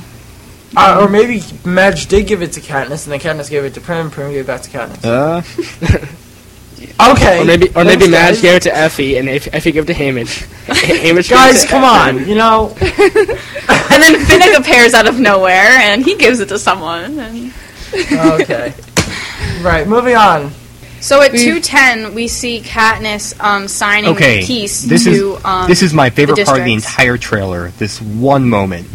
[SPEAKER 4] Uh, or maybe Madge did give it to Katniss, and then Katniss gave it to Prim, Prim gave it back to Katniss.
[SPEAKER 8] Uh,
[SPEAKER 4] Okay.
[SPEAKER 1] Or maybe, or maybe
[SPEAKER 4] Thanks,
[SPEAKER 1] Madge
[SPEAKER 4] guys.
[SPEAKER 1] gave it to Effie, and if Effie gave it to Hamish. Hamish gave it
[SPEAKER 4] Guys,
[SPEAKER 1] to
[SPEAKER 4] come
[SPEAKER 1] Effie.
[SPEAKER 4] on. You know,
[SPEAKER 5] and then Finnick appears out of nowhere, and he gives it to someone. And
[SPEAKER 4] okay. Right, moving on.
[SPEAKER 5] so at two ten, we see Katniss um, signing
[SPEAKER 8] okay,
[SPEAKER 5] the piece
[SPEAKER 8] this
[SPEAKER 5] to.
[SPEAKER 8] is
[SPEAKER 5] um,
[SPEAKER 8] this is my favorite
[SPEAKER 5] the
[SPEAKER 8] part of the
[SPEAKER 5] districts.
[SPEAKER 8] entire trailer. This one moment.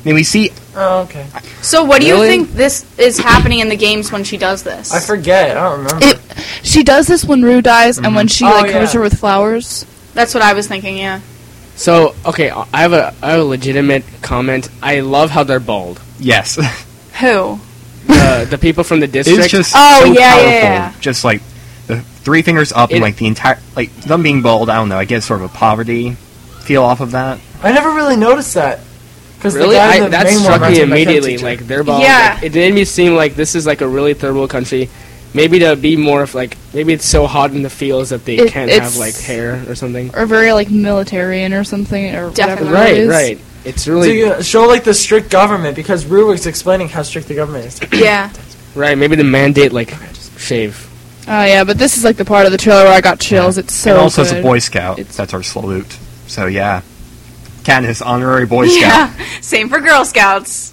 [SPEAKER 8] I mean, we see
[SPEAKER 4] Oh, okay.
[SPEAKER 5] So what do you
[SPEAKER 8] Really?
[SPEAKER 5] think this is happening in the games when she does this?
[SPEAKER 4] I forget. I don't remember.
[SPEAKER 10] It, she does this when Rue dies and when she
[SPEAKER 5] Oh,
[SPEAKER 10] like
[SPEAKER 5] yeah.
[SPEAKER 10] covers her with flowers.
[SPEAKER 5] That's what I was thinking. Yeah.
[SPEAKER 1] So okay, I have a I have a legitimate comment. I love how they're bold.
[SPEAKER 8] yes,
[SPEAKER 5] Who?
[SPEAKER 1] The the people from the district.
[SPEAKER 8] it's just
[SPEAKER 5] Oh,
[SPEAKER 8] so
[SPEAKER 5] yeah, yeah,
[SPEAKER 8] powerful.
[SPEAKER 5] yeah.
[SPEAKER 8] Just like the three fingers up
[SPEAKER 1] It-
[SPEAKER 8] and like the entire like them being bold. I don't know. I get sort of a poverty feel off of that.
[SPEAKER 4] I never really noticed that. Because
[SPEAKER 1] Really,
[SPEAKER 4] the guy in
[SPEAKER 1] I,
[SPEAKER 4] the
[SPEAKER 1] that
[SPEAKER 4] main
[SPEAKER 1] struck
[SPEAKER 4] one-
[SPEAKER 1] me
[SPEAKER 4] my chem
[SPEAKER 1] immediately.
[SPEAKER 4] teacher.
[SPEAKER 1] Like they're bold.
[SPEAKER 5] Yeah.
[SPEAKER 1] Like, it made me seem like this is like a really third world country. Maybe to be more of like maybe it's so hot in the fields that they
[SPEAKER 10] It-
[SPEAKER 1] can't
[SPEAKER 10] it's-
[SPEAKER 1] have like hair or something.
[SPEAKER 10] Or very like military and or something or
[SPEAKER 5] Definitely.
[SPEAKER 10] whatever. it
[SPEAKER 1] Right,
[SPEAKER 10] is.
[SPEAKER 1] right. It's
[SPEAKER 4] to
[SPEAKER 1] really
[SPEAKER 4] uh, show like the strict government because Rue was explaining how strict the government is.
[SPEAKER 5] Yeah.
[SPEAKER 1] right. Maybe the mandate like shave.
[SPEAKER 10] Oh yeah, but this is like the part of the trailer where I got chills. It's so.
[SPEAKER 8] and also
[SPEAKER 10] good.
[SPEAKER 8] it's a Boy Scout.
[SPEAKER 10] It's-
[SPEAKER 8] That's our salute. So yeah, Katniss, honorary Boy Scout.
[SPEAKER 5] Yeah. Same for Girl Scouts.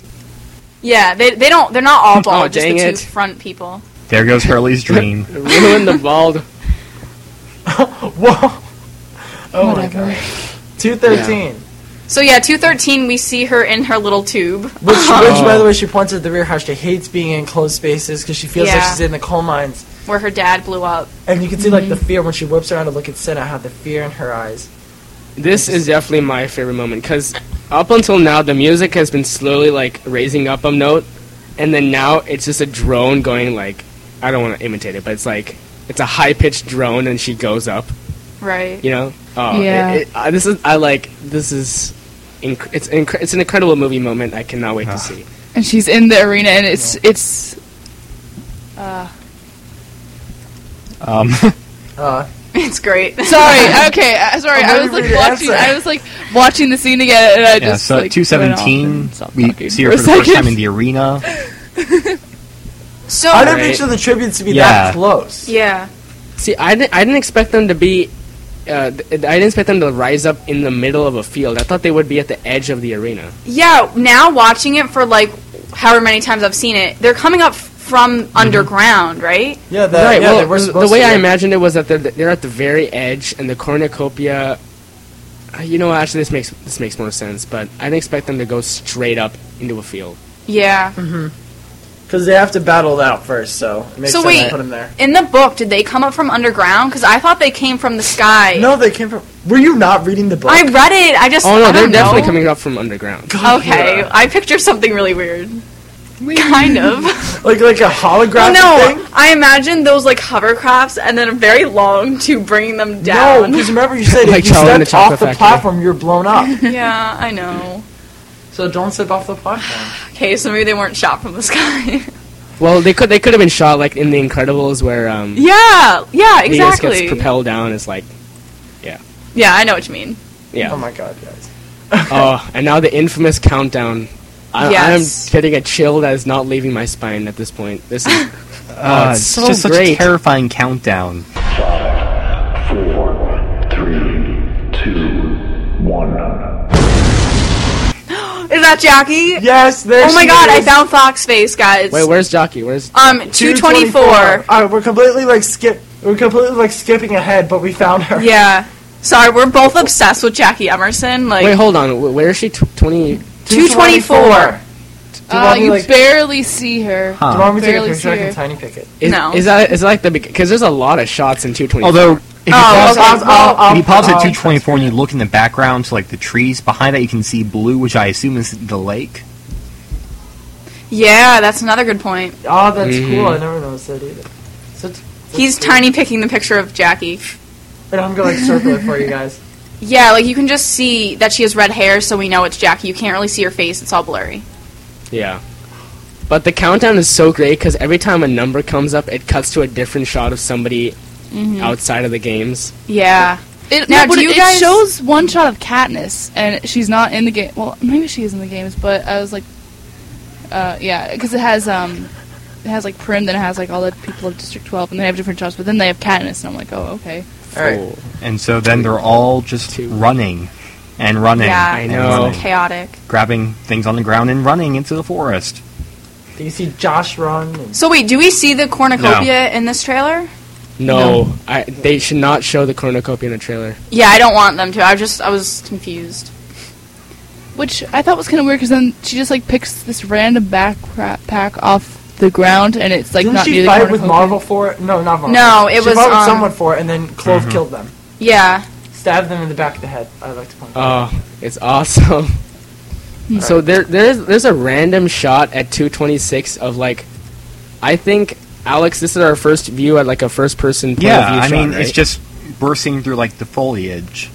[SPEAKER 5] Yeah, they, they don't they're not all bald,
[SPEAKER 1] Oh,
[SPEAKER 5] just
[SPEAKER 1] dang
[SPEAKER 5] the
[SPEAKER 1] it.
[SPEAKER 5] two front people.
[SPEAKER 8] There goes Hurley's dream.
[SPEAKER 1] Ruin the bald.
[SPEAKER 4] Whoa. Oh my god. 213.
[SPEAKER 5] So yeah, two thirteen we see her in her little tube.
[SPEAKER 4] Which, which, by the way, she points at the rear how she hates being in closed spaces because she feels like
[SPEAKER 5] Yeah.
[SPEAKER 4] she's in the coal mines.
[SPEAKER 5] where her dad blew up.
[SPEAKER 4] And you can see, like, the
[SPEAKER 5] Mm-hmm.
[SPEAKER 4] fear when she whips around to look at Senna, how the fear in her eyes.
[SPEAKER 1] This is definitely my favorite moment because up until now the music has been slowly like raising up a note, and then now it's just a drone going like I don't want to imitate it, but it's like it's a high pitched drone and she goes up.
[SPEAKER 5] Right.
[SPEAKER 1] You know? Oh,
[SPEAKER 10] Yeah.
[SPEAKER 1] It, it, I, this is I like this is. Inc- it's inc- it's an incredible movie moment. I cannot wait to see.
[SPEAKER 10] And she's in the arena, and it's it's. Uh,
[SPEAKER 8] Um,
[SPEAKER 4] Uh,
[SPEAKER 5] It's great.
[SPEAKER 10] sorry. Okay. uh, Sorry.
[SPEAKER 4] I'm
[SPEAKER 10] I
[SPEAKER 4] ready
[SPEAKER 10] was like
[SPEAKER 4] for your
[SPEAKER 10] watching.
[SPEAKER 4] answer.
[SPEAKER 10] I was like watching the scene again, and I
[SPEAKER 8] yeah,
[SPEAKER 10] just
[SPEAKER 8] so
[SPEAKER 10] like
[SPEAKER 8] at two
[SPEAKER 10] went
[SPEAKER 8] seventeen,
[SPEAKER 10] off and stopped
[SPEAKER 8] we
[SPEAKER 10] talking
[SPEAKER 8] see her
[SPEAKER 10] for
[SPEAKER 8] for,
[SPEAKER 10] a
[SPEAKER 8] the first
[SPEAKER 10] second.
[SPEAKER 8] time in the arena.
[SPEAKER 5] So
[SPEAKER 4] I didn't
[SPEAKER 1] Right.
[SPEAKER 4] picture the tributes to be
[SPEAKER 8] Yeah.
[SPEAKER 4] that close.
[SPEAKER 5] yeah.
[SPEAKER 1] See, I didn't I didn't expect them to be. Uh, th- I didn't expect them to rise up in the middle of a field. I thought they would be at the edge of the arena.
[SPEAKER 5] Yeah, now watching it for like however many times I've seen it, they're coming up from underground, right?
[SPEAKER 4] Yeah, the,
[SPEAKER 1] right.
[SPEAKER 4] Uh, yeah, they
[SPEAKER 1] well,
[SPEAKER 4] were
[SPEAKER 1] the-
[SPEAKER 4] supposed
[SPEAKER 1] the way
[SPEAKER 4] to
[SPEAKER 1] I
[SPEAKER 4] be.
[SPEAKER 1] imagined it was that they're, they're at the very edge, and the cornucopia. uh, You know, actually, this makes this makes more sense. But I didn't expect them to go straight up into a field.
[SPEAKER 5] Yeah.
[SPEAKER 4] Because they have to battle it out first, so it makes
[SPEAKER 5] So
[SPEAKER 4] sense to
[SPEAKER 5] wait.
[SPEAKER 4] put them there.
[SPEAKER 5] In the book, did they come up from underground? Because I thought they came from the sky.
[SPEAKER 4] No, they came from. Were you not reading the book?
[SPEAKER 5] I read it. I just
[SPEAKER 1] Oh
[SPEAKER 5] I
[SPEAKER 1] no, they're
[SPEAKER 5] don't
[SPEAKER 1] definitely
[SPEAKER 5] know.
[SPEAKER 1] coming up from underground.
[SPEAKER 5] Okay, I picture something really weird. Kind of.
[SPEAKER 4] like like a holographic
[SPEAKER 5] no,
[SPEAKER 4] thing.
[SPEAKER 5] I imagine those like hovercrafts and then a very long to bringing them
[SPEAKER 4] No,
[SPEAKER 5] down.
[SPEAKER 4] because remember you said
[SPEAKER 1] Like
[SPEAKER 4] if you
[SPEAKER 1] Charlie and the
[SPEAKER 4] stepped off
[SPEAKER 1] Chocolate
[SPEAKER 4] the
[SPEAKER 1] Factory.
[SPEAKER 4] platform, you're blown up.
[SPEAKER 5] yeah, I know.
[SPEAKER 4] so don't step off the platform.
[SPEAKER 5] Okay, so maybe they weren't shot from the sky.
[SPEAKER 1] Well, they could they could have been shot like in The Incredibles, where um,
[SPEAKER 5] yeah, yeah,
[SPEAKER 1] Venus
[SPEAKER 5] exactly.
[SPEAKER 1] gets propelled down. It's like
[SPEAKER 5] Yeah, I know what you mean.
[SPEAKER 1] yeah.
[SPEAKER 4] Oh my god, guys.
[SPEAKER 1] Oh, and now the infamous countdown. I,
[SPEAKER 5] Yes.
[SPEAKER 1] I'm getting a chill that is not leaving my spine at this point. This is oh,
[SPEAKER 8] Uh,
[SPEAKER 1] it's
[SPEAKER 8] it's
[SPEAKER 10] Oh,
[SPEAKER 1] so
[SPEAKER 8] just such a
[SPEAKER 1] great.
[SPEAKER 8] terrifying countdown.
[SPEAKER 12] Five, four, three, two, one.
[SPEAKER 5] Is that Jackie?
[SPEAKER 4] Yes, there.
[SPEAKER 5] oh my
[SPEAKER 4] she
[SPEAKER 5] god, I
[SPEAKER 4] is.
[SPEAKER 5] found Fox face, guys.
[SPEAKER 1] wait. Where's Jockey? Where's
[SPEAKER 5] um, two twenty four.
[SPEAKER 4] Alright, Uh, we're completely like skip. We're completely like skipping ahead, but we found her.
[SPEAKER 5] Yeah. Sorry, we're both obsessed with Jackie Emerson. Like
[SPEAKER 1] wait? Hold on. wh- Where is she? Tw- Twenty.
[SPEAKER 5] 224.
[SPEAKER 4] Do you
[SPEAKER 10] Uh,
[SPEAKER 4] want me
[SPEAKER 10] you
[SPEAKER 4] like? Do
[SPEAKER 10] barely see her.
[SPEAKER 4] you
[SPEAKER 8] Huh.
[SPEAKER 4] want me to take a
[SPEAKER 10] Barely
[SPEAKER 4] picture? I
[SPEAKER 10] see
[SPEAKER 4] can
[SPEAKER 10] her.
[SPEAKER 4] tiny pick it.
[SPEAKER 1] Is,
[SPEAKER 5] No.
[SPEAKER 1] Is that is that like the because there's a lot of shots in two twenty.
[SPEAKER 8] Although if you
[SPEAKER 5] Oh,
[SPEAKER 8] pause,
[SPEAKER 5] okay.
[SPEAKER 4] I'll- I'll- I'll-
[SPEAKER 8] if you pause at
[SPEAKER 10] oh,
[SPEAKER 4] I'll-
[SPEAKER 8] two twenty four and you look in the background to like the trees behind that, you can see blue, which I assume is the lake.
[SPEAKER 5] Yeah, that's another good point.
[SPEAKER 4] Oh, that's cool.
[SPEAKER 1] Mhm.
[SPEAKER 4] I never noticed that either. So t-
[SPEAKER 5] He's tiny picking the picture of Jackie.
[SPEAKER 4] and I'm gonna like circle it for you guys.
[SPEAKER 5] Yeah, like you can just see that she has red hair, so we know it's Jackie. You can't really see her face; it's all blurry.
[SPEAKER 1] yeah. But the countdown is so great because every time a number comes up, it cuts to a different shot of somebody
[SPEAKER 4] Mm-hmm.
[SPEAKER 1] outside of the games.
[SPEAKER 5] Yeah,
[SPEAKER 10] It,
[SPEAKER 5] Now,
[SPEAKER 10] no, but
[SPEAKER 5] do
[SPEAKER 10] it-
[SPEAKER 5] you
[SPEAKER 10] it
[SPEAKER 5] guys-
[SPEAKER 10] shows one shot of Katniss, and she's not in the game. Well, maybe she is in the games, but I was like, uh, yeah, because it has um, it has like Prim, then it has like all the people of District 12, and they have different jobs. But then they have Katniss, and I'm like, oh, okay.
[SPEAKER 4] All right.
[SPEAKER 8] And so then they're all just running and running.
[SPEAKER 5] Yeah,
[SPEAKER 8] and
[SPEAKER 5] it's
[SPEAKER 8] running.
[SPEAKER 5] chaotic.
[SPEAKER 8] Grabbing things on the ground and running into the forest.
[SPEAKER 4] Do you see Josh run? And
[SPEAKER 5] So wait, do we see the cornucopia in this trailer?
[SPEAKER 1] No, I, they should not show the cornucopia in a trailer.
[SPEAKER 5] Yeah, I don't want them to. I just I was confused.
[SPEAKER 10] Which I thought was kind of weird because then she just like picks this random backpack off the ground, and it's like
[SPEAKER 4] Didn't
[SPEAKER 10] not near
[SPEAKER 4] she
[SPEAKER 10] the
[SPEAKER 4] fight with
[SPEAKER 10] cornucopia.
[SPEAKER 4] Marvel for it? No, not Marvel.
[SPEAKER 5] No, it
[SPEAKER 4] she
[SPEAKER 5] was,
[SPEAKER 4] fought with
[SPEAKER 5] um,
[SPEAKER 4] someone for it, and then Clove killed them.
[SPEAKER 5] Yeah.
[SPEAKER 4] Stabbed them in the back of the head. I like to point. out.
[SPEAKER 1] Oh, it's awesome.
[SPEAKER 4] Hmm.
[SPEAKER 1] so there, there's there's a random shot at 2:26 of like, I think Alex, this is our first view at like a first person. Point
[SPEAKER 8] yeah,
[SPEAKER 1] of view
[SPEAKER 8] I
[SPEAKER 1] shot,
[SPEAKER 8] mean,
[SPEAKER 1] right?
[SPEAKER 8] it's just bursting through like the foliage.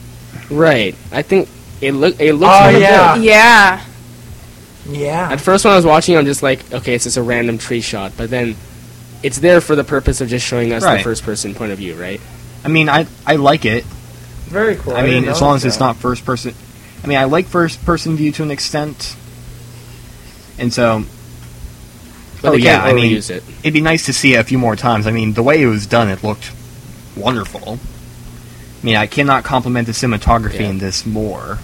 [SPEAKER 1] right. I think it look it looks.
[SPEAKER 8] Oh,
[SPEAKER 1] kinda
[SPEAKER 8] yeah.
[SPEAKER 1] good.
[SPEAKER 5] Yeah.
[SPEAKER 4] Yeah.
[SPEAKER 1] At first, when I was watching, I'm just like, okay, it's just a random tree shot, but then it's there for the purpose of just showing us
[SPEAKER 8] Right.
[SPEAKER 1] the first person point of view, right?
[SPEAKER 8] I mean, I I like it.
[SPEAKER 4] Very cool.
[SPEAKER 8] I mean,
[SPEAKER 4] didn't
[SPEAKER 8] as long
[SPEAKER 4] notice
[SPEAKER 8] as it's
[SPEAKER 4] that.
[SPEAKER 8] not first person. I mean, I like first person view to an extent. And so.
[SPEAKER 1] But
[SPEAKER 8] oh,
[SPEAKER 1] they
[SPEAKER 8] yeah,
[SPEAKER 1] can't
[SPEAKER 8] I mean,
[SPEAKER 1] overuse it.
[SPEAKER 8] would be nice to see it a few more times. I mean, the way it was done, it looked wonderful. I mean, I cannot compliment the cinematography in this more.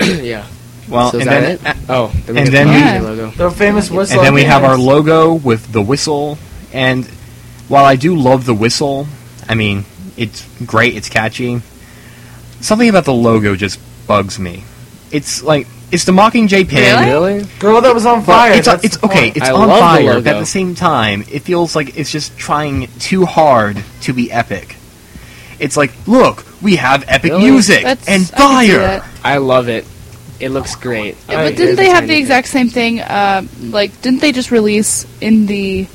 [SPEAKER 1] yeah.
[SPEAKER 8] Well,
[SPEAKER 1] So is
[SPEAKER 8] and
[SPEAKER 1] that
[SPEAKER 8] then. uh,
[SPEAKER 1] it? Oh, then we
[SPEAKER 8] and
[SPEAKER 1] get
[SPEAKER 8] then
[SPEAKER 1] the
[SPEAKER 8] we-
[SPEAKER 1] Disney logo.
[SPEAKER 4] The famous whistle.
[SPEAKER 8] and then
[SPEAKER 4] at
[SPEAKER 8] we
[SPEAKER 4] the
[SPEAKER 8] have
[SPEAKER 4] end.
[SPEAKER 8] our logo with the whistle. And while I do love the whistle, I mean, it's great, it's catchy. Something about the logo just bugs me. It's like it's the Mockingjay pin.
[SPEAKER 1] Really?
[SPEAKER 4] girl that was on
[SPEAKER 8] but
[SPEAKER 4] fire.
[SPEAKER 8] it's,
[SPEAKER 4] that's
[SPEAKER 8] it's
[SPEAKER 4] the
[SPEAKER 8] okay.
[SPEAKER 4] point.
[SPEAKER 8] It's
[SPEAKER 1] I love
[SPEAKER 8] on
[SPEAKER 1] the
[SPEAKER 8] fire, but at
[SPEAKER 1] logo.
[SPEAKER 8] the same time, it feels like it's just trying too hard to be epic. It's like, look, we have epic
[SPEAKER 1] Really?
[SPEAKER 8] music
[SPEAKER 10] That's-
[SPEAKER 8] and
[SPEAKER 10] I can see
[SPEAKER 8] fire.
[SPEAKER 10] that.
[SPEAKER 1] I love it. It looks great.
[SPEAKER 10] Yeah,
[SPEAKER 1] I- there's
[SPEAKER 10] but didn't
[SPEAKER 1] a
[SPEAKER 10] they have
[SPEAKER 1] tiny
[SPEAKER 10] the
[SPEAKER 1] bit.
[SPEAKER 10] exact same thing? Um, like, didn't they just release in the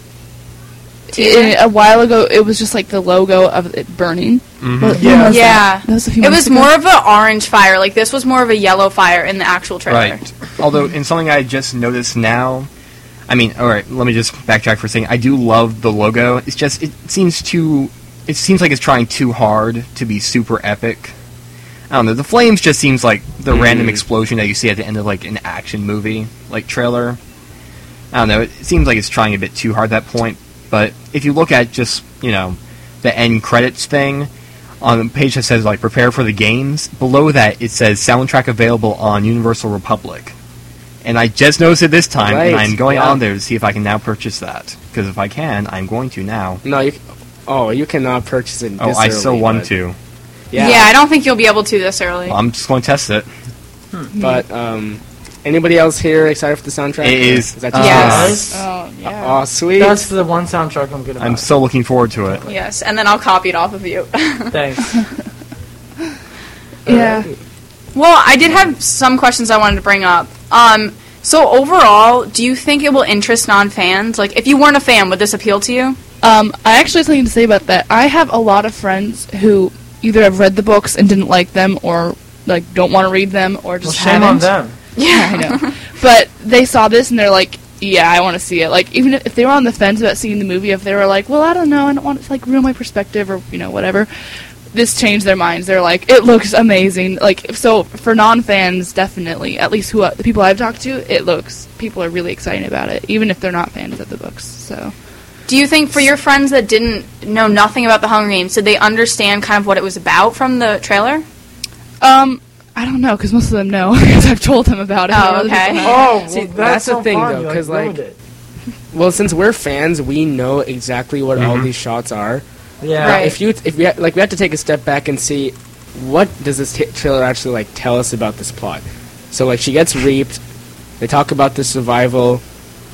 [SPEAKER 5] Teaser?
[SPEAKER 10] i- a while ago? It was just like the logo of it burning. What- when
[SPEAKER 4] Yeah.
[SPEAKER 10] was that?
[SPEAKER 5] Yeah.
[SPEAKER 10] That was a few
[SPEAKER 5] It
[SPEAKER 10] months
[SPEAKER 5] was
[SPEAKER 10] ago.
[SPEAKER 5] more of an orange fire. Like this was more of a yellow fire in the actual trailer.
[SPEAKER 8] Right. Although, in something I just noticed now, I mean, all right, let me just backtrack for a second. I do love the logo. It's just it seems too. It seems like it's trying too hard to be super epic. I don't know. The flames just seems like the random explosion that you see at the end of like an action movie like trailer. I don't know. It seems like it's trying a bit too hard at that point. But if you look at just you know the end credits thing on the page that says like prepare for the games, below that it says soundtrack available on Universal Republic. And I just noticed it this time, and
[SPEAKER 1] Right,
[SPEAKER 8] I'm going
[SPEAKER 1] yeah.
[SPEAKER 8] on there to see if I can now purchase that. Because if I can, I'm going to now.
[SPEAKER 1] No, you. c- Oh, you cannot purchase it.
[SPEAKER 8] Oh, I
[SPEAKER 1] this
[SPEAKER 8] so
[SPEAKER 1] early,
[SPEAKER 8] want
[SPEAKER 1] but-
[SPEAKER 8] to.
[SPEAKER 5] Yeah. I don't think you'll be able to this early.
[SPEAKER 8] I'm just going to test it.
[SPEAKER 1] But um, anybody else here excited for the soundtrack?
[SPEAKER 8] It is
[SPEAKER 1] that
[SPEAKER 8] us.
[SPEAKER 1] just
[SPEAKER 8] Yes.
[SPEAKER 10] Oh yeah.
[SPEAKER 1] Oh, sweet.
[SPEAKER 4] That's the one soundtrack I'm good about.
[SPEAKER 8] I'm so looking forward to it.
[SPEAKER 5] yes, and then I'll copy it off of you.
[SPEAKER 4] Thanks. Uh,
[SPEAKER 10] Yeah.
[SPEAKER 5] Well, I did have some questions I wanted to bring up. Um, so overall, do you think it will interest non-fans? Like, if you weren't a fan, would this appeal to you?
[SPEAKER 10] Um, I actually have something to say about that. I have a lot of friends who either have read the books and didn't like them, or like don't want to read them, or
[SPEAKER 4] Well,
[SPEAKER 10] just
[SPEAKER 4] shame on
[SPEAKER 10] haven't.
[SPEAKER 4] them.
[SPEAKER 10] Yeah, I know. But they saw this and they're like, "Yeah, I want to see it." Like, even if they were on the fence about seeing the movie, if they were like, "Well, I don't know, I don't want it to like ruin my perspective," or you know, whatever, this changed their minds. They're like, "It looks amazing!" Like, so for non-fans, definitely, at least who uh, the people I've talked to, it looks people are really excited about it, even if they're not fans of the books. So
[SPEAKER 5] Do you think for your friends that didn't know nothing about the Hunger Games, did they understand kind of what it was about from the trailer?
[SPEAKER 10] Um, I don't know because most of them know because I've told them about it.
[SPEAKER 5] Oh,
[SPEAKER 10] Other people
[SPEAKER 5] okay.
[SPEAKER 10] know.
[SPEAKER 4] Oh, well,
[SPEAKER 1] See,
[SPEAKER 4] that's,
[SPEAKER 1] that's the
[SPEAKER 4] so
[SPEAKER 1] thing,
[SPEAKER 4] fun.
[SPEAKER 1] though,
[SPEAKER 4] You,
[SPEAKER 1] 'cause, like,
[SPEAKER 4] ruined it.
[SPEAKER 1] well, since we're fans, we know exactly what
[SPEAKER 8] Mm-hmm.
[SPEAKER 1] all these shots are.
[SPEAKER 4] yeah,
[SPEAKER 1] But
[SPEAKER 5] Right.
[SPEAKER 1] If you if we ha- like, we have to take a step back and see what does this t- trailer actually like tell us about this plot. So like, she gets reaped. They talk about the survival,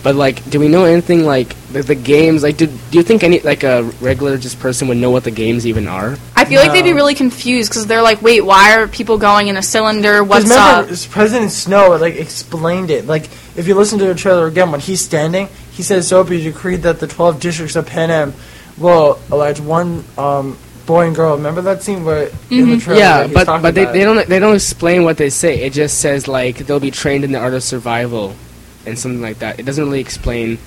[SPEAKER 1] but like, do we know anything like the, the games? Like, do do you think any like a regular just person would know what the games even are?
[SPEAKER 5] I feel like they'd be
[SPEAKER 4] No.
[SPEAKER 5] really confused because they're like, wait, why are people going in a cylinder? What's
[SPEAKER 4] remember,
[SPEAKER 5] up?
[SPEAKER 4] s- President Snow like explained it. Like if you listen to the trailer again, when he's standing, he says, "So be decreed that the twelve districts of Pan Am will elect one um, boy and girl." Remember that scene where in the trailer?
[SPEAKER 1] yeah,
[SPEAKER 4] he's
[SPEAKER 1] but
[SPEAKER 4] talking
[SPEAKER 1] but they,
[SPEAKER 4] about
[SPEAKER 1] they
[SPEAKER 4] it?
[SPEAKER 1] don't they don't explain what they say. It just says like they'll be trained in the art of survival, and something like that. It doesn't really explain,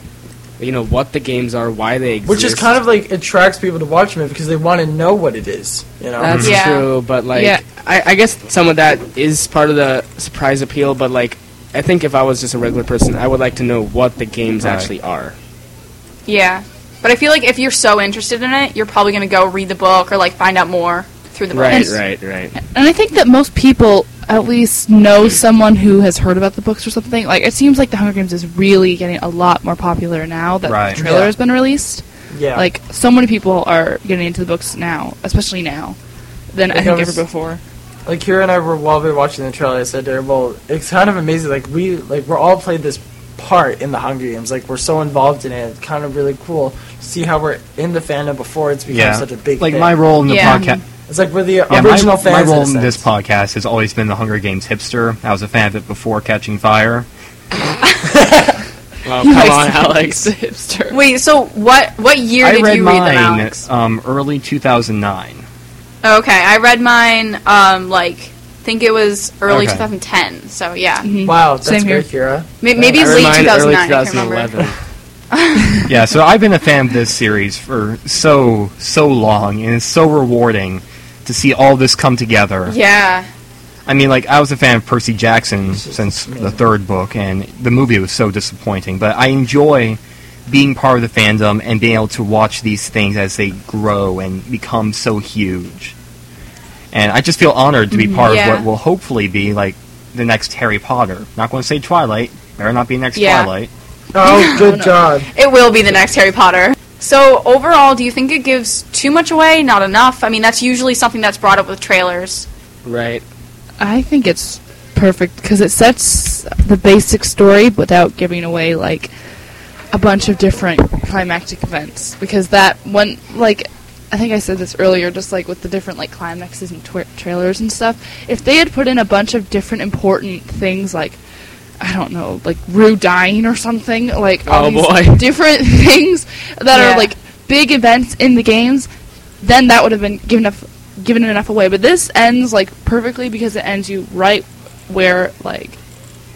[SPEAKER 1] you know, what the games are, why they exist.
[SPEAKER 4] Which is kind of like attracts people to watch him because they want to know what it is. You know,
[SPEAKER 1] that's
[SPEAKER 5] Yeah.
[SPEAKER 1] true, but like
[SPEAKER 10] Yeah.
[SPEAKER 1] I, I guess some of that is part of the surprise appeal. But like I think if I was just a regular person, I would like to know what the games
[SPEAKER 8] Right.
[SPEAKER 1] actually are.
[SPEAKER 5] Yeah. But I feel like if you're so interested in it, you're probably going to go read the book or like find out more through the book.
[SPEAKER 1] Right, right, right.
[SPEAKER 10] And I think that most people at least know someone who has heard about the books or something. Like it seems like the Hunger Games is really getting a lot more popular now that
[SPEAKER 8] Right.
[SPEAKER 10] the trailer
[SPEAKER 8] Yeah.
[SPEAKER 10] has been released.
[SPEAKER 8] Yeah.
[SPEAKER 10] Like so many people are getting into the books now, especially now, than I
[SPEAKER 4] Like,
[SPEAKER 10] think
[SPEAKER 4] was-
[SPEAKER 10] ever before.
[SPEAKER 4] Like Kira and I were while we were watching the trailer, I said to her, "Well, it's kind of amazing. Like we like we're all played this part in the Hunger Games. Like we're so involved in it. It's kind of really cool to see how we're in the fandom before it's become
[SPEAKER 8] Yeah.
[SPEAKER 4] such a big
[SPEAKER 8] Like
[SPEAKER 4] thing.
[SPEAKER 8] my role in the Yeah. podca-
[SPEAKER 4] It's like we're the
[SPEAKER 8] Yeah, my-
[SPEAKER 4] original
[SPEAKER 8] my,
[SPEAKER 4] fans. in a
[SPEAKER 8] role in
[SPEAKER 4] sense.
[SPEAKER 8] this podcast has always been the Hunger Games hipster. I was a fan of it before Catching Fire.
[SPEAKER 1] Well,
[SPEAKER 5] You
[SPEAKER 8] come
[SPEAKER 5] like
[SPEAKER 8] on,
[SPEAKER 5] to be
[SPEAKER 1] Oh, Alex.
[SPEAKER 10] the hipster.
[SPEAKER 5] Wait, so what what year
[SPEAKER 8] I
[SPEAKER 5] did
[SPEAKER 8] read
[SPEAKER 5] you read them out?
[SPEAKER 8] mine uh, um, early 2009.
[SPEAKER 5] Okay, I read mine um like think it was early
[SPEAKER 8] Okay.
[SPEAKER 5] 2010. So yeah.
[SPEAKER 10] Mm-hmm.
[SPEAKER 4] Wow, that's great, Kira.
[SPEAKER 5] May- maybe
[SPEAKER 8] I
[SPEAKER 5] it's
[SPEAKER 8] read
[SPEAKER 5] late
[SPEAKER 8] mine early
[SPEAKER 5] 2009. I can't remember.
[SPEAKER 8] yeah, so I've been a fan of this series for so so long, and it's so rewarding to see all this come together.
[SPEAKER 5] Yeah.
[SPEAKER 8] I mean, like I was a fan of Percy Jackson since the third book, and the movie was so disappointing. But I enjoy being part of the fandom and being able to watch these things as they grow and become so huge. And I just feel honored to be
[SPEAKER 5] Mhm.
[SPEAKER 8] part
[SPEAKER 5] Yeah.
[SPEAKER 8] of what will hopefully be like the next Harry Potter. Not going to say Twilight. Better not be next
[SPEAKER 5] Yeah.
[SPEAKER 8] Twilight.
[SPEAKER 4] Oh, good job.
[SPEAKER 5] It will be the next Harry Potter. So overall, do you think it gives too much away? Not enough? I mean, that's usually something that's brought up with trailers.
[SPEAKER 1] Right.
[SPEAKER 10] I think it's perfect because it sets the basic story without giving away like a bunch of different climactic events. Because that one, like, I think I said this earlier, just like with the different like climaxes and tw- trailers and stuff. If they had put in a bunch of different important things, like I don't know, like Rue dying or something, like all
[SPEAKER 1] Oh,
[SPEAKER 10] these
[SPEAKER 1] boy.
[SPEAKER 10] different things that
[SPEAKER 5] Yeah.
[SPEAKER 10] are like big events in the games, then that would have been given enough given enough away. But this ends like perfectly because it ends you right where like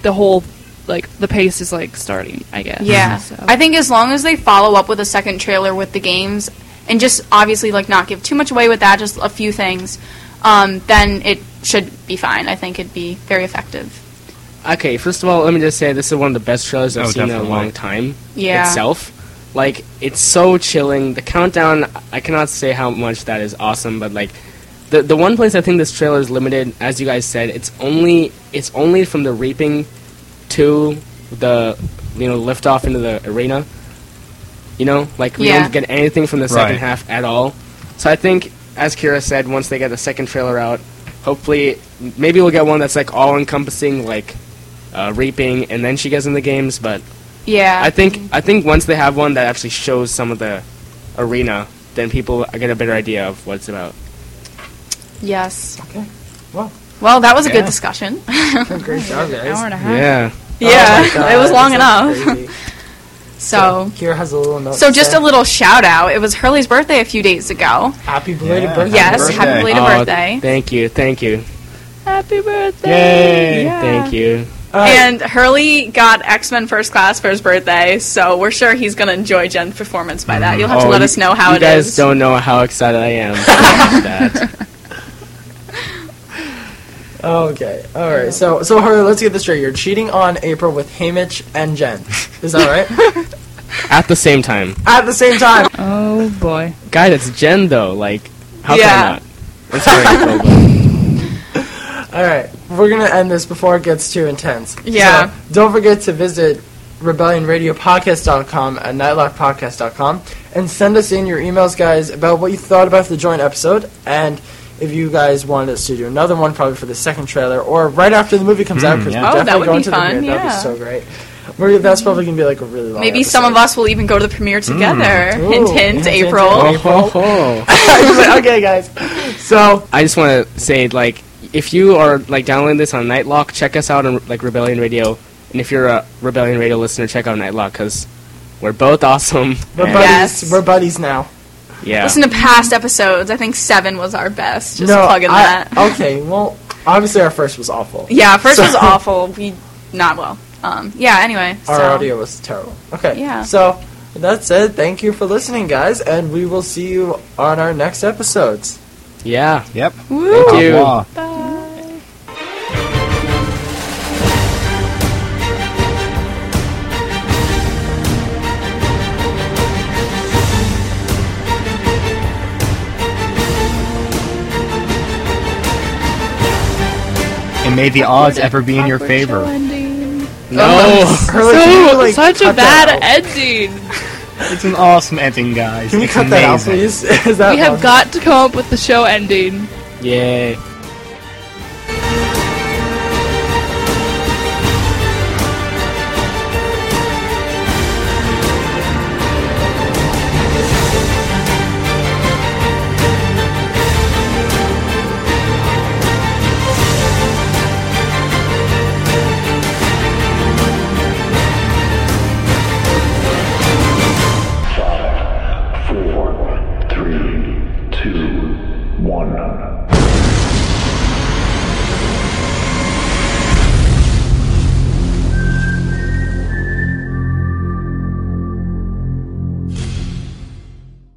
[SPEAKER 10] the whole like the pace is like starting. I guess.
[SPEAKER 5] Yeah.
[SPEAKER 10] So.
[SPEAKER 5] I think as long as they follow up with a second trailer with the games and just obviously like not give too much away with that, just a few things, um, then it should be fine. I think it'd be very effective.
[SPEAKER 1] Okay, first of all, let me just say this is one of the best trailers I've
[SPEAKER 8] Oh,
[SPEAKER 1] seen in a
[SPEAKER 8] definitely.
[SPEAKER 1] long time.
[SPEAKER 5] Yeah.
[SPEAKER 1] Itself. Like, it's so chilling. The countdown, I cannot say how much that is awesome, but like the the one place I think this trailer is limited, as you guys said, it's only it's only from the reaping to the you know, lift off into the arena. You know? Like we
[SPEAKER 5] Yeah.
[SPEAKER 1] don't get anything from the second
[SPEAKER 8] Right.
[SPEAKER 1] half at all. So I think as Kira said, once they get the second trailer out, hopefully maybe we'll get one that's like all encompassing, like uh, reaping, and then she gets in the games. But
[SPEAKER 5] Yeah.
[SPEAKER 1] I think I think once they have one that actually shows some of the arena, then people get a better idea of what it's about.
[SPEAKER 5] Yes. Okay.
[SPEAKER 4] Well.
[SPEAKER 5] Well, that was a
[SPEAKER 1] Yeah.
[SPEAKER 5] good discussion.
[SPEAKER 4] Great job, guys.
[SPEAKER 10] Hour
[SPEAKER 5] Uh-huh.
[SPEAKER 10] and a half.
[SPEAKER 1] Yeah.
[SPEAKER 5] Yeah,
[SPEAKER 4] Oh my
[SPEAKER 5] it was
[SPEAKER 4] God,
[SPEAKER 5] long
[SPEAKER 4] that sounds
[SPEAKER 5] enough.
[SPEAKER 4] crazy.
[SPEAKER 5] So,
[SPEAKER 4] Kira has a little note.
[SPEAKER 5] so
[SPEAKER 4] to
[SPEAKER 5] just
[SPEAKER 4] say.
[SPEAKER 5] a little shout out. It was Hurley's birthday a few days ago.
[SPEAKER 4] happy belated
[SPEAKER 1] Yeah.
[SPEAKER 4] birthday.
[SPEAKER 5] Yes, happy Birthday. belated
[SPEAKER 1] Aw,
[SPEAKER 5] birthday.
[SPEAKER 1] Thank you, thank you,
[SPEAKER 10] Happy birthday!
[SPEAKER 1] yay! Thank you.
[SPEAKER 5] And Hurley got X Men First Class for his birthday, so we're sure he's going to enjoy Jen's performance by that. You'll have to
[SPEAKER 1] Oh,
[SPEAKER 5] let
[SPEAKER 1] you-
[SPEAKER 5] us know how
[SPEAKER 1] you
[SPEAKER 5] it
[SPEAKER 1] guys
[SPEAKER 5] is.
[SPEAKER 1] don't know how excited I am. about that.
[SPEAKER 4] Okay, all right. So, so Harley, let's get this straight. You're cheating on April with Hamish and Jen. Is that right?
[SPEAKER 1] At the same time,
[SPEAKER 4] At the same time.
[SPEAKER 10] Oh boy.
[SPEAKER 1] guys, it's Jen though. Like, how
[SPEAKER 5] Yeah.
[SPEAKER 1] can I not? I'm sorry, April, but-
[SPEAKER 4] All right, we're gonna end this before it gets too intense.
[SPEAKER 5] Yeah.
[SPEAKER 4] So, don't forget to visit rebellionradiopodcast.com and nightlockpodcast.com and send us in your emails, guys, about what you thought about the joint episode and if you guys wanted us to do another one, probably for the second trailer or right after the movie comes out, because
[SPEAKER 5] yeah.
[SPEAKER 4] we're
[SPEAKER 5] Oh, that
[SPEAKER 4] definitely
[SPEAKER 5] would
[SPEAKER 4] going
[SPEAKER 5] be
[SPEAKER 4] to
[SPEAKER 5] fun,
[SPEAKER 4] the premiere. That'd
[SPEAKER 5] yeah.
[SPEAKER 4] be so great. We're, that's probably gonna be like a really long.
[SPEAKER 5] Maybe some of us will even go to the premiere together.
[SPEAKER 4] Ooh,
[SPEAKER 5] hint, hint, April.
[SPEAKER 1] Oh, oh, oh.
[SPEAKER 4] okay, guys. So
[SPEAKER 1] I just want to say, like, if you are like downloading this on Nightlock, check us out on like Rebellion Radio, and if you're a Rebellion Radio listener, check out Nightlock because we're both awesome.
[SPEAKER 4] we're
[SPEAKER 1] and-
[SPEAKER 4] buddies.
[SPEAKER 5] Yes.
[SPEAKER 4] We're buddies now.
[SPEAKER 1] Yeah.
[SPEAKER 5] Listen to past episodes. I think seven was our best. Just
[SPEAKER 4] no,
[SPEAKER 5] plug in
[SPEAKER 4] I-
[SPEAKER 5] that.
[SPEAKER 4] Okay, well, obviously our first was awful.
[SPEAKER 5] Yeah, first
[SPEAKER 4] So-
[SPEAKER 5] was awful. We not well. Um, yeah. Anyway,
[SPEAKER 4] Our
[SPEAKER 5] so.
[SPEAKER 4] audio was terrible. Okay.
[SPEAKER 5] Yeah.
[SPEAKER 4] So that's it. Thank you for listening, guys, and we will see you on our next episodes.
[SPEAKER 1] yeah.
[SPEAKER 8] Yep.
[SPEAKER 1] Thank you.
[SPEAKER 8] Au revoir.
[SPEAKER 5] Bye.
[SPEAKER 8] and may the odds ever be in your favor.
[SPEAKER 5] Oh,
[SPEAKER 8] No,
[SPEAKER 5] that's so, such a bad ending.
[SPEAKER 8] It's an awesome ending, guys.
[SPEAKER 4] Can we
[SPEAKER 8] It's
[SPEAKER 4] cut that out,
[SPEAKER 8] amazing.
[SPEAKER 4] please? Is that
[SPEAKER 5] We have got to come up with the show ending.
[SPEAKER 15] Yay.